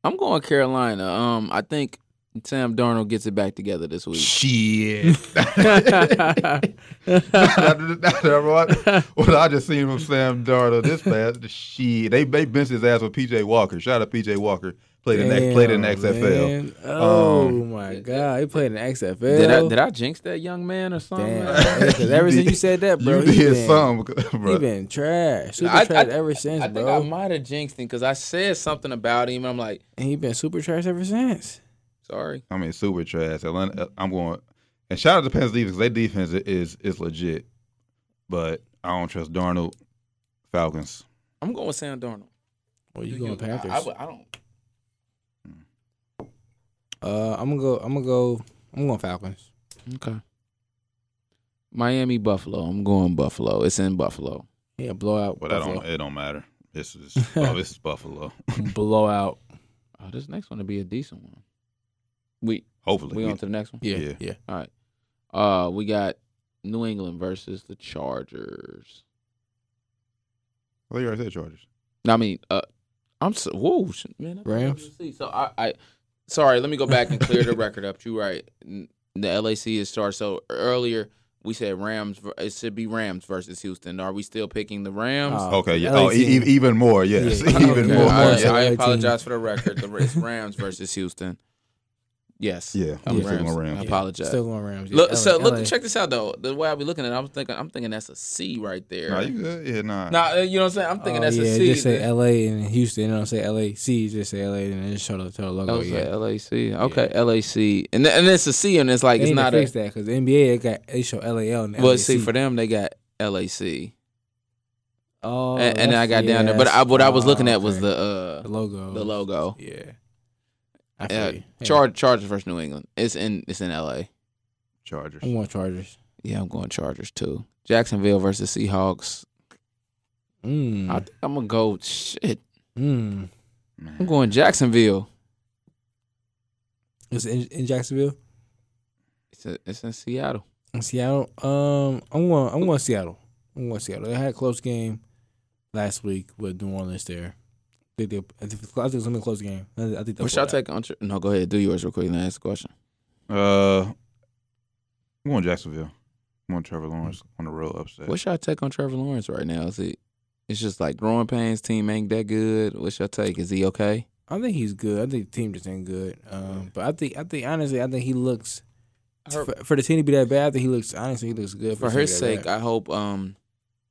Speaker 3: I'm going Carolina. Um, I think Sam Darnold gets it back together this week.
Speaker 5: Shit.
Speaker 4: That's
Speaker 5: After- after what, what I just seen from Sam Darnold this past, shit. They, they benched his ass with PJ Walker. Shout out PJ Walker. Played in, X- played in XFL.
Speaker 4: Oh
Speaker 5: Um,
Speaker 4: my god, he played in XFL.
Speaker 3: Did I Oh did I jinx that young man or something?
Speaker 4: Damn, because ever
Speaker 5: You
Speaker 4: since
Speaker 5: did-
Speaker 4: you said that, bro,
Speaker 5: you
Speaker 4: he
Speaker 5: did
Speaker 4: been,
Speaker 5: something, bro.
Speaker 4: He been trash, super
Speaker 3: I- I-
Speaker 4: trash ever since,
Speaker 3: I think
Speaker 4: bro.
Speaker 3: I might have jinxed him because I said something about him. I'm like,
Speaker 4: and he been super trash ever since.
Speaker 3: sorry.
Speaker 5: I mean, super trash. Atlanta, I'm going. And shout out to Penn's defense. Their defense i- is is legit, but I don't trust Darnold. Falcons.
Speaker 3: I'm going with Sam Darnold.
Speaker 4: Well, you going
Speaker 3: I-
Speaker 4: Panthers?
Speaker 3: I, would- I don't.
Speaker 4: Uh, I'm gonna go. I'm gonna go. I'm going Falcons.
Speaker 3: Okay. Miami Buffalo. I'm going Buffalo. It's in Buffalo.
Speaker 4: Yeah, blowout.
Speaker 5: But I
Speaker 4: Buffalo.
Speaker 5: don't. It don't matter. This is oh, this is Buffalo.
Speaker 4: blowout.
Speaker 3: Oh, this next one will be a decent one. We
Speaker 5: Hopefully,
Speaker 3: we on to the next one.
Speaker 4: Yeah, yeah.
Speaker 5: Yeah.
Speaker 3: All right. Uh, we got New England versus the Chargers.
Speaker 5: Well, you already said Chargers.
Speaker 3: I mean, uh, I'm so whoa, sh- man. I thought
Speaker 4: Rams?
Speaker 3: LAC. So I, I, sorry. Let me go back and clear the record up. You right. N- The LAC is star. So earlier we said Rams. ver- It should be Rams versus Houston. Are we still picking the Rams?
Speaker 4: Oh,
Speaker 5: Okay, yeah.
Speaker 4: LA
Speaker 5: Oh, e-
Speaker 4: team.
Speaker 5: e- even more. Yes,
Speaker 4: Yeah,
Speaker 5: even
Speaker 4: okay.
Speaker 5: more.
Speaker 3: I,
Speaker 5: yeah.
Speaker 3: I
Speaker 4: LA team.
Speaker 3: apologize for the record. The it's Rams versus Houston. Yes.
Speaker 5: Yeah,
Speaker 3: I'm
Speaker 5: we're still
Speaker 3: Rams.
Speaker 5: going Rams.
Speaker 3: I
Speaker 4: Yeah.
Speaker 3: apologize.
Speaker 4: Still going Rams. yeah.
Speaker 3: Look,
Speaker 4: LA,
Speaker 3: so
Speaker 4: LA.
Speaker 3: look, check this out though. The way I be looking at it, I'm thinking, I'm thinking that's a C right there.
Speaker 5: Nah, you good? Yeah, nah.
Speaker 3: Nah, uh, you know what I'm saying? I'm thinking
Speaker 4: Oh,
Speaker 3: that's
Speaker 4: yeah,
Speaker 3: a C.
Speaker 4: just say LA and Houston. Don't say LA. C, just say LA and then just show the, show the
Speaker 3: That
Speaker 4: logo.
Speaker 3: was
Speaker 4: Yeah.
Speaker 3: at LAC. Okay, LAC, and th- and it's a C, and it's like
Speaker 4: they
Speaker 3: it's
Speaker 4: need
Speaker 3: not
Speaker 4: to fix
Speaker 3: a.
Speaker 4: that because the NBA they got they show LAL and
Speaker 3: Well, see,
Speaker 4: LAC.
Speaker 3: for them they got LAC,
Speaker 4: oh,
Speaker 3: and, and I
Speaker 4: that's-
Speaker 3: got
Speaker 4: yeah,
Speaker 3: down there. But I,
Speaker 4: that's-
Speaker 3: what I was looking
Speaker 4: oh,
Speaker 3: at was
Speaker 4: okay.
Speaker 3: the uh,
Speaker 4: logo.
Speaker 3: the logo.
Speaker 4: Yeah. I feel
Speaker 3: Uh,
Speaker 4: you. Yeah.
Speaker 3: Charge Chargers versus New England. It's in it's in LA.
Speaker 5: Chargers.
Speaker 4: I'm going Chargers.
Speaker 3: Yeah, I'm going Chargers too. Jacksonville versus Seahawks.
Speaker 4: Mm.
Speaker 3: I think I'm gonna go. Shit,
Speaker 4: mm.
Speaker 5: Man.
Speaker 3: I'm going Jacksonville.
Speaker 4: It's in, in Jacksonville,
Speaker 3: It's a, it's in Seattle.
Speaker 4: in Seattle. Um, I'm going. I'm going Seattle. I'm going Seattle. They had a close game last week with New Orleans. There, I think, they, I think it's gonna be a close game. I think. they'll
Speaker 3: What y'all
Speaker 4: pull it out.
Speaker 3: take on? Tr- No, go ahead. Do yours real quick. And ask the question.
Speaker 5: Uh, I'm going Jacksonville. I'm going Trevor Lawrence on the road upset.
Speaker 3: Mm. What's your take on Trevor Lawrence right now? Is it it's just like growing pains, team ain't that good? What's your take? Is he okay?
Speaker 4: I think he's good. I think the team just ain't good. Um, but I think I think honestly, I think he looks.
Speaker 3: her-
Speaker 4: for, for the team to be that bad, I think he looks honestly he looks good
Speaker 3: for
Speaker 4: the
Speaker 3: her
Speaker 4: team to be that
Speaker 3: sake,
Speaker 4: bad.
Speaker 3: I hope um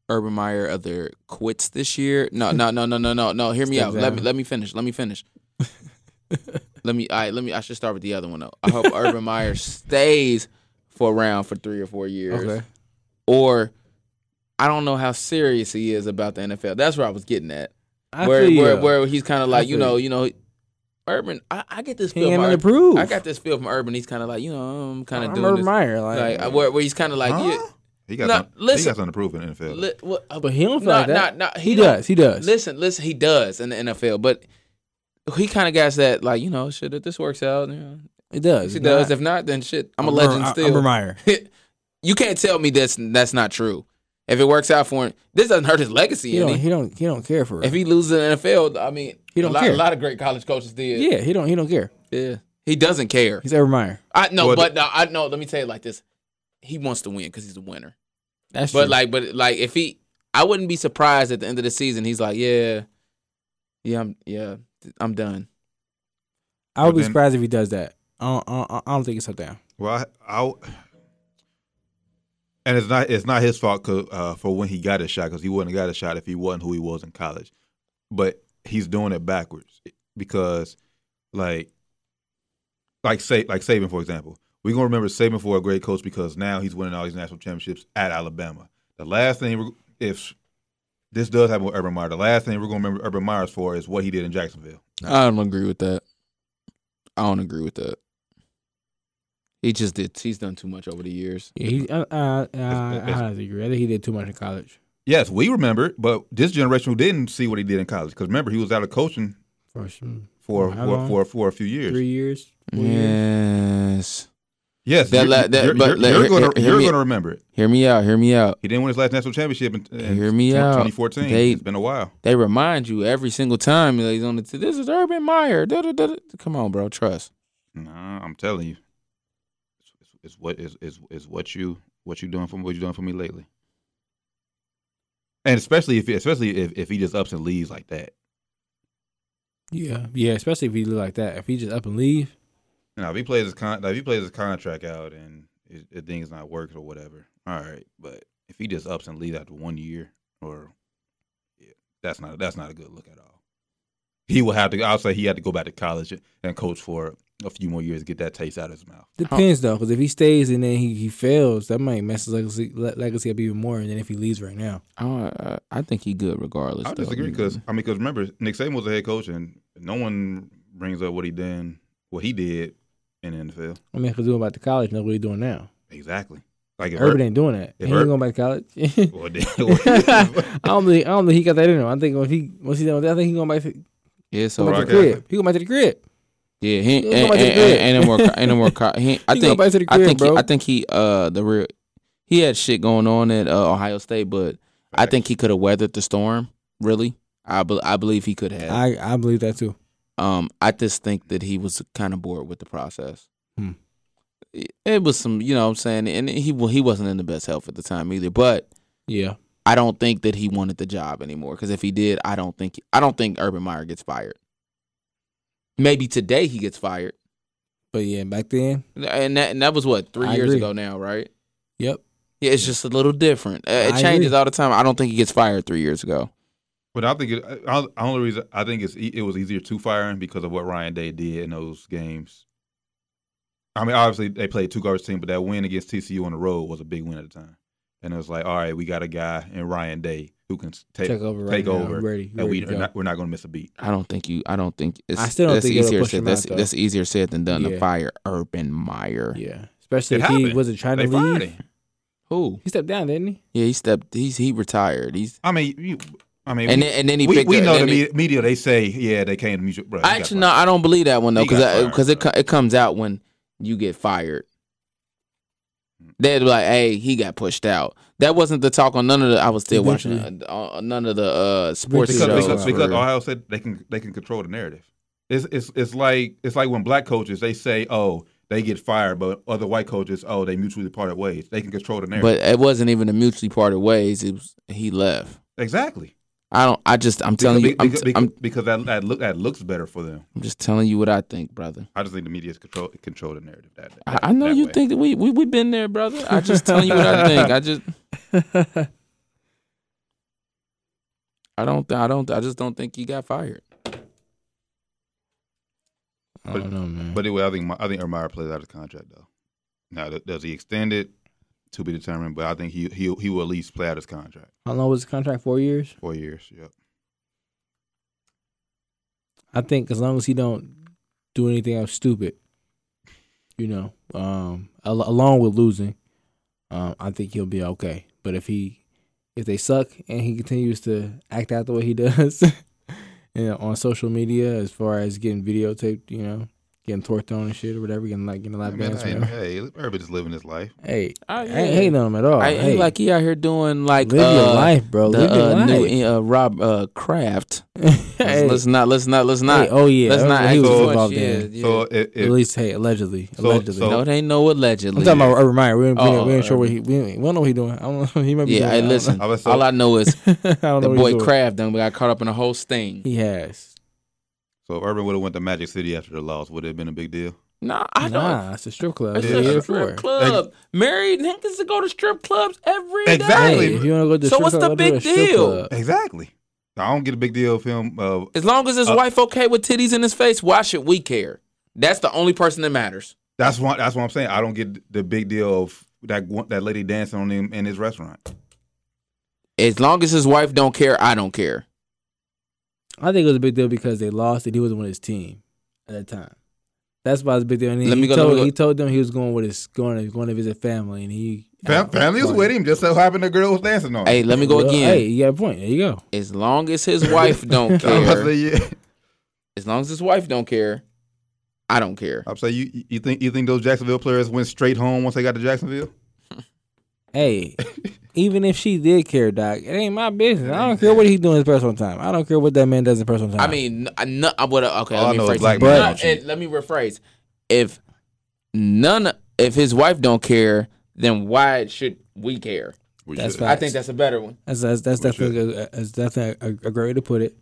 Speaker 3: Urban Meyer either quits this year. No, no, no, no, no, no, no. Hear me
Speaker 4: Step
Speaker 3: out. Let me
Speaker 4: down.
Speaker 3: let me finish. Let me finish. let me I let me I should start with the other one though. I hope Urban Meyer stays for around for three or four years.
Speaker 4: okay.
Speaker 3: Or I don't know how serious he is about the NFL. That's where I was getting at.
Speaker 4: I
Speaker 3: where,
Speaker 4: feel
Speaker 3: where
Speaker 4: ya.
Speaker 3: where he's kind of like you
Speaker 4: feel
Speaker 3: know
Speaker 4: you.
Speaker 3: you know, Urban. I, I get this
Speaker 4: he
Speaker 3: feel.
Speaker 4: ain't
Speaker 3: from
Speaker 4: nothing to
Speaker 3: Urban-
Speaker 4: prove.
Speaker 3: I got this feel from Urban. He's kind of like you know I'm kind
Speaker 4: I'm
Speaker 3: of doing
Speaker 4: Urban
Speaker 3: this.
Speaker 4: Meyer, like,
Speaker 3: Like I- where, where he's kind of like
Speaker 5: Huh?
Speaker 3: yeah.
Speaker 5: He got
Speaker 3: No,
Speaker 5: some- he
Speaker 3: listen.
Speaker 5: got something to prove in the NFL.
Speaker 3: Li- what- uh,
Speaker 4: but he don't feel
Speaker 3: nah,
Speaker 4: like that.
Speaker 3: nah, nah,
Speaker 4: he
Speaker 3: don't-
Speaker 4: does. He does.
Speaker 3: Listen, listen, he does in the NFL, but he kind of got that like you know shit. If this works out, you know,
Speaker 4: He does.
Speaker 3: if he
Speaker 4: If
Speaker 3: does.
Speaker 4: not,
Speaker 3: If not, then shit, I'm, a
Speaker 4: Urban-
Speaker 3: legend
Speaker 4: I-
Speaker 3: still.
Speaker 4: Urban Meyer.
Speaker 3: you can't tell me that's that's not true. If it works out for him, this doesn't hurt his legacy.
Speaker 4: He don't,
Speaker 3: Any.
Speaker 4: he don't. He don't care for it.
Speaker 3: if he loses in the NFL, I mean,
Speaker 4: He don't
Speaker 3: a, lot,
Speaker 4: care.
Speaker 3: a lot of great college coaches did.
Speaker 4: yeah, he don't. He don't care.
Speaker 3: yeah. He doesn't care.
Speaker 4: He's Urban Meyer.
Speaker 3: I no,
Speaker 5: Well,
Speaker 3: but no, I no. Let me tell you like this: he wants to win because he's a winner.
Speaker 4: That's
Speaker 3: But
Speaker 4: true.
Speaker 3: like, but like, if he, I wouldn't be surprised at the end of the season. He's like, yeah, yeah, I'm, yeah, I'm done.
Speaker 4: I would
Speaker 5: but
Speaker 4: be
Speaker 5: then-
Speaker 4: surprised if he does that. I don't, I don't, I don't think it's up down.
Speaker 5: Well, I, I and it's not it's not his fault 'cause, uh, for when he got his shot because he wouldn't have got a shot if he wasn't who he was in college. But he's doing it backwards because, like, like say like Saban for example, we're gonna remember Saban for a great coach because now he's winning all these national championships at Alabama. The last thing we're- if this does happen with Urban Meyer, the last thing we're gonna remember Urban Myers for is what he did in Jacksonville.
Speaker 3: I don't agree with that. I don't agree with that. He just did. He's done too much over the years.
Speaker 4: Yeah, he, uh, uh, uh, I
Speaker 5: it's-
Speaker 4: don't agree. I think he did too much in college
Speaker 5: Yes, we remember, it, but this generation who didn't see what he did in college because remember he was out of coaching
Speaker 4: for some
Speaker 5: for
Speaker 4: How
Speaker 5: for,
Speaker 4: long?
Speaker 5: for for a few years.
Speaker 4: three years. four years.
Speaker 3: Yes.
Speaker 5: Yes,
Speaker 3: That
Speaker 5: you're,
Speaker 3: la- that-
Speaker 5: you're-
Speaker 3: but
Speaker 5: you're-
Speaker 3: let-
Speaker 5: you're
Speaker 3: hear-
Speaker 5: gonna
Speaker 3: hear- hear
Speaker 5: you're
Speaker 3: me-
Speaker 5: gonna remember it.
Speaker 3: Hear me out. Hear me out.
Speaker 5: He didn't win his last national championship in, in
Speaker 3: Hear me
Speaker 5: 20-
Speaker 3: out.
Speaker 5: 2014.
Speaker 3: They-
Speaker 5: it's been a while.
Speaker 3: They remind you every single time that he's on the. T- this is Urban Meyer. Da, da, da, da. Come on, bro. Trust.
Speaker 5: Nah, I'm telling you, it's, it's what is is is what you what you doing for me? What you doing for me lately? And especially if especially if, if he just ups and leaves like that.
Speaker 4: Yeah, yeah. Especially if he look like that. If he just up and leave,
Speaker 5: Now if he plays his con like, if he plays his contract out and his, his thing's not working or whatever, all right. But if he just ups and leaves after one year or yeah, that's not that's not a good look at all. He will have to. I'll say he had to go back to college and coach for a few more years to get that taste out of his mouth.
Speaker 4: depends though, because if he stays and then he, he fails, that might mess his legacy, le- legacy up even more than if he leaves right now.
Speaker 3: I, don't- I, I think he good regardless.
Speaker 5: I
Speaker 3: though.
Speaker 5: disagree because I mean because remember Nick Saban was a head coach and no one brings up what he done what he did in the NFL.
Speaker 4: I mean, if he's doing about the college, know what he's doing now.
Speaker 5: Exactly. Like if
Speaker 4: Urban ain't doing that.
Speaker 5: if
Speaker 4: He ain't
Speaker 5: Ur-
Speaker 4: going back to college.
Speaker 5: Well,
Speaker 4: I
Speaker 5: then-
Speaker 4: don't think I don't think he got that in him. I think when he once he done with that, I think he going back to,
Speaker 3: yeah,
Speaker 4: go
Speaker 3: so
Speaker 4: back to
Speaker 5: Right.
Speaker 4: the crib. He going back to the crib.
Speaker 3: Yeah, he ain't,
Speaker 4: Go
Speaker 3: ain't,
Speaker 4: back to the
Speaker 3: ain't,
Speaker 4: crib.
Speaker 3: ain't, ain't no more. co- Ain't no more. co- He, I
Speaker 4: You go
Speaker 3: think.
Speaker 4: back to the
Speaker 3: I
Speaker 4: crib,
Speaker 3: think. He,
Speaker 4: bro.
Speaker 3: I think he. Uh, the real. He had shit going on at uh, Ohio State, but I think he could have weathered the storm. Really, I bel I believe he could have.
Speaker 4: I I believe that too.
Speaker 3: um, I just think that he was kind of bored with the process.
Speaker 4: Hmm.
Speaker 3: It, it was some, you know, what I'm saying, and he wa- he wasn't in the best health at the time either. But
Speaker 4: Yeah.
Speaker 3: I don't think that he wanted the job anymore. Because if he did, I don't think I don't think Urban Meyer gets fired. Maybe today he gets fired.
Speaker 4: But yeah, back then,
Speaker 3: And that, and that was what three
Speaker 4: I
Speaker 3: years
Speaker 4: agree.
Speaker 3: ago now, right?
Speaker 4: yep.
Speaker 3: Yeah, it's just a little different. Uh, it
Speaker 4: I
Speaker 3: changes
Speaker 4: agree.
Speaker 3: all the time. I don't think he gets fired three years ago.
Speaker 5: But I think it, I, I- the only reason I think it's e- it was easier to fire him because of what Ryan Day did in those games. I mean, obviously they played two garbage team, but that win against TCU on the road was a big win at the time. And it was like, all right, we got a guy in Ryan Day who can s- take,
Speaker 4: Take over right
Speaker 5: take
Speaker 4: now.
Speaker 5: over,
Speaker 4: Ready-
Speaker 5: and
Speaker 4: ready
Speaker 5: we
Speaker 4: to
Speaker 5: are
Speaker 4: go.
Speaker 5: not, we're not going to miss a beat.
Speaker 3: I don't think you. I don't think it's.
Speaker 4: I still don't
Speaker 3: that's
Speaker 4: think it'll
Speaker 3: easier
Speaker 4: push
Speaker 3: said.
Speaker 4: him
Speaker 3: That's,
Speaker 4: out, though.
Speaker 3: that's easier said than done to
Speaker 4: Yeah.
Speaker 3: fire Urban Meyer.
Speaker 4: Yeah. Especially
Speaker 5: It
Speaker 4: if he
Speaker 5: happened.
Speaker 4: wasn't trying
Speaker 5: They
Speaker 4: to
Speaker 5: fired
Speaker 4: leave.
Speaker 5: him.
Speaker 3: Who?
Speaker 4: He stepped down, didn't he?
Speaker 3: Yeah, he stepped. He's he retired. He's
Speaker 5: I mean, you, I mean,
Speaker 3: and
Speaker 5: we,
Speaker 3: then, and then he
Speaker 5: we,
Speaker 3: picked.
Speaker 5: we
Speaker 3: up-
Speaker 5: know
Speaker 3: then
Speaker 5: the
Speaker 3: he-
Speaker 5: media, media. They say, yeah, they came to music. Bro,
Speaker 3: I actually no. I don't believe that one though
Speaker 5: He got
Speaker 3: because
Speaker 5: fired,
Speaker 3: because it
Speaker 5: bro.
Speaker 3: co- it comes out when you get fired. They'd be like, "Hey, he got pushed out." That wasn't the talk on none of the. I was still watching
Speaker 4: Eventually.
Speaker 3: uh, uh, none of the uh, sports
Speaker 5: because,
Speaker 4: Eventually.
Speaker 3: shows.
Speaker 5: because,
Speaker 4: for
Speaker 5: because
Speaker 3: for-
Speaker 5: Ohio State they can they can control the narrative. It's it's it's like it's like when black coaches they say oh they get fired, but other white coaches oh they mutually parted ways. They can control the narrative.
Speaker 3: But it wasn't even a mutually parted ways. It was he left.
Speaker 5: exactly.
Speaker 3: I don't. I just. I'm telling you. I'm,
Speaker 5: because,
Speaker 3: t- I'm.
Speaker 5: because that, that look that looks better for them.
Speaker 3: I'm just telling you what I think, brother.
Speaker 5: I just think the media's control control the narrative that.
Speaker 3: I,
Speaker 5: that-
Speaker 3: I know
Speaker 5: that
Speaker 3: you
Speaker 5: way.
Speaker 3: think that we we we been there, brother. I just telling you what I think. I just. I don't. thi- I don't. I just don't think he got fired.
Speaker 4: I
Speaker 5: But-
Speaker 4: don't know, man.
Speaker 5: But anyway, I think my, I think Urmeyer plays out of contract though. Now th- does he extend it? To be determined, but I think he he he will at least play out his contract
Speaker 4: how long was his contract? Four years.
Speaker 5: four years. Yep.
Speaker 4: I think as long as he don't do anything else stupid, you know, um, al- along with losing, um, I think he'll be okay. But if he, if they suck and he continues to act out the way he does, you know, on social media as far as getting videotaped, you know, getting torqued on and shit or whatever, getting like getting a
Speaker 5: I
Speaker 4: lap
Speaker 5: mean,
Speaker 4: dance. or
Speaker 5: hey,
Speaker 4: whatever.
Speaker 5: hey, everybody's living his life.
Speaker 4: Hey,
Speaker 3: I,
Speaker 4: I ain't hating on him at all.
Speaker 3: I,
Speaker 4: Oh, hey,
Speaker 3: ain't like he out here doing like
Speaker 4: live
Speaker 3: uh,
Speaker 4: your life, bro.
Speaker 3: the
Speaker 4: live your
Speaker 3: uh,
Speaker 4: life.
Speaker 3: new uh, Rob uh, Kraft. Let's,
Speaker 4: hey,
Speaker 3: let's not. Let's not. Let's not.
Speaker 4: hey, oh yeah,
Speaker 3: let's
Speaker 4: that's
Speaker 3: not.
Speaker 4: what he
Speaker 3: act
Speaker 4: was
Speaker 3: too
Speaker 5: so-
Speaker 4: involved
Speaker 3: much.
Speaker 4: in.
Speaker 3: Yeah,
Speaker 5: So
Speaker 3: yeah.
Speaker 5: it, it,
Speaker 4: At least, hey, allegedly,
Speaker 5: So-
Speaker 4: allegedly.
Speaker 5: so-
Speaker 3: no, they know allegedly.
Speaker 4: I'm talking about Urban Meyer. We, ain't- we,
Speaker 3: Oh,
Speaker 4: ain't- we ain't sure what
Speaker 3: Urban.
Speaker 4: he. We, ain't- we don't know what he doing. I don't know. He might be.
Speaker 3: yeah.
Speaker 4: doing,
Speaker 3: Hey,
Speaker 4: I
Speaker 3: listen.
Speaker 5: I was so-
Speaker 3: All I know is
Speaker 4: don't know. I don't
Speaker 3: the
Speaker 4: know what
Speaker 3: boy
Speaker 4: he's doing.
Speaker 3: Kraft done got caught up in the whole sting.
Speaker 4: He has.
Speaker 5: so if Urban would have went to Magic City after the loss, would it have been a big deal?
Speaker 3: Nah, I don't.
Speaker 4: Nah, it's a strip club.
Speaker 3: It's
Speaker 4: It's yeah,
Speaker 3: a
Speaker 4: yeah,
Speaker 3: strip
Speaker 4: for.
Speaker 3: club. Married niggas to go to strip clubs every day.
Speaker 5: Exactly.
Speaker 4: Hey, if you want to go to the
Speaker 3: So
Speaker 4: strip
Speaker 3: what's the
Speaker 4: club, go to
Speaker 3: big
Speaker 4: strip
Speaker 3: deal?
Speaker 4: club.
Speaker 5: Exactly. I don't get a big deal if him. Uh,
Speaker 3: As long as his
Speaker 5: Uh,
Speaker 3: wife okay with titties in his face, why should we care? That's the only person that matters.
Speaker 5: that's why. That's what I'm saying. I don't get the big deal of that one- that lady dancing on him in his restaurant.
Speaker 3: As long as his wife don't care, I don't care.
Speaker 4: I think it was a big deal because they lost and he wasn't with his team at that time. That's why it's a big deal. And
Speaker 3: Let
Speaker 4: he,
Speaker 3: me go- let
Speaker 4: told,
Speaker 3: me go-
Speaker 4: he told them he was going with his going to, going to visit family, and he uh,
Speaker 5: Fam- family was with him. Just so happened the girl was dancing on.
Speaker 3: Hey,
Speaker 5: him.
Speaker 3: let me go
Speaker 4: Well,
Speaker 3: again.
Speaker 4: Hey, you got a point. There you go.
Speaker 3: As long as his wife don't
Speaker 5: I'm about to say,
Speaker 3: care,
Speaker 5: yeah.
Speaker 3: as long as his wife don't care, I don't care.
Speaker 5: I'm saying you. You think you think those Jacksonville players went straight home once they got to Jacksonville?
Speaker 4: Hey, even if she did care, Doc, it ain't my business. I don't care what he doing in his personal time. I don't care what that man does in personal time.
Speaker 3: I mean, n- I, no, I would. Okay,
Speaker 5: All I
Speaker 3: let me
Speaker 5: know is
Speaker 3: rephrase.
Speaker 5: black
Speaker 3: No,
Speaker 5: men don't
Speaker 3: and let me rephrase. If none, if his wife don't care, then why should we care?
Speaker 5: We
Speaker 4: That's
Speaker 5: should.
Speaker 4: fine.
Speaker 3: I think that's a better one.
Speaker 4: That's that's, that's
Speaker 5: We
Speaker 4: definitely a, that's definitely a, a great way to put it.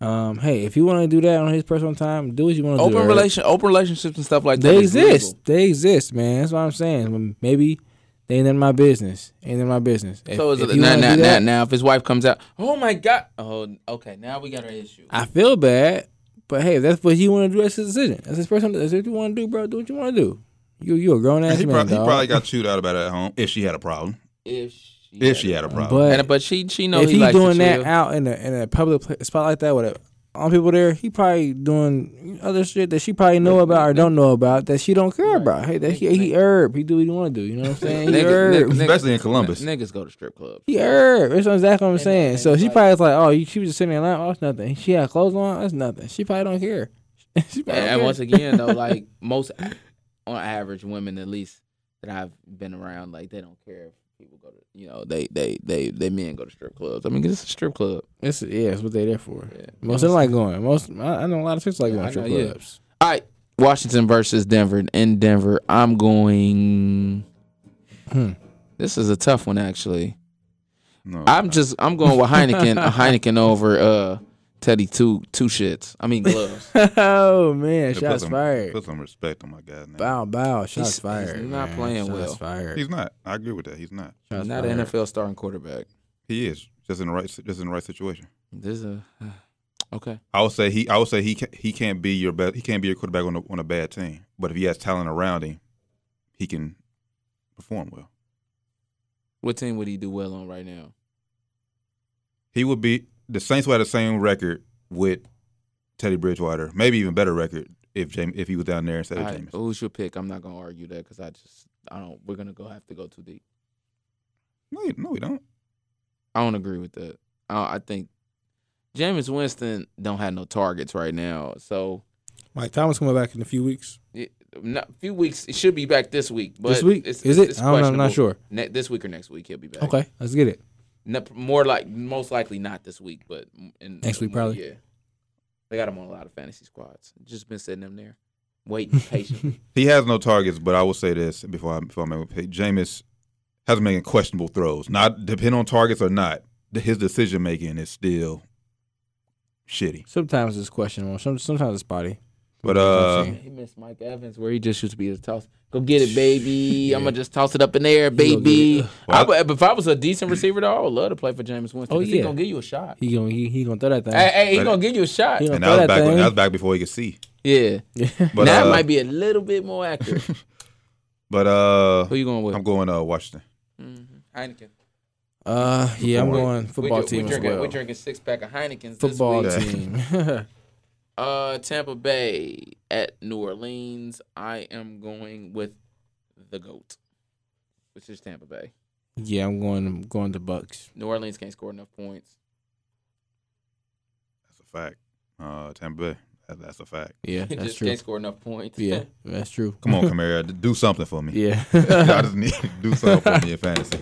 Speaker 4: Um, hey, if you want to do that on his personal time, do what you want to do.
Speaker 3: Open
Speaker 4: right?
Speaker 3: relation, open relationships and stuff like that.
Speaker 4: They
Speaker 3: is legal.
Speaker 4: exist. They exist, man. That's what I'm saying. Maybe they ain't in my business. Ain't in my business. If,
Speaker 3: So is
Speaker 4: if
Speaker 3: it,
Speaker 4: you
Speaker 3: now,
Speaker 4: wanna
Speaker 3: now,
Speaker 4: do
Speaker 3: now,
Speaker 4: that,
Speaker 3: now, if his wife comes out, oh my god, oh okay, now we got our issue.
Speaker 4: I feel bad, but hey, if that's what you want to do. That's his decision. That's his personal. That's what you want to do, bro. Do what you want to do. You you a grown ass
Speaker 5: He,
Speaker 4: man,
Speaker 5: prob- he
Speaker 4: dog.
Speaker 5: probably got chewed out about it at home if she had a problem.
Speaker 3: if she,
Speaker 5: if she had a problem.
Speaker 4: But-
Speaker 3: and, but she she knows
Speaker 4: if
Speaker 3: he,
Speaker 4: he's
Speaker 3: likes
Speaker 4: doing
Speaker 3: to
Speaker 4: that
Speaker 3: chill.
Speaker 4: out in a in a public pla- spot like that with a, all people there, he probably doing other shit that she probably know about or don't know about that she don't care about. Hey, that he, he herb, he do what he want to do. You know what I'm saying? He
Speaker 3: Niggas-
Speaker 4: herb,
Speaker 3: niggas- niggas-
Speaker 5: Especially in Columbus.
Speaker 3: niggas go to strip clubs.
Speaker 4: he herb. That's exactly what I'm
Speaker 3: And-
Speaker 4: saying.
Speaker 3: and
Speaker 4: So she
Speaker 3: like-
Speaker 4: probably is like, oh, you, she was just sitting there, like, oh, it's nothing. She had clothes on, that's nothing. She probably don't care. she probably
Speaker 3: And,
Speaker 4: don't
Speaker 3: and
Speaker 4: care.
Speaker 3: once again, though, like most, on average, women at least that I've been around, like they don't care if people go to, you know, they they they they men go to strip clubs. I mean, it's a strip club.
Speaker 4: it's, yeah, it's what they there for.
Speaker 3: Yeah.
Speaker 4: Most of them like going. Most I, I know a lot of chicks like
Speaker 3: Yeah,
Speaker 4: going
Speaker 3: I
Speaker 4: to strip
Speaker 3: know, yeah.
Speaker 4: clubs.
Speaker 3: All right, Washington versus Denver in Denver. I'm going.
Speaker 4: Hmm.
Speaker 3: This is a tough one, actually.
Speaker 5: No,
Speaker 3: I'm just I'm going with Heineken, a Heineken over uh Teddy two two shits. I mean gloves.
Speaker 4: oh man,
Speaker 5: Put
Speaker 4: shots
Speaker 5: some-
Speaker 4: fired.
Speaker 5: Put some respect on my guy's name.
Speaker 4: Bow, bow. Shots
Speaker 3: He's- he's
Speaker 4: fired.
Speaker 3: not
Speaker 4: man.
Speaker 3: playing
Speaker 4: Shots
Speaker 3: well.
Speaker 4: Fired.
Speaker 5: He's not. I agree with that. He's not.
Speaker 4: Shots
Speaker 3: Not
Speaker 4: fired.
Speaker 3: an NFL starting quarterback.
Speaker 5: He is just in the right. Just in the right situation.
Speaker 3: This is a okay.
Speaker 5: I would say he. I would say he. Can, he can't be your best. He can't be your quarterback on a, on a bad team. But if he has talent around him, he can perform well.
Speaker 3: What team would he do well on right now?
Speaker 5: He would be. The Saints would have the same record with Teddy Bridgewater, maybe even better record if James, if he was down there instead
Speaker 3: All
Speaker 5: of
Speaker 3: right,
Speaker 5: James.
Speaker 3: who's your pick? I'm not gonna argue that because I just I don't. We're gonna go have to go too deep.
Speaker 5: No, you- no, we don't.
Speaker 3: I don't agree with that. I, I think Jameis Winston don't have no targets right now. So
Speaker 4: Mike Thomas coming back in a few weeks.
Speaker 3: it, not, a few weeks. It should be back this week. But
Speaker 4: this week
Speaker 3: it's, it's-
Speaker 4: is it?
Speaker 3: it's
Speaker 4: I don't know, I'm not
Speaker 3: questionable.
Speaker 4: sure.
Speaker 3: Ne- this week or next week he'll be back.
Speaker 4: Okay, let's get it.
Speaker 3: No, more like most likely not this week, but m- in,
Speaker 4: Next week,
Speaker 3: more-
Speaker 4: probably.
Speaker 3: Yeah, they got him on a lot of fantasy squads. Just been sitting him there, waiting patiently.
Speaker 5: He has no targets, but I will say this before I before I make a pick. Jameis has been making questionable throws. Not depend on targets or not. th- His decision making is still shitty.
Speaker 4: Sometimes it's questionable. Some, sometimes it's spotty.
Speaker 5: But
Speaker 4: what I'm
Speaker 5: uh,
Speaker 4: saying.
Speaker 3: He missed Mike Evans, where he just used to be his toss. Go get it, baby. I'm gonna just toss it up in the air,
Speaker 4: gonna
Speaker 3: baby.
Speaker 4: get it.
Speaker 3: I would, if I was a decent receiver, though, I would love to play for Jameis Winston.
Speaker 4: Oh,
Speaker 3: 'cause he
Speaker 4: yeah.
Speaker 3: gonna give you a shot.
Speaker 4: He gonna he, he gonna throw that thing.
Speaker 3: Hey, hey, he
Speaker 5: But-
Speaker 3: gonna give you a shot.
Speaker 4: He gonna
Speaker 5: and
Speaker 4: throw
Speaker 5: that was
Speaker 4: that
Speaker 5: back. When,
Speaker 4: thing.
Speaker 5: that was back before he could see.
Speaker 3: Yeah,
Speaker 5: But
Speaker 3: now
Speaker 5: uh,
Speaker 3: it might be a little bit more accurate.
Speaker 5: But uh,
Speaker 3: Who you going with?
Speaker 5: I'm going uh Washington.
Speaker 3: Mm-hmm. Heineken.
Speaker 4: uh, yeah, I'm
Speaker 5: Football.
Speaker 4: going football
Speaker 3: we, dr-
Speaker 4: team
Speaker 3: we
Speaker 4: as
Speaker 3: drinking,
Speaker 4: well.
Speaker 3: We drinking six pack of Heinekens.
Speaker 4: Football
Speaker 3: This week.
Speaker 5: Yeah.
Speaker 4: team.
Speaker 3: Uh, Tampa Bay at New Orleans. I am going with the goat, which is Tampa Bay.
Speaker 4: yeah, I'm going going to Bucks.
Speaker 3: New Orleans can't score enough points.
Speaker 5: That's a fact. Uh, Tampa Bay. That, that's a fact.
Speaker 4: Yeah,
Speaker 3: It
Speaker 4: that's
Speaker 3: just
Speaker 4: true.
Speaker 3: can't score enough points.
Speaker 4: Yeah, that's true.
Speaker 5: Come on, Camara, d- do something for me.
Speaker 4: Yeah.
Speaker 5: I just need do something for me in fantasy.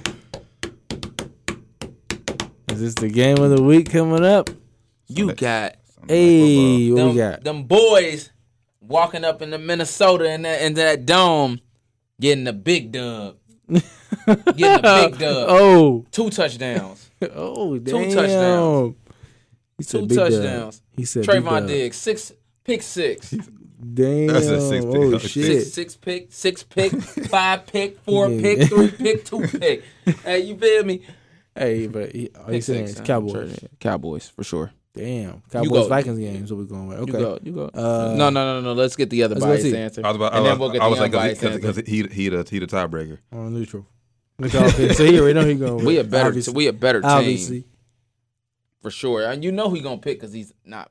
Speaker 4: Is this the game of the week coming up?
Speaker 3: you
Speaker 5: Sunday-
Speaker 3: got
Speaker 5: Sunday night
Speaker 4: Hey, what
Speaker 3: them,
Speaker 4: we got?
Speaker 3: them boys walking up in the Minnesota in that, in that dome, getting the big dub, getting a big dub.
Speaker 4: Oh,
Speaker 3: two touchdowns.
Speaker 4: oh,
Speaker 3: Two
Speaker 4: damn.
Speaker 3: touchdowns.
Speaker 4: He said
Speaker 3: Two
Speaker 4: big dub.
Speaker 3: touchdowns.
Speaker 4: He said big
Speaker 3: Trayvon
Speaker 4: dub.
Speaker 3: Diggs six pick six.
Speaker 4: Damn.
Speaker 5: That's a six pick.
Speaker 4: oh
Speaker 5: That's a
Speaker 4: shit.
Speaker 3: Six, six pick, six pick, five pick, four
Speaker 4: Yeah.
Speaker 3: pick, three pick, two pick. Hey, you feel me?
Speaker 4: Hey, but he, oh, he
Speaker 3: Pick
Speaker 4: saying
Speaker 3: six,
Speaker 4: it's
Speaker 3: huh?
Speaker 4: Cowboys.
Speaker 3: Cowboys for sure.
Speaker 4: Damn.
Speaker 3: go.
Speaker 4: Cowboys Vikings game. So we going with. Okay.
Speaker 3: You go, you go.
Speaker 4: Uh,
Speaker 3: no, no, no, no. Let's get the other
Speaker 4: let's go
Speaker 3: biased
Speaker 4: see.
Speaker 3: answer,
Speaker 5: I was about.
Speaker 3: and
Speaker 5: I
Speaker 3: then
Speaker 5: was,
Speaker 3: we'll get
Speaker 5: I was
Speaker 3: the
Speaker 5: like,
Speaker 3: unbiased
Speaker 5: because
Speaker 3: answer.
Speaker 5: he, he he the he the tiebreaker.
Speaker 4: On neutral. Look how it is. so he already know he going. With.
Speaker 3: We a better,
Speaker 4: Obviously.
Speaker 3: we a better team
Speaker 4: Obviously.
Speaker 3: for sure. And you know who he gonna pick because he's not.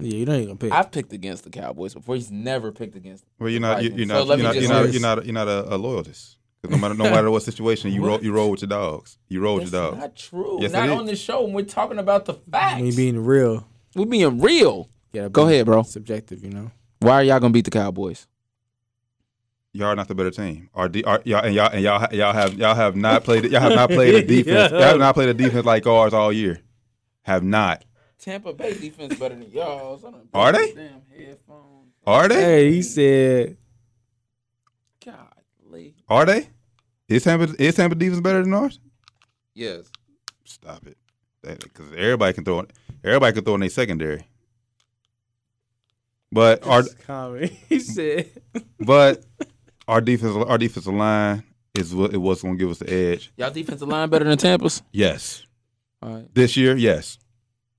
Speaker 4: Yeah, you don't even gonna pick.
Speaker 3: I've picked against the Cowboys before. He's never picked against.
Speaker 5: Well, you're not you,
Speaker 3: Vikings.
Speaker 5: you're
Speaker 3: So
Speaker 5: not
Speaker 3: let
Speaker 5: you're
Speaker 3: me
Speaker 5: not
Speaker 3: just
Speaker 5: you're not,
Speaker 3: say-
Speaker 5: you're not you're not a, a loyalist. 'Cause No matter no matter what situation you roll you roll with your dogs. You roll with
Speaker 3: That's
Speaker 5: your dogs.
Speaker 3: not true.
Speaker 5: Yes, it
Speaker 3: not
Speaker 5: is.
Speaker 3: on this show. When we're talking about the facts.
Speaker 4: Me being real.
Speaker 3: we're being real.
Speaker 4: Yeah.
Speaker 3: Go ahead, bro.
Speaker 4: Subjective, you know.
Speaker 3: Why are y'all gonna beat the Cowboys?
Speaker 5: Y'all are not the better team. Or D, are, y'all and y'all and y'all ha- y'all have y'all have not played y'all have not played a defense. Y'all have not played a defense like ours all year. Have not.
Speaker 3: Tampa Bay defense better than y'all's. I done
Speaker 5: Are
Speaker 3: broke these
Speaker 5: they?
Speaker 3: Damn headphones.
Speaker 5: Are they?
Speaker 4: Hey, he said.
Speaker 3: Golly.
Speaker 5: Are they? Is Tampa is Tampa defense better than ours?
Speaker 3: Yes.
Speaker 5: Stop it. Because everybody can throw everybody can throw in their secondary. But our
Speaker 4: Comment. He said.
Speaker 5: but our defense our defensive line is what it was going to give us the edge.
Speaker 3: Y'all defensive line better than Tampa's.
Speaker 5: Yes.
Speaker 3: All right.
Speaker 5: This year, yes.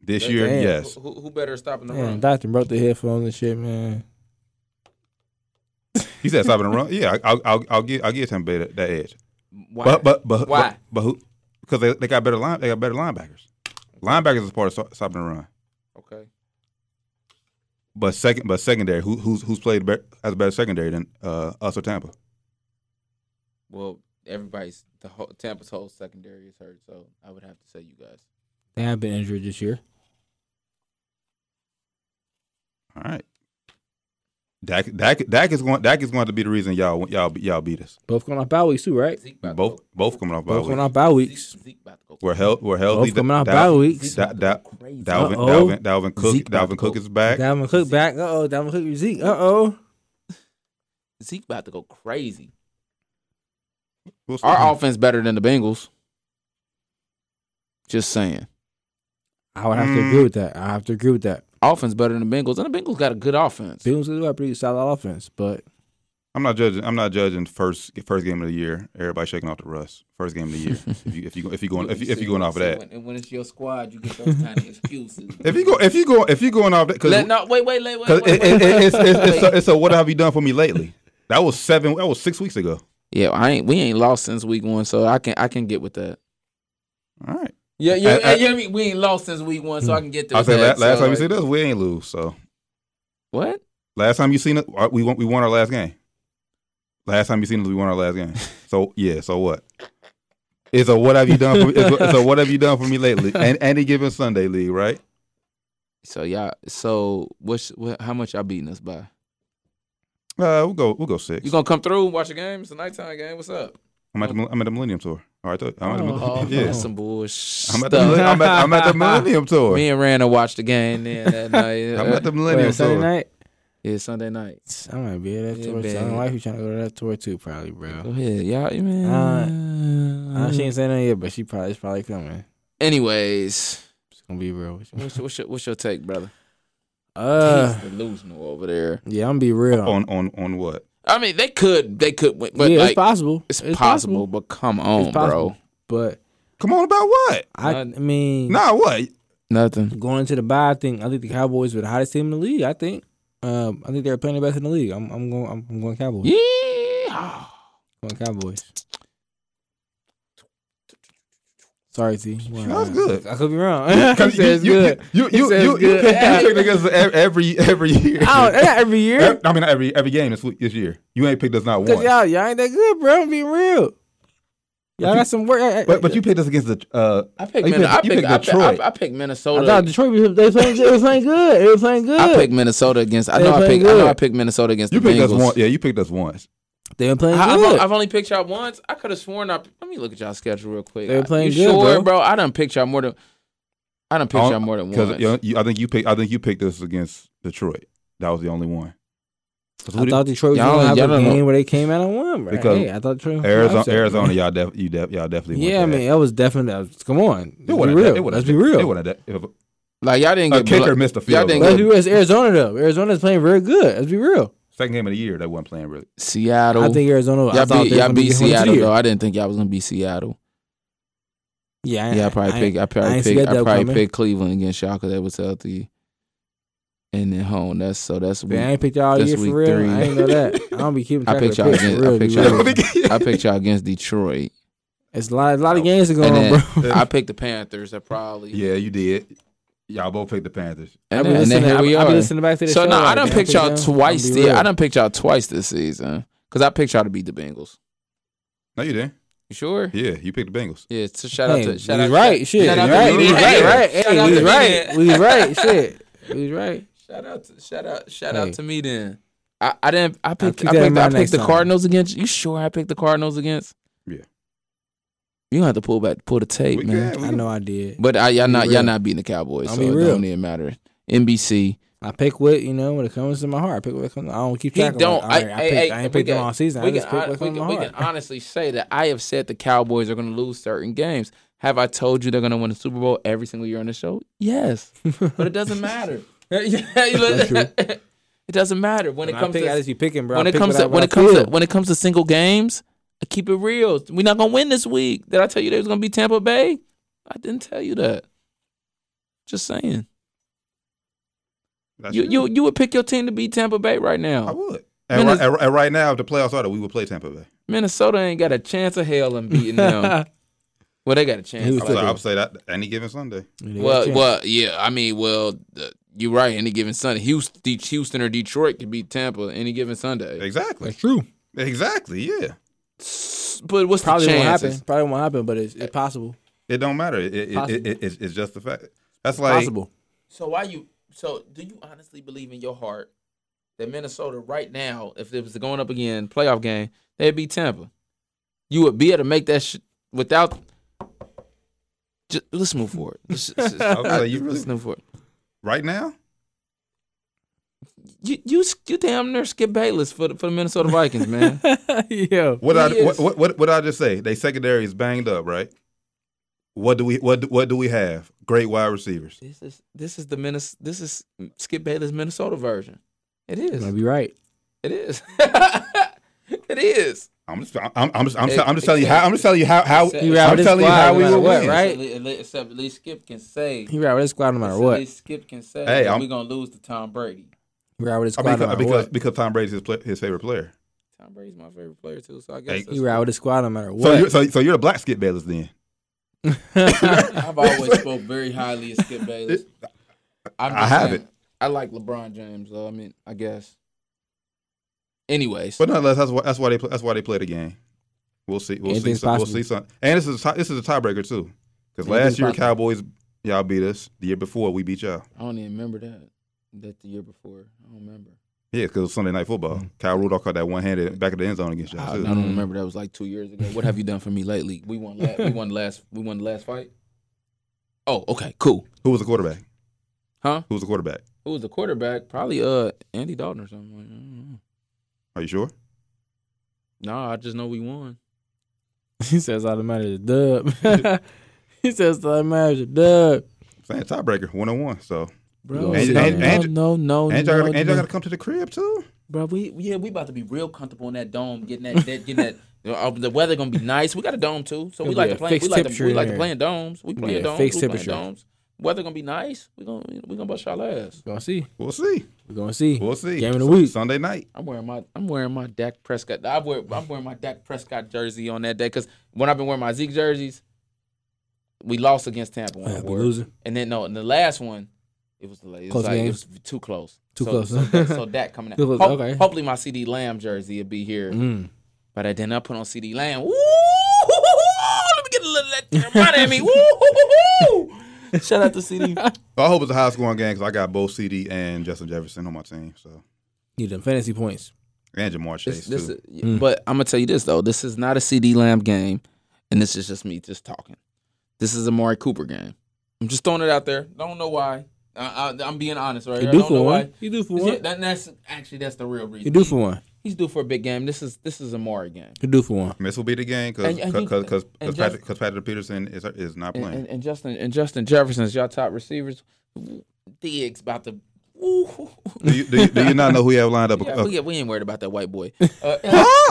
Speaker 5: This year,
Speaker 4: Damn.
Speaker 5: yes.
Speaker 3: Who, who better stopping the
Speaker 4: Man,
Speaker 3: run?
Speaker 4: doctor broke the headphones and shit, man.
Speaker 5: He said stopping the run. Yeah, I- I'll I'll, I'll give I'll give Tampa Bay that, that edge.
Speaker 3: Why?
Speaker 5: But but but
Speaker 3: Why?
Speaker 5: But, but who? Because they, they got better line they got better linebackers. Linebackers is part of stop- stopping the run.
Speaker 3: okay.
Speaker 5: But second but secondary who who's who's played better, has a better secondary than uh, us or Tampa?
Speaker 3: Well, everybody's the whole Tampa's whole secondary is hurt, so I would have to say you guys.
Speaker 4: They have been injured this year.
Speaker 5: All right. Dak, Dak, Dak is going. Dak is going to be the reason y'all y'all y'all beat us.
Speaker 4: Both going off bye weeks too, right?
Speaker 3: Zeke about to
Speaker 5: Both
Speaker 3: go-
Speaker 5: both coming off bye
Speaker 4: Both
Speaker 5: week.
Speaker 4: going off bye
Speaker 3: Zeke,
Speaker 4: weeks.
Speaker 3: Zeke about to go.
Speaker 5: We're health. We're healthy.
Speaker 4: Both coming off
Speaker 5: Dal-
Speaker 4: bye weeks.
Speaker 5: Da- Da-
Speaker 3: Crazy.
Speaker 5: Dalvin,
Speaker 4: Uh-oh.
Speaker 5: Dalvin, Dalvin Cook,
Speaker 3: Zeke about to
Speaker 5: Dalvin Cook
Speaker 3: go.
Speaker 5: is back.
Speaker 4: Dalvin Cook back. Uh oh, Dalvin Cook Zeke. Uh oh.
Speaker 3: Zeke about to go crazy.
Speaker 5: We'll
Speaker 4: Uh-uh.
Speaker 5: see.
Speaker 3: Our offense better than the Bengals. Just saying.
Speaker 4: I would have
Speaker 5: Mm.
Speaker 4: to agree with that. I have to agree with that.
Speaker 3: Offense better than the Bengals, and the Bengals got a good offense.
Speaker 4: Bills do have pretty solid offense, but
Speaker 5: I'm not judging. I'm not judging first first game of the year. Everybody shaking off the rust. First game of the year. if you if you if you going if you, if you going off of that.
Speaker 3: and when it's your squad, you get those kind of excuses.
Speaker 5: If you go if you go if you going off that
Speaker 3: Let,
Speaker 5: because
Speaker 3: no, wait, wait, wait, wait.
Speaker 5: it,
Speaker 3: wait,
Speaker 5: it,
Speaker 3: wait,
Speaker 5: it,
Speaker 3: wait,
Speaker 5: it's, it's, it's,
Speaker 3: wait.
Speaker 5: a, it's a what have you done for me lately? That was seven. That was six weeks ago.
Speaker 3: yeah, I ain't. We ain't lost since week one, so I can I can get with that.
Speaker 5: All right.
Speaker 3: Yeah,
Speaker 5: yeah, I- I-
Speaker 3: yeah. We ain't lost since week one, so I can get
Speaker 5: I say last, last time you see this, we ain't lose. So
Speaker 3: What?
Speaker 5: Last time you seen it, uh, we won. We won our last game. Last time you seen us, we won our last game. So yeah. So what? It's a what have you done? For me, it's, a, it's a what have you done for me lately? And any given Sunday league, right?
Speaker 3: So y'all. So what's what, how much y'all beating us by?
Speaker 5: Uh, we'll go. We'll go six.
Speaker 3: You gonna come through, and watch a game? It's a nighttime game. What's up?
Speaker 5: I'm at the. I'm at the Millennium Tour. All right. I'm at the. Millennium-
Speaker 3: Oh,
Speaker 5: yeah.
Speaker 3: that's some bullshit.
Speaker 5: I'm at, the, Millennium- I'm, at, I'm at the Millennium Tour.
Speaker 3: Me and Randall watched the game then that night.
Speaker 5: I'm at the Millennium
Speaker 4: wait, Sunday
Speaker 5: Tour.
Speaker 4: night,
Speaker 3: yeah, Sunday night.
Speaker 4: I might be at that
Speaker 3: Yeah,
Speaker 4: tour. too.
Speaker 3: baby. Mm-hmm.
Speaker 4: My wife is trying to go to that tour too, probably,
Speaker 3: Go
Speaker 4: bro.
Speaker 3: ahead, y'all. you Man,
Speaker 4: Uh, She ain't saying nothing yet, but she probably is probably coming.
Speaker 3: Anyways,
Speaker 4: gonna be real with you.
Speaker 3: What's your, what's your, what's your take, brother?
Speaker 4: Uh,
Speaker 3: He's delusional over there.
Speaker 4: yeah, I'm gonna be real.
Speaker 5: on on on what?
Speaker 3: I mean, they could, they could, win, but
Speaker 4: yeah,
Speaker 3: like,
Speaker 4: it's possible.
Speaker 3: it's, possible, But come on,
Speaker 4: It's possible.
Speaker 3: bro.
Speaker 4: But
Speaker 5: Come on about what?
Speaker 4: I, I mean,
Speaker 5: Nah, what?
Speaker 3: Nothing.
Speaker 4: going to the bye, I think I think the Cowboys were the hottest team in the league. I think. Um, I think they're playing the best in the league. I'm, I'm going. I'm, I'm going Cowboys.
Speaker 3: Yeah.
Speaker 4: Going Cowboys. Sorry, T. Wow.
Speaker 5: That's good.
Speaker 4: I could be wrong. he says
Speaker 5: you,
Speaker 4: good.
Speaker 5: You
Speaker 4: He
Speaker 5: you you,
Speaker 4: says
Speaker 5: you, you,
Speaker 4: good.
Speaker 5: pick- you pick niggas ev- every every year.
Speaker 4: I don't, not every
Speaker 5: Ev-
Speaker 4: year.
Speaker 5: I mean, not every every game this week, this year. You ain't picked us not
Speaker 4: Cause
Speaker 5: one.
Speaker 4: y'all, y'all ain't that good, bro. I'm being real. Y'all
Speaker 5: you-
Speaker 4: got some work.
Speaker 5: But but you picked us against the uh
Speaker 3: I picked,
Speaker 5: You
Speaker 3: Min-
Speaker 5: picked-
Speaker 3: I
Speaker 5: you
Speaker 3: picked,
Speaker 5: picked
Speaker 3: I picked,
Speaker 5: Detroit.
Speaker 3: I, I picked Minnesota.
Speaker 4: I thought Detroit was- they was playing. It was playing good. It was playing good.
Speaker 3: I picked Minnesota against. I
Speaker 4: They
Speaker 3: know I
Speaker 4: playing
Speaker 3: picked. I know
Speaker 4: good.
Speaker 3: I picked Minnesota against.
Speaker 5: you
Speaker 3: the
Speaker 5: picked us
Speaker 3: Bengals.
Speaker 5: once. Yeah, you picked us once.
Speaker 4: They been playing
Speaker 3: I,
Speaker 4: good.
Speaker 3: have I've only picked y'all once. I could have sworn I. Let me look at y'all schedule real quick.
Speaker 4: They were playing
Speaker 3: you
Speaker 4: good,
Speaker 3: sure,
Speaker 4: bro.
Speaker 3: I done picked y'all more than. I done picked
Speaker 5: I don't-
Speaker 3: y'all more than
Speaker 5: Because
Speaker 3: once.
Speaker 5: I think you picked I think you picked us against Detroit. That was the only one. 'Cause who
Speaker 4: I
Speaker 5: did-
Speaker 4: thought Detroit was
Speaker 3: Y'all
Speaker 4: gonna
Speaker 3: don't-
Speaker 4: have
Speaker 3: y'all
Speaker 4: a
Speaker 3: don't know.
Speaker 4: game where they came out and won, bro.
Speaker 5: Because
Speaker 4: hey, I thought Detroit was gonna
Speaker 5: Arizona,
Speaker 4: upset, bro.
Speaker 5: Arizona, y'all, def, you def, y'all definitely.
Speaker 4: Yeah, I
Speaker 5: went
Speaker 4: mean, that was definitely. that was- Come on,
Speaker 5: It
Speaker 4: let's be
Speaker 5: wasn't
Speaker 4: real.
Speaker 5: that- it wasn't
Speaker 4: Let's
Speaker 5: that-
Speaker 4: be
Speaker 5: It
Speaker 4: real.
Speaker 5: wasn't that- if a-
Speaker 3: like y'all didn't
Speaker 5: a
Speaker 3: get
Speaker 5: kicker
Speaker 3: blow-
Speaker 5: missed a
Speaker 3: Y'all
Speaker 5: field
Speaker 3: didn't
Speaker 5: goal.
Speaker 4: Let's
Speaker 3: get
Speaker 4: be real. It's Arizona though. Arizona's playing very good. Let's be real.
Speaker 5: second game of the year, they wasn't playing really.
Speaker 3: Seattle.
Speaker 4: I think Arizona. I
Speaker 3: y'all
Speaker 4: thought
Speaker 3: beat
Speaker 4: they was
Speaker 3: y'all
Speaker 4: gonna be
Speaker 3: beat
Speaker 4: this one this
Speaker 3: Seattle
Speaker 4: year.
Speaker 3: though. I didn't think y'all was gonna beat Seattle.
Speaker 4: Yeah, I,
Speaker 3: Yeah, I probably
Speaker 4: I-
Speaker 3: pick. I
Speaker 4: I
Speaker 3: probably
Speaker 4: ain't
Speaker 3: pick.
Speaker 4: forget
Speaker 3: I
Speaker 4: that
Speaker 3: probably
Speaker 4: coming.
Speaker 3: pick Cleveland against y'all because that was healthy. And then home. That's so. That's
Speaker 4: Man, I
Speaker 3: weak.
Speaker 4: ain't picked y'all all
Speaker 3: That's
Speaker 4: year for
Speaker 3: week
Speaker 4: real.
Speaker 3: three.
Speaker 4: I ain't know that. I don't be keeping
Speaker 3: I
Speaker 4: track
Speaker 3: picked
Speaker 4: of
Speaker 3: y'all
Speaker 4: the picks,
Speaker 3: against-
Speaker 4: for real,
Speaker 3: I picked
Speaker 4: be real.
Speaker 3: y'all I picked y'all against Detroit.
Speaker 4: It's a lot. A lot of games to go
Speaker 3: And
Speaker 4: on, bro.
Speaker 3: then I picked the Panthers. I probably.
Speaker 5: yeah, you did. Y'all both picked the Panthers.
Speaker 4: I
Speaker 3: And,
Speaker 4: be
Speaker 3: then, and then
Speaker 4: listening-
Speaker 3: here
Speaker 4: I
Speaker 3: we
Speaker 4: be- I
Speaker 3: are.
Speaker 4: be listening back to the
Speaker 3: so
Speaker 4: show.
Speaker 3: no, I
Speaker 4: like,
Speaker 3: done
Speaker 4: damn,
Speaker 3: picked y'all
Speaker 4: them.
Speaker 3: twice.
Speaker 4: I'll be
Speaker 3: The,
Speaker 4: real.
Speaker 3: I done picked y'all twice this season because I picked y'all to beat the Bengals.
Speaker 5: No, you didn't.
Speaker 3: You sure?
Speaker 5: Yeah, you picked the Bengals.
Speaker 3: Yeah. So shout
Speaker 4: Hey,
Speaker 3: out to
Speaker 4: we
Speaker 3: shout out.
Speaker 4: right. Shit,
Speaker 3: shout out
Speaker 4: we
Speaker 3: to-
Speaker 4: right.
Speaker 3: we
Speaker 4: We
Speaker 3: right.
Speaker 4: right.
Speaker 6: Shout out
Speaker 4: Hey, we
Speaker 6: to
Speaker 4: right.
Speaker 6: Bennett.
Speaker 4: We right. Shit, we right.
Speaker 3: Shout out to shout out shout
Speaker 4: Hey.
Speaker 3: out to me then. I, I didn't. I picked.
Speaker 4: keep
Speaker 3: I
Speaker 4: that in
Speaker 3: picked, I
Speaker 4: mind
Speaker 3: picked
Speaker 4: next
Speaker 3: the
Speaker 4: time.
Speaker 3: Cardinals against. You sure I picked the Cardinals against?
Speaker 5: Yeah.
Speaker 3: You gonna have to pull back, pull the tape,
Speaker 5: We
Speaker 3: man.
Speaker 5: good, we
Speaker 4: I
Speaker 5: good.
Speaker 4: know I did.
Speaker 3: But I, y'all
Speaker 4: Be
Speaker 3: not y'all
Speaker 4: real.
Speaker 3: not beating the Cowboys,
Speaker 4: I'll
Speaker 3: so
Speaker 4: be
Speaker 3: it
Speaker 4: real.
Speaker 3: don't even matter. NBC.
Speaker 4: I pick what you know when it comes to my heart. I pick what comes. I don't keep
Speaker 3: He
Speaker 4: track. of
Speaker 3: don't.
Speaker 4: what-
Speaker 3: I,
Speaker 4: alright,
Speaker 3: I,
Speaker 4: picked-
Speaker 3: hey,
Speaker 4: I
Speaker 3: we
Speaker 4: ain't picked them
Speaker 3: can-
Speaker 4: all season.
Speaker 3: We
Speaker 4: I
Speaker 3: can,
Speaker 4: just picked
Speaker 3: hon-
Speaker 4: what
Speaker 3: we
Speaker 4: comes to
Speaker 3: can,
Speaker 4: my
Speaker 3: we can
Speaker 4: heart.
Speaker 3: honestly say that I have said the Cowboys are going to lose certain games. Have I told you they're going to win the Super Bowl every single year on the show? Yes, but it doesn't matter. it doesn't matter when
Speaker 4: When
Speaker 3: it
Speaker 4: I
Speaker 3: comes
Speaker 4: pick, I
Speaker 3: to
Speaker 4: just be picking, bro. I
Speaker 3: when it
Speaker 4: pick
Speaker 3: comes
Speaker 4: what I-
Speaker 3: to
Speaker 4: what
Speaker 3: when
Speaker 4: I
Speaker 3: it comes
Speaker 4: feel.
Speaker 3: to when it comes to single games, I keep it real. We're not gonna win this week. Did I tell you they was gonna be Tampa Bay? I didn't tell you that. Just saying.
Speaker 5: That's
Speaker 3: You
Speaker 5: it.
Speaker 3: you you would pick your team to beat Tampa Bay right
Speaker 5: I
Speaker 3: now.
Speaker 5: would. And
Speaker 3: Minnes-
Speaker 5: right, and, right- and right now, if the playoffs started, we would play Tampa Bay.
Speaker 3: Minnesota ain't got a chance of hell in beating them. well, they got a
Speaker 4: He
Speaker 3: chance.
Speaker 4: was
Speaker 5: I
Speaker 4: Good.
Speaker 5: would, say, I would say that any given Sunday.
Speaker 4: They got a
Speaker 3: Well,
Speaker 4: chance.
Speaker 3: well, yeah. I mean, well, the, you're right. Any given Sunday, Houston, De- Houston or Detroit could beat Tampa any given Sunday.
Speaker 5: Exactly.
Speaker 4: true.
Speaker 5: Exactly. Yeah.
Speaker 3: But what's
Speaker 4: Probably
Speaker 3: the
Speaker 4: won't
Speaker 3: chances?
Speaker 4: happen. Probably won't happen, but it's,
Speaker 5: Uh,
Speaker 4: it's possible.
Speaker 5: It don't matter. It, it, it,
Speaker 4: Possible.
Speaker 5: it, it's, it's just the fact. That's like
Speaker 4: possible.
Speaker 3: So why you? So do you honestly believe in your heart that Minnesota right now, if it was going up again playoff game, they'd be Tampa? You would be able to make that sh- without. Just, let's move forward. Let's, let's,
Speaker 5: Okay, you
Speaker 3: you
Speaker 5: really-
Speaker 3: let's move forward.
Speaker 5: right now.
Speaker 3: You you s- you damn near skip Bayless for the, for the Minnesota Vikings, man.
Speaker 4: yeah.
Speaker 5: What
Speaker 3: He
Speaker 5: I
Speaker 3: is-
Speaker 5: what, what what what I just say? They secondary is banged up, right? What do we what do- what do we have? Great wide receivers.
Speaker 3: this is this is the Minnes- This is Skip Bayless Minnesota version. It is.
Speaker 4: Might be right.
Speaker 3: It is. it is.
Speaker 5: I'm just I'm I'm I'm just, I'm,
Speaker 3: Hey,
Speaker 5: just- I'm just telling you how I'm just telling you how how
Speaker 3: Except-
Speaker 4: He
Speaker 5: I'm
Speaker 4: ride with his
Speaker 5: telling you
Speaker 4: squad
Speaker 5: how
Speaker 4: no
Speaker 5: we
Speaker 4: matter
Speaker 5: will
Speaker 4: what,
Speaker 5: win.
Speaker 4: right?
Speaker 3: Except at least Skip can say.
Speaker 4: He ride with his squad no matter
Speaker 3: Except
Speaker 4: what.
Speaker 3: at least Skip can say
Speaker 5: Hey, I'm-
Speaker 3: we're gonna lose to Tom Brady.
Speaker 4: He ride with his
Speaker 5: I
Speaker 4: squad
Speaker 5: mean,
Speaker 4: no matter
Speaker 5: because because,
Speaker 4: what.
Speaker 5: because Tom Brady's his, play, his favorite player.
Speaker 3: Tom Brady's my favorite player too, so I
Speaker 5: Hey,
Speaker 3: guess that's
Speaker 4: He ride with his squad no matter
Speaker 5: So you're,
Speaker 4: what.
Speaker 5: so so you're a black skip Bayless then.
Speaker 3: I've always spoke very highly of Skip Bayless. I'm
Speaker 5: I
Speaker 3: just
Speaker 5: have
Speaker 3: saying,
Speaker 5: it.
Speaker 3: I like LeBron James, though. I mean, I guess. Anyways,
Speaker 5: But nonetheless, that's why that's why they play, that's why they play the game. We'll see. We'll
Speaker 4: Anything's
Speaker 5: see. Some, we'll
Speaker 4: possible.
Speaker 5: see some. And this is a tie, this is a tiebreaker too,
Speaker 3: Anything's
Speaker 5: because last year
Speaker 3: possible.
Speaker 5: Cowboys y'all beat us. The year before we beat y'all.
Speaker 3: I don't even remember that. That the year before, I don't remember.
Speaker 5: Yeah, because it was Sunday night football. Kyle Rudolph caught that one handed back of the end zone against y'all.
Speaker 3: I,
Speaker 5: too.
Speaker 3: I don't remember. That was like two years ago. What have you done for me lately? We won. La- we won last. We won the last fight. Oh, okay, cool.
Speaker 5: Who was the quarterback?
Speaker 3: Huh?
Speaker 5: Who was the quarterback?
Speaker 3: Who was the quarterback? Probably uh Andy Dalton or something. Like, I don't know.
Speaker 5: Are you sure?
Speaker 3: Nah, I just know we won.
Speaker 4: He says all that matters is dub. He says all that matters is dub.
Speaker 5: Same tiebreaker, one on one. So
Speaker 4: bro.
Speaker 3: And-
Speaker 4: see,
Speaker 3: and-
Speaker 5: and-
Speaker 4: no,
Speaker 3: Oh,
Speaker 4: no, no,
Speaker 5: and
Speaker 4: no,
Speaker 5: y'all, and y'all
Speaker 4: no.
Speaker 5: got to come to the crib too.
Speaker 3: Bro, we yeah, we about to be real comfortable in that dome, getting that, that getting that. uh, the weather gonna be nice. We got a dome too, so we
Speaker 4: It'll
Speaker 3: like
Speaker 4: be
Speaker 3: to
Speaker 4: a
Speaker 3: play. We
Speaker 4: fixed
Speaker 3: like to,
Speaker 4: temperature
Speaker 3: we
Speaker 4: in
Speaker 3: like to
Speaker 4: there.
Speaker 3: play in domes. We play in
Speaker 4: Yeah,
Speaker 3: domes.
Speaker 4: fixed
Speaker 3: we play in
Speaker 4: temperature.
Speaker 3: domes. Weather gonna be nice. We gonna we gonna bust y'all ass.
Speaker 4: We're gonna see.
Speaker 5: We'll see.
Speaker 4: We're gonna see.
Speaker 5: We'll see.
Speaker 4: Game of the week.
Speaker 5: Sunday night.
Speaker 3: I'm wearing my I'm wearing my Dak Prescott. I wear I'm wearing my Dak Prescott jersey on that day because when I've been wearing my Zeke jerseys, we lost against Tampa. When I
Speaker 4: Yeah, Ah, we
Speaker 3: wore it.
Speaker 4: losing.
Speaker 3: And then no, and the last one, it was the it was,
Speaker 4: Close
Speaker 3: like, it
Speaker 4: game.
Speaker 3: was too close.
Speaker 4: Too
Speaker 3: so,
Speaker 4: close.
Speaker 3: So, that, so Dak coming out.
Speaker 4: Too close,
Speaker 3: Ho-
Speaker 4: okay.
Speaker 3: Hopefully my CD Lamb jersey will be here.
Speaker 4: Mm.
Speaker 3: But I did not put on CD Lamb. Woo! Let me get a little of that money at me. Woo! Shout out to CD.
Speaker 5: I hope it's a high scoring game because I got both CD and Justin Jefferson on my team. So
Speaker 4: Need them fantasy points.
Speaker 5: and Jamar Chase
Speaker 3: This- this
Speaker 5: too.
Speaker 3: is- But I'm gonna tell you this though, this is not a CD Lamb game, and this is just me just talking. This is a Amari Cooper game. I'm just throwing it out there. Don't know why. I, I, I'm being honest, right?
Speaker 4: You
Speaker 3: here. I
Speaker 4: do
Speaker 3: don't know
Speaker 4: for
Speaker 3: why.
Speaker 4: one. You do for
Speaker 3: Yeah,
Speaker 4: one.
Speaker 3: that, that's actually that's the real reason.
Speaker 4: You do for one.
Speaker 3: He's due for a big game. This is this is a Amari game.
Speaker 4: You do for one.
Speaker 5: This will be the game because
Speaker 3: And- and you-
Speaker 5: because
Speaker 3: and
Speaker 5: Patrick, 'cause Patrick Peterson is is not
Speaker 3: And,
Speaker 5: playing.
Speaker 3: and, and Justin and Justin Jefferson's y'all top receivers. Diggs about to. Ooh.
Speaker 5: do, you, do, you, do you not know who you have lined up?
Speaker 3: Yeah,
Speaker 5: Uh,
Speaker 3: we, we ain't worried about that white boy. Uh,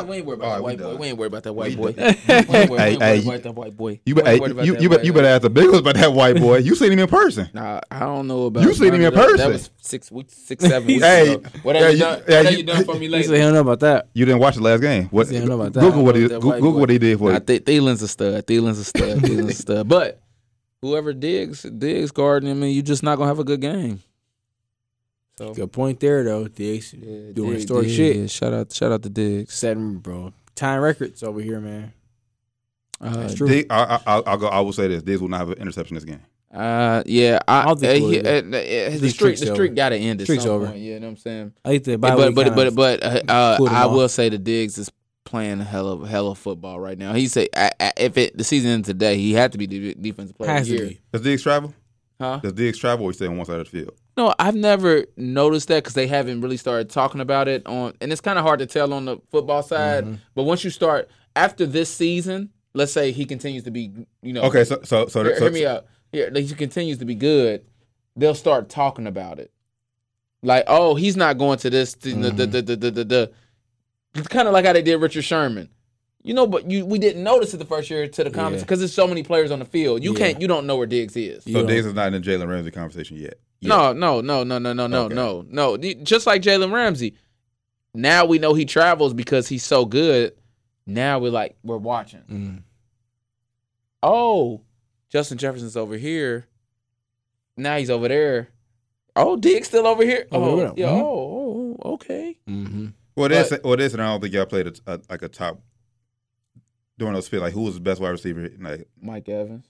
Speaker 3: we ain't worried about that
Speaker 5: All right, we
Speaker 3: white boy.
Speaker 5: done.
Speaker 3: We ain't worried about that white
Speaker 5: We
Speaker 3: boy. We
Speaker 5: done.
Speaker 3: ain't worried- we
Speaker 5: Hey,
Speaker 3: ain't
Speaker 5: hey,
Speaker 3: worried about that white boy.
Speaker 5: you,
Speaker 3: We ain't
Speaker 5: be- hey,
Speaker 3: worried about
Speaker 5: you,
Speaker 3: that
Speaker 5: you,
Speaker 3: white
Speaker 5: be- you better ask the biggest about that white boy. You seen him in person.
Speaker 3: Nah, I don't know about.
Speaker 5: You seen him in
Speaker 3: That- That
Speaker 5: person.
Speaker 3: was six weeks, six seven weeks
Speaker 5: Hey,
Speaker 3: ago. Whatever
Speaker 5: yeah,
Speaker 3: you
Speaker 5: you-
Speaker 3: done,
Speaker 5: yeah,
Speaker 3: whatever
Speaker 5: you-
Speaker 3: you done for me
Speaker 4: You say he
Speaker 3: lately.
Speaker 4: don't know about that.
Speaker 5: You didn't watch the last game. What?
Speaker 4: Yeah, I know about that.
Speaker 5: Google what
Speaker 3: I
Speaker 5: he
Speaker 3: know that white
Speaker 5: Google
Speaker 3: boy.
Speaker 5: what he did for
Speaker 3: Nah,
Speaker 5: it.
Speaker 3: Th- Thielen's a stud. Thielen's a stud. Thielen's a stud. But whoever digs, digs guarding him, you're just not gonna have a good game. So
Speaker 4: Good point there though. Diggs
Speaker 3: yeah,
Speaker 4: doing
Speaker 3: Diggs,
Speaker 4: historic
Speaker 3: Diggs,
Speaker 4: shit.
Speaker 3: yeah, shout out, shout out to Diggs.
Speaker 4: setting bro tying records over here, man.
Speaker 3: Uh,
Speaker 4: That's true.
Speaker 5: Dig- I, I, I, I'll go, I will say this: Diggs will not have an interception this game.
Speaker 3: Uh, yeah, I,
Speaker 4: I don't
Speaker 3: uh,
Speaker 4: think we'll
Speaker 3: yeah,
Speaker 4: either.
Speaker 3: uh, uh, the
Speaker 4: think
Speaker 3: streak, the
Speaker 4: streak's
Speaker 3: streak
Speaker 4: over.
Speaker 3: got to end at
Speaker 4: Streak's
Speaker 3: some
Speaker 4: over.
Speaker 3: point. Yeah, you know what I'm saying.
Speaker 4: I think the bye
Speaker 3: but,
Speaker 4: week
Speaker 3: but,
Speaker 4: kinda-
Speaker 3: but but uh, uh,
Speaker 4: pulled him
Speaker 3: I
Speaker 4: off.
Speaker 3: will say the Diggs is playing a hell of hell of football right now. He say I, I, if it the season ends today, he had to be the defensive player
Speaker 4: has
Speaker 3: of the
Speaker 4: to
Speaker 3: year.
Speaker 4: be.
Speaker 5: Does Diggs travel?
Speaker 3: Huh?
Speaker 5: Does Diggs travel or he stay on one side of the field?
Speaker 3: No, I've never noticed that because they haven't really started talking about it on, and it's kind of hard to tell on the football side.
Speaker 5: Mm-hmm.
Speaker 3: But once you start after this season, let's say he continues to be, you know,
Speaker 5: Okay, so so so,
Speaker 3: hear,
Speaker 5: so,
Speaker 3: hear me out. Here, like, he continues to be good. They'll start talking about it, like, oh, he's not going to this. th- The,
Speaker 5: Mm-hmm.
Speaker 3: the, the, the, the, the, It's kind of like how they did Richard Sherman. You know, but you we didn't notice it the first year to the comments
Speaker 4: Yeah.
Speaker 3: because there's so many players on the field. You
Speaker 4: Yeah.
Speaker 3: can't, you don't know where Diggs is.
Speaker 4: You
Speaker 5: so
Speaker 4: know,
Speaker 5: Diggs is not in the Jalen Ramsey conversation yet. Yet.
Speaker 3: No, no, no, no, no, no, no,
Speaker 5: Okay.
Speaker 3: no, no. The- Just like Jalen Ramsey, now we know he travels because he's so good. Now we're like we're watching.
Speaker 4: mm,
Speaker 3: Oh, Justin Jefferson's over here. Now he's over there. Oh, Dick's still over here.
Speaker 4: Over
Speaker 3: Oh,
Speaker 4: there,
Speaker 3: yeah.
Speaker 4: mhm.
Speaker 3: Oh, oh, okay.
Speaker 4: hmm
Speaker 5: Well, this
Speaker 3: But-
Speaker 5: well this, and I don't think y'all played a, a, like a top during those field. Like who was the best wide receiver? Like
Speaker 3: Mike Evans.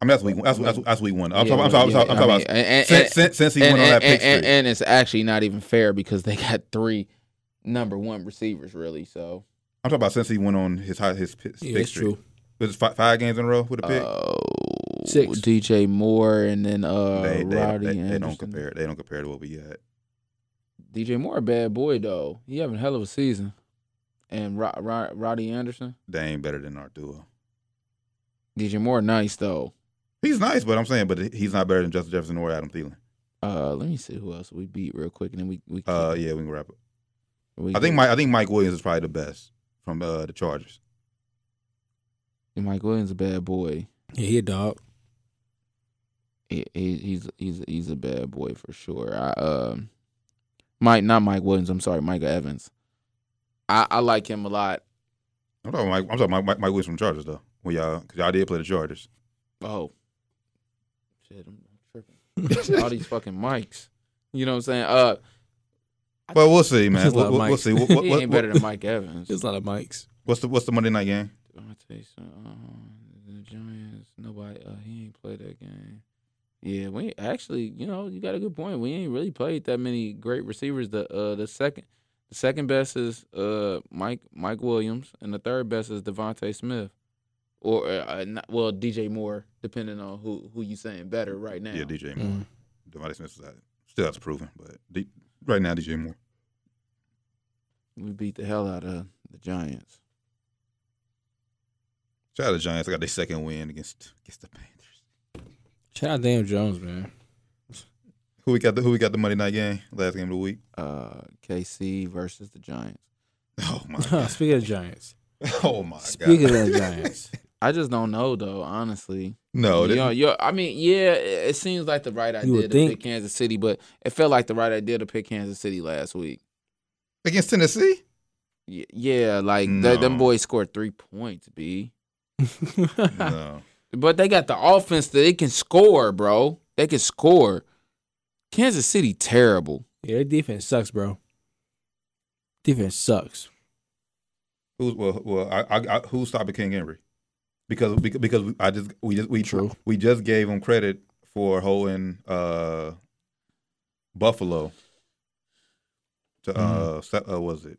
Speaker 5: I mean, that's week that's that's, that's week one. I'm
Speaker 3: Yeah,
Speaker 5: talking. I'm talking.
Speaker 3: yeah,
Speaker 5: I'm talking
Speaker 3: I
Speaker 5: about
Speaker 3: mean, and- and-
Speaker 5: since, since, since he
Speaker 3: and,
Speaker 5: went on
Speaker 3: and-
Speaker 5: that pick
Speaker 3: and-
Speaker 5: streak.
Speaker 3: and it's actually not even fair because they got three number one receivers, really. So,
Speaker 5: I'm talking about since he went on his high, his pick,
Speaker 4: Yeah,
Speaker 5: pick
Speaker 4: that's
Speaker 5: streak.
Speaker 4: true.
Speaker 5: Was it five, five games in a row with a pick?
Speaker 3: oh,
Speaker 4: Six.
Speaker 3: DJ Moore and then uh,
Speaker 5: they, they,
Speaker 3: Roddy
Speaker 5: they,
Speaker 3: and
Speaker 5: they don't compare. They don't compare to what we had.
Speaker 3: DJ Moore, a bad boy though. He having a hell of a season. And Ro- Ro- Roddy Anderson,
Speaker 5: They ain't better than our duo.
Speaker 3: DJ Moore, nice though.
Speaker 5: He's nice, but I'm saying, but he's not better than Justin Jefferson or Adam Thielen.
Speaker 3: Uh, let me see who else we beat real quick, and then we we.
Speaker 5: Uh, yeah, we can wrap up.
Speaker 3: we
Speaker 5: I think Mike. I think Mike Williams is probably the best from uh, the Chargers.
Speaker 3: Mike Williams a bad boy.
Speaker 4: Yeah, he a dog.
Speaker 3: He, he, he's he's he's a bad boy for sure. I um, Mike, not Mike Williams. I'm sorry, Micah Evans. I I like him a lot.
Speaker 5: I'm talking. Mike, I'm talking Mike, Mike, Mike Williams from the Chargers though. When y'all, because y'all did play the Chargers.
Speaker 3: Oh, shit, I'm tripping. All these fucking mics. You know what I'm saying? Uh,
Speaker 5: But we'll see, man.
Speaker 4: Just
Speaker 5: We'll,
Speaker 4: love
Speaker 5: we'll,
Speaker 4: Mike.
Speaker 5: we'll see. What, what,
Speaker 3: he
Speaker 5: what,
Speaker 3: ain't better than Mike Evans.
Speaker 4: There's a lot of mics.
Speaker 5: what's the What's the Monday night game?
Speaker 3: I'm gonna tell you something. Uh, the Giants, nobody, uh, he ain't played that game. Yeah, we ain't- actually, you know, you got a good point. We ain't really played that many great receivers. The uh, the second, the second best is uh Mike Mike Williams, and the third best is Devonte Smith, or uh, uh, not, well DJ Moore, depending on who who you saying better right now.
Speaker 5: Yeah, DJ Moore.
Speaker 3: Mm-hmm.
Speaker 5: Devontae Smith is out. Still has to prove him, but D, right now DJ Moore.
Speaker 3: We beat the hell out of the Giants.
Speaker 5: Shout out to the Giants. I got their second win against against the Panthers.
Speaker 4: Shout out Daniel Jones, man.
Speaker 5: Who we got? The, who we got the Monday night game? Last game of the week.
Speaker 3: Uh, KC versus the Giants.
Speaker 5: Oh my god.
Speaker 4: Speaking of Giants.
Speaker 5: Oh my
Speaker 4: Speaking
Speaker 5: god.
Speaker 4: of Giants.
Speaker 3: I just don't know though, honestly.
Speaker 5: no,
Speaker 3: you
Speaker 5: that-
Speaker 3: know, you're, I mean, yeah, it it seems like the right idea to
Speaker 4: would think.
Speaker 3: pick Kansas City, but it felt like the right idea to pick Kansas City last week.
Speaker 5: against Tennessee.
Speaker 3: Y- Yeah, like th- them
Speaker 5: No.
Speaker 3: boys scored three points, b.
Speaker 5: no.
Speaker 3: But they got the offense that they can score, bro. They can score. Kansas City terrible.
Speaker 4: Yeah, their defense sucks, bro. Defense sucks.
Speaker 5: Who's well? Well, I, I, I, who's stopping King Henry? Because because, because we- I just we just we
Speaker 4: True.
Speaker 5: we just gave him credit for holding uh, Buffalo to uh,
Speaker 4: Mm-hmm.
Speaker 5: se- uh was it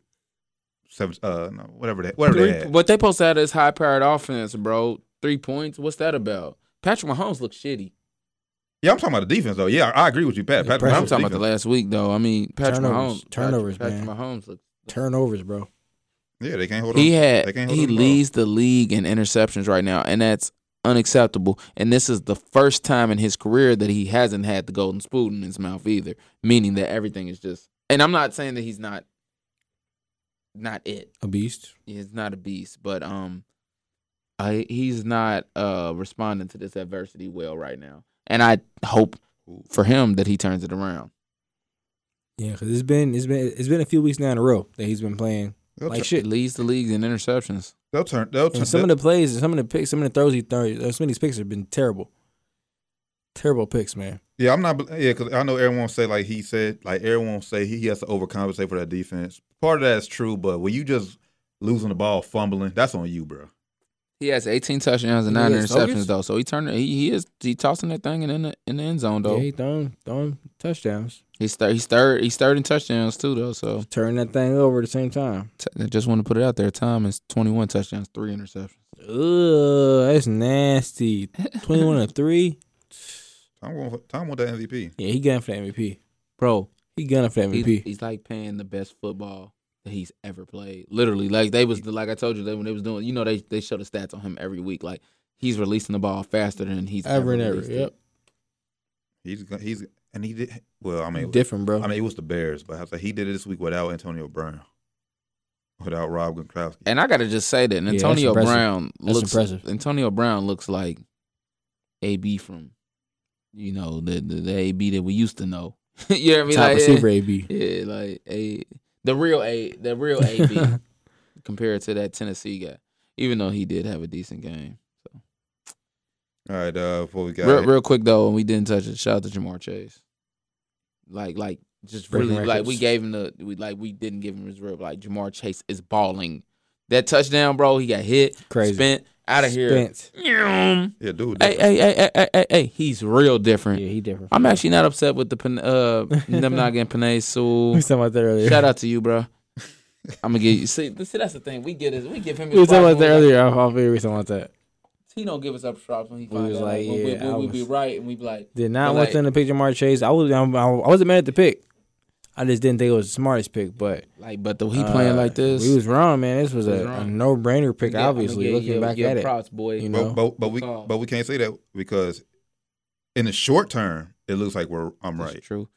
Speaker 5: seven uh no, whatever that whatever they
Speaker 3: Three,
Speaker 5: had.
Speaker 3: what they supposed to have is high powered offense, bro. Three points. What's that about? Patrick Mahomes looks shitty.
Speaker 5: Yeah, I'm talking about the defense though. Yeah, I, I agree with you, Pat.
Speaker 4: The
Speaker 5: Patrick
Speaker 4: pressure.
Speaker 5: Mahomes
Speaker 3: I'm talking about the
Speaker 5: defense.
Speaker 3: last week though. I mean, Patrick
Speaker 4: Turnovers.
Speaker 3: Mahomes.
Speaker 4: Turnovers,
Speaker 3: Patrick,
Speaker 4: man.
Speaker 3: Patrick Mahomes looks.
Speaker 4: Turnovers, bro.
Speaker 5: Yeah, they can't hold
Speaker 3: He
Speaker 5: on.
Speaker 3: had
Speaker 5: They can't hold
Speaker 3: he
Speaker 5: on to the
Speaker 3: leads the league in interceptions right now, and that's unacceptable. And this is the first time in his career that he hasn't had the golden spoon in his mouth either. Meaning that everything is just. And I'm not saying that he's not. Not it.
Speaker 4: A beast.
Speaker 3: He's not a beast, but um, I he's not uh responding to this adversity well right now. And I hope for him that he turns it around.
Speaker 4: Yeah, because it's been it's been it's been a few weeks now in a row that he's been playing.
Speaker 5: They'll,
Speaker 4: Like
Speaker 5: turn,
Speaker 4: shit.
Speaker 3: leads the league in interceptions.
Speaker 5: they'll turn. They'll turn.
Speaker 4: And some of the plays, and some of the picks, some of the throws he throws, uh, some of these picks have been terrible. Terrible picks, man.
Speaker 5: Yeah, I'm not. Yeah, because I know everyone say like he said, like everyone say he, he has to overcompensate for that defense. Part of that is true, but when you just losing the ball, fumbling, that's on you, bro.
Speaker 3: He has 18 touchdowns and nine
Speaker 4: He has
Speaker 3: interceptions
Speaker 4: targets?
Speaker 3: though, so he turned he, he is he tossing that thing in the in the end zone though.
Speaker 4: Yeah, he throwing throwing touchdowns,
Speaker 3: He's third he's third he's third in touchdowns too though. So
Speaker 4: turning that thing over at the same time.
Speaker 3: t- I just want to put it out there. Tom is 21 touchdowns, three interceptions.
Speaker 4: Ugh, that's nasty. Twenty one to three.
Speaker 5: Tom want, Tom want that MVP.
Speaker 4: Yeah, he gunning for the MVP.
Speaker 3: Bro,
Speaker 4: He gunning for the
Speaker 3: He's,
Speaker 4: MVP.
Speaker 3: he's like playing the best football that he's ever played. Literally, like they was like I told you that when they was doing, you know, they they show the stats on him every week. Like he's releasing the ball faster than he's
Speaker 4: Ever
Speaker 3: ever,
Speaker 4: and ever.
Speaker 3: released it.
Speaker 4: Yep.
Speaker 5: He's go- he's and he did well. I mean,
Speaker 4: Different, bro.
Speaker 5: I mean, it was the Bears, but I was like, he did it this week without Antonio Brown, without Rob Gronkowski.
Speaker 3: And I gotta just say that
Speaker 4: that's
Speaker 3: Antonio
Speaker 4: impressive.
Speaker 3: Brown
Speaker 4: That's
Speaker 3: looks
Speaker 4: impressive.
Speaker 3: Antonio Brown looks like AB from, you know, the the, the AB that we used to know. you know what I mean?
Speaker 4: Top
Speaker 3: like,
Speaker 4: receiver, AB.
Speaker 3: Yeah, yeah, like a the real a the real AB compared to that Tennessee guy. Even though he did have a decent game.
Speaker 5: All right, uh, before we got
Speaker 3: Real, real quick though, and we didn't touch it. Shout out to Jamar Chase. Like, like, just
Speaker 4: Breaking
Speaker 3: really, like, we
Speaker 4: records.
Speaker 3: gave him the, we like, we didn't give him his real. Like, Jamar Chase is balling. That touchdown, bro. He got hit,
Speaker 4: Crazy.
Speaker 3: spent out of here.
Speaker 4: Spence.
Speaker 3: Yum.
Speaker 5: yeah, dude,
Speaker 3: Hey, hey, hey, hey, hey, hey, hey, he's real
Speaker 4: Yeah,
Speaker 3: different.
Speaker 4: he different.
Speaker 3: I'm actually not upset with the Pen- uh them not getting Panay
Speaker 4: We
Speaker 3: Sewell.
Speaker 4: was talking about that earlier.
Speaker 3: Shout out to you, bro. I'm gonna get you. See, see, that's the thing. We get it. We give him.
Speaker 4: We was
Speaker 3: His
Speaker 4: talking
Speaker 3: props
Speaker 4: about that
Speaker 3: when-
Speaker 4: earlier. I'll, I'll be reason about that.
Speaker 3: He don't give us up props when he
Speaker 4: We
Speaker 3: finds
Speaker 4: was
Speaker 3: out.
Speaker 4: like,
Speaker 3: when we,
Speaker 4: yeah,
Speaker 3: when
Speaker 4: I
Speaker 3: we be
Speaker 4: was-
Speaker 3: right and we be like,
Speaker 4: Did not
Speaker 3: But,
Speaker 4: want
Speaker 3: like-
Speaker 4: them to pick Jamar Chase. I was I, I wasn't mad at the pick. I just didn't think it was the smartest pick, but
Speaker 3: like, but the, he
Speaker 4: uh,
Speaker 3: playing like this.
Speaker 4: We was wrong, man. This was
Speaker 3: We was
Speaker 4: a, a
Speaker 3: wrong.
Speaker 4: no brainer pick.
Speaker 3: Yeah, I mean,
Speaker 4: obviously,
Speaker 3: yeah,
Speaker 4: looking
Speaker 3: yeah,
Speaker 4: back
Speaker 3: yeah,
Speaker 4: at it,
Speaker 3: props, boy.
Speaker 4: you
Speaker 5: but,
Speaker 4: know,
Speaker 5: but but we
Speaker 3: Good call.
Speaker 5: but we can't say that because in the short term, it looks like we're I'm
Speaker 3: That's
Speaker 5: right.
Speaker 3: True.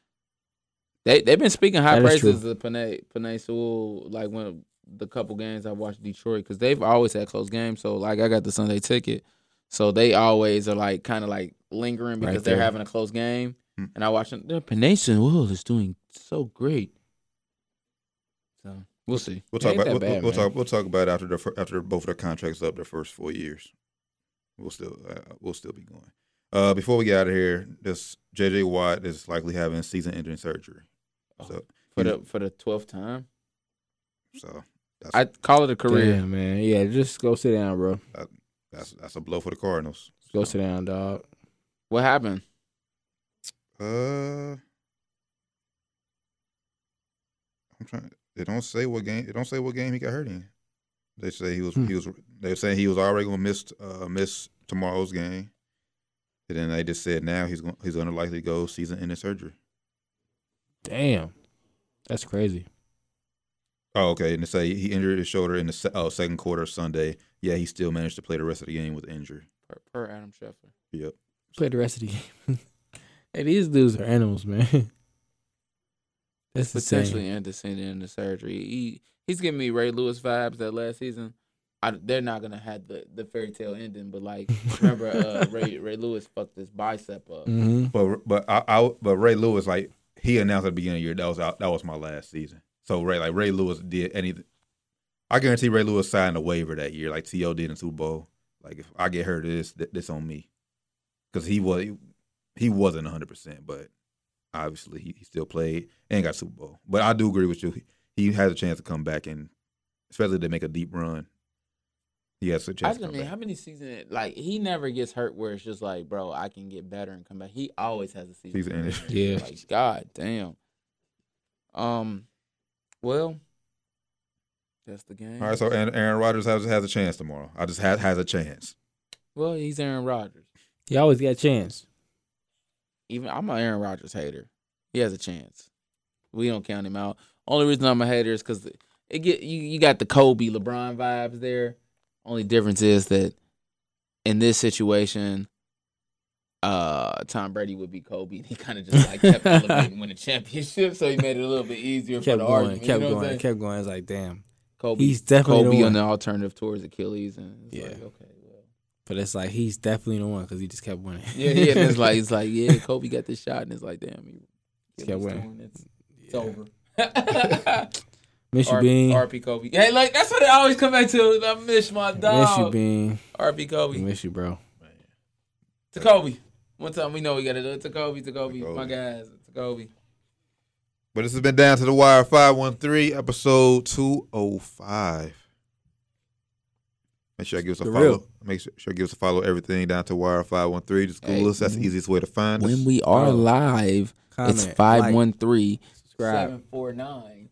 Speaker 3: They they've been speaking high
Speaker 4: That is
Speaker 3: praises of Panay Panay Sewell like when the couple games I watched Detroit because they've always had close games. So like I got the Sunday ticket, so they always are like kind of like lingering because
Speaker 4: Right
Speaker 3: they're
Speaker 4: there.
Speaker 3: having a close game.
Speaker 5: Hmm.
Speaker 3: And I watch them. Panay Sewell is doing so great. So we'll see.
Speaker 5: We'll
Speaker 4: It
Speaker 5: talk
Speaker 4: ain't
Speaker 5: about
Speaker 4: that
Speaker 5: we'll,
Speaker 4: bad,
Speaker 5: we'll
Speaker 4: man.
Speaker 5: talk we'll talk about it after the fir- after both of their contracts up their first four years. We'll still uh, we'll still be going. Uh, before we get out of here, this JJ Watt is likely having season-ending surgery.
Speaker 4: Oh.
Speaker 5: So
Speaker 3: For the for the twelfth time,
Speaker 5: so that's,
Speaker 3: I call it a career.
Speaker 4: Damn, man. Yeah, just go sit down, bro.
Speaker 5: that's that's a blow for the Cardinals.
Speaker 4: Go sit down, dog.
Speaker 3: What happened?
Speaker 5: Uh, I'm trying. They don't say what game. They don't say what game he got hurt in. They say he was.
Speaker 4: Hmm.
Speaker 5: He was. They're saying he was already gonna miss. Uh, miss tomorrow's game. And then they just said now he's going. He's gonna likely go season ending surgery.
Speaker 4: Damn, that's crazy.
Speaker 5: Oh, okay. And they say he injured his shoulder in the se- oh, second quarter of Sunday. Yeah, he still managed to play the rest of the game with injury.
Speaker 3: Per, per Adam Schefter.
Speaker 5: Yep.
Speaker 4: Play the rest of the game. hey, these dudes are animals, man. That's
Speaker 3: potentially
Speaker 4: potentially.
Speaker 3: antecedent in the surgery. He he's giving me Ray Lewis vibes that last season. I, they're not gonna have the, the fairy tale ending, but like remember uh, Ray Ray Lewis fucked his bicep up.
Speaker 5: Mm,
Speaker 4: Mm-hmm.
Speaker 5: But but I, I but Ray Lewis like he announced at the beginning of the year that was out, that was my last season. So Ray like Ray Lewis did anything. I guarantee Ray Lewis signed a waiver that year, like To did in Super Bowl. Like if I get hurt, this th- this on me, because he was he wasn't one hundred percent, but obviously he, he still played and got Super Bowl. But I do agree with you. He, he has a chance to come back, and especially if they make a deep run, he has a
Speaker 3: I
Speaker 5: chance.
Speaker 3: just
Speaker 5: to come
Speaker 3: mean,
Speaker 5: back.
Speaker 3: how many seasons? Like he never gets hurt where it's just like, bro, I can get better and come back. He always has a season.
Speaker 5: Season
Speaker 3: ending.
Speaker 5: ending.
Speaker 4: Yeah.
Speaker 3: Like God damn. Um, well, that's the game.
Speaker 5: All right, so Aaron, Aaron Rodgers has, has a chance tomorrow. I just has has a chance.
Speaker 3: well, he's Aaron Rodgers.
Speaker 4: You always got a chance.
Speaker 3: even I'm an Aaron Rodgers hater. He has a chance. We don't count him out. Only reason I'm a hater is because it get you, you got the Kobe LeBron vibes there. Only difference is that in this situation, uh, Tom Brady would be Kobe. He kind of just like kept elevating, winning championships, so he made it a little bit easier for
Speaker 4: Kept
Speaker 3: the
Speaker 4: going,
Speaker 3: argument. you
Speaker 4: kept
Speaker 3: know what I'm
Speaker 4: going,
Speaker 3: saying?
Speaker 4: kept going. It's like, damn.
Speaker 3: Kobe,
Speaker 4: He's definitely the
Speaker 3: Kobe on
Speaker 4: one.
Speaker 3: the alternative towards Achilles, and it's
Speaker 4: Yeah.
Speaker 3: like, okay, well,
Speaker 4: But it's like he's definitely the one because he just kept winning.
Speaker 3: yeah, yeah. And it's like it's like yeah, Kobe got this shot, and it's like damn, you
Speaker 4: Just kept winning.
Speaker 3: It's, it's
Speaker 4: Yeah.
Speaker 3: over.
Speaker 4: Miss you,
Speaker 3: R-
Speaker 4: Bean.
Speaker 3: RP Kobe. Hey, like that's what I always come back to. I miss my
Speaker 4: Miss you,
Speaker 3: dog.
Speaker 4: Bean.
Speaker 3: RP
Speaker 4: We
Speaker 3: Kobe.
Speaker 4: miss you, bro.
Speaker 3: To Kobe. One time we know we gotta do it. To Kobe, to Kobe,
Speaker 5: Kobe.
Speaker 3: my guys. To Kobe.
Speaker 5: But this has been Down to the Wire 513, episode 205. Make sure I give us a
Speaker 4: The
Speaker 5: follow.
Speaker 4: real.
Speaker 5: Make sure, sure give us a follow everything down to Wire 513. Just Google
Speaker 3: Hey.
Speaker 5: us. That's the easiest way to find us.
Speaker 3: When we are
Speaker 4: Oh.
Speaker 3: live,
Speaker 4: Comment,
Speaker 3: it's 513
Speaker 4: like, subscribe.
Speaker 3: 749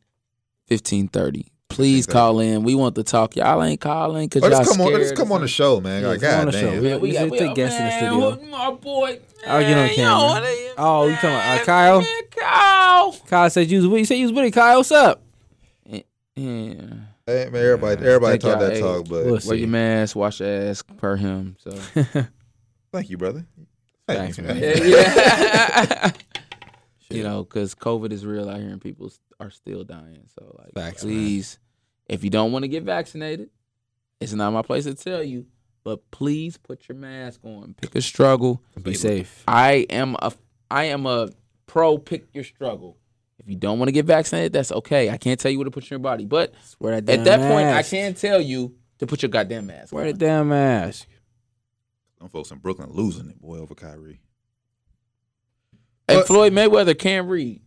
Speaker 3: 1530. Please
Speaker 5: 1530.
Speaker 3: call in. We want to talk. Y'all ain't calling
Speaker 4: Oh,
Speaker 3: because
Speaker 5: Or
Speaker 3: y'all
Speaker 5: Oh, just come on,
Speaker 3: scared
Speaker 5: or just
Speaker 3: or
Speaker 5: come on the
Speaker 3: something.
Speaker 5: show, man.
Speaker 4: Yeah,
Speaker 5: like,
Speaker 4: come on
Speaker 5: God
Speaker 4: the show.
Speaker 5: damn.
Speaker 4: We- we
Speaker 3: got-
Speaker 4: should take guests in the
Speaker 3: man,
Speaker 4: studio. Oh,
Speaker 3: who- My boy.
Speaker 4: I'll get on
Speaker 3: man,
Speaker 4: camera.
Speaker 3: yo, what are you-
Speaker 4: Oh, you talking about, uh,
Speaker 3: man,
Speaker 4: Kyle?
Speaker 3: man, Kyle.
Speaker 4: Kyle said you was with. You said you was with it. Kyle, what's up?
Speaker 3: Yeah.
Speaker 5: Hey, man, everybody, everybody
Speaker 3: Thank
Speaker 5: talk
Speaker 3: y'all.
Speaker 5: that
Speaker 3: Hey.
Speaker 5: talk, but
Speaker 4: Listen.
Speaker 3: Wear
Speaker 4: See.
Speaker 3: your mask, wash your ass per him. So
Speaker 5: thank you, brother.
Speaker 4: Thanks, man.
Speaker 3: yeah, yeah. you know, because COVID is real out here and people s- are still dying. So like,
Speaker 4: Facts, man.
Speaker 3: please, if you don't want to get vaccinated, it's not my place to tell you, but please put your mask on. Pick a struggle.
Speaker 4: Be safe.
Speaker 3: I am a I am a pro. Pick your struggle. If you don't want to get vaccinated, that's okay. I can't tell you what to put in your body, but
Speaker 4: Wear that damn
Speaker 3: at that point, I
Speaker 4: mask.
Speaker 3: can tell you to put your goddamn mask.
Speaker 4: Wear
Speaker 3: on.
Speaker 4: that damn mask.
Speaker 5: Some folks in Brooklyn losing it, boy, over Kyrie.
Speaker 3: Hey,
Speaker 5: But-
Speaker 3: Floyd Mayweather can read.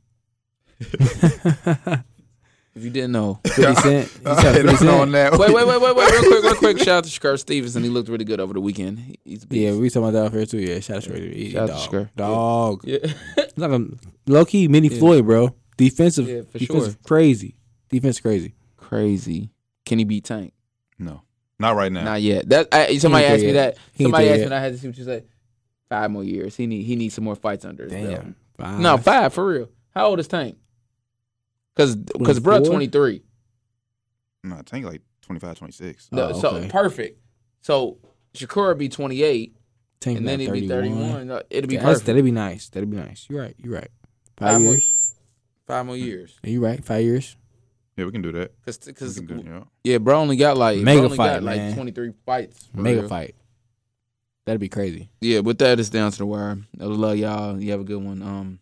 Speaker 3: If you didn't know.
Speaker 4: Fifty cent. He
Speaker 5: I
Speaker 4: said
Speaker 5: don't
Speaker 4: fifty
Speaker 5: know
Speaker 4: cent.
Speaker 5: on that.
Speaker 3: Wait, wait, wait, wait, wait, real quick, real quick. Shout out to Shakur Stevenson. He looked really good over the weekend. He- He's a
Speaker 4: Yeah,
Speaker 3: beast.
Speaker 4: we talking about that off here too. Yeah, shout out to Shredder. He-
Speaker 3: Shout out to
Speaker 4: dog.
Speaker 3: Shredder.
Speaker 4: Dog.
Speaker 3: Yeah.
Speaker 4: It's like a low key mini
Speaker 3: Yeah.
Speaker 4: Floyd, bro. Defensive.
Speaker 3: Yeah, for
Speaker 4: defensive
Speaker 3: sure.
Speaker 4: Crazy. Defense crazy.
Speaker 3: Crazy. Can he beat Tank?
Speaker 5: No, not right now.
Speaker 3: Not yet. That I, somebody
Speaker 4: He ain't
Speaker 3: asked me
Speaker 4: there yet.
Speaker 3: that.
Speaker 4: He ain't
Speaker 3: somebody
Speaker 4: there
Speaker 3: asked me
Speaker 4: yet.
Speaker 3: and I had to see what you said. Five more years. He need he needs some more fights under his belt.
Speaker 4: Damn. Five.
Speaker 3: No, five for real. How old is Tank? Cause cause bro
Speaker 4: 24?
Speaker 3: twenty three.
Speaker 5: No, I think like 25, 26.
Speaker 3: No,
Speaker 4: Oh,
Speaker 3: so
Speaker 4: okay.
Speaker 3: perfect. So Shakur be twenty eight
Speaker 4: Tank
Speaker 3: and then
Speaker 4: about
Speaker 3: he'd be thirty one. It'd be
Speaker 4: Yeah, that's-
Speaker 3: perfect.
Speaker 4: that'd be nice. That'd be nice. You're right. You're right. Five,
Speaker 3: Five more-
Speaker 4: years.
Speaker 3: Five more years.
Speaker 4: Are you right? Five years.
Speaker 5: Yeah, we can do that.
Speaker 3: Cause
Speaker 5: We
Speaker 3: cause
Speaker 5: can do, yeah.
Speaker 3: yeah, bro only got like
Speaker 4: Mega
Speaker 3: bro only
Speaker 4: fight,
Speaker 3: got like
Speaker 4: man.
Speaker 3: twenty three fights. for
Speaker 4: Mega
Speaker 3: real.
Speaker 4: fight. That'd be crazy.
Speaker 3: yeah, with that, it's down to the wire. I love y'all. You have a good one. Um,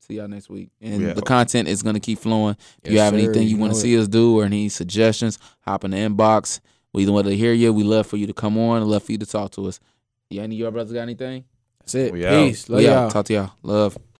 Speaker 3: see y'all next week. And
Speaker 5: Yeah.
Speaker 3: the content is gonna keep flowing. If you
Speaker 4: Yes,
Speaker 3: have
Speaker 4: sir.
Speaker 3: anything you
Speaker 4: You
Speaker 3: want to
Speaker 4: know
Speaker 3: see us do or any suggestions, hop in the inbox. We want to hear you. We love for you to come on. Love for you to talk to us. Yeah, any of your brothers got anything?
Speaker 4: That's it.
Speaker 5: We out.
Speaker 4: Peace. Love
Speaker 3: We out.
Speaker 4: y'all.
Speaker 3: Talk to y'all. Love.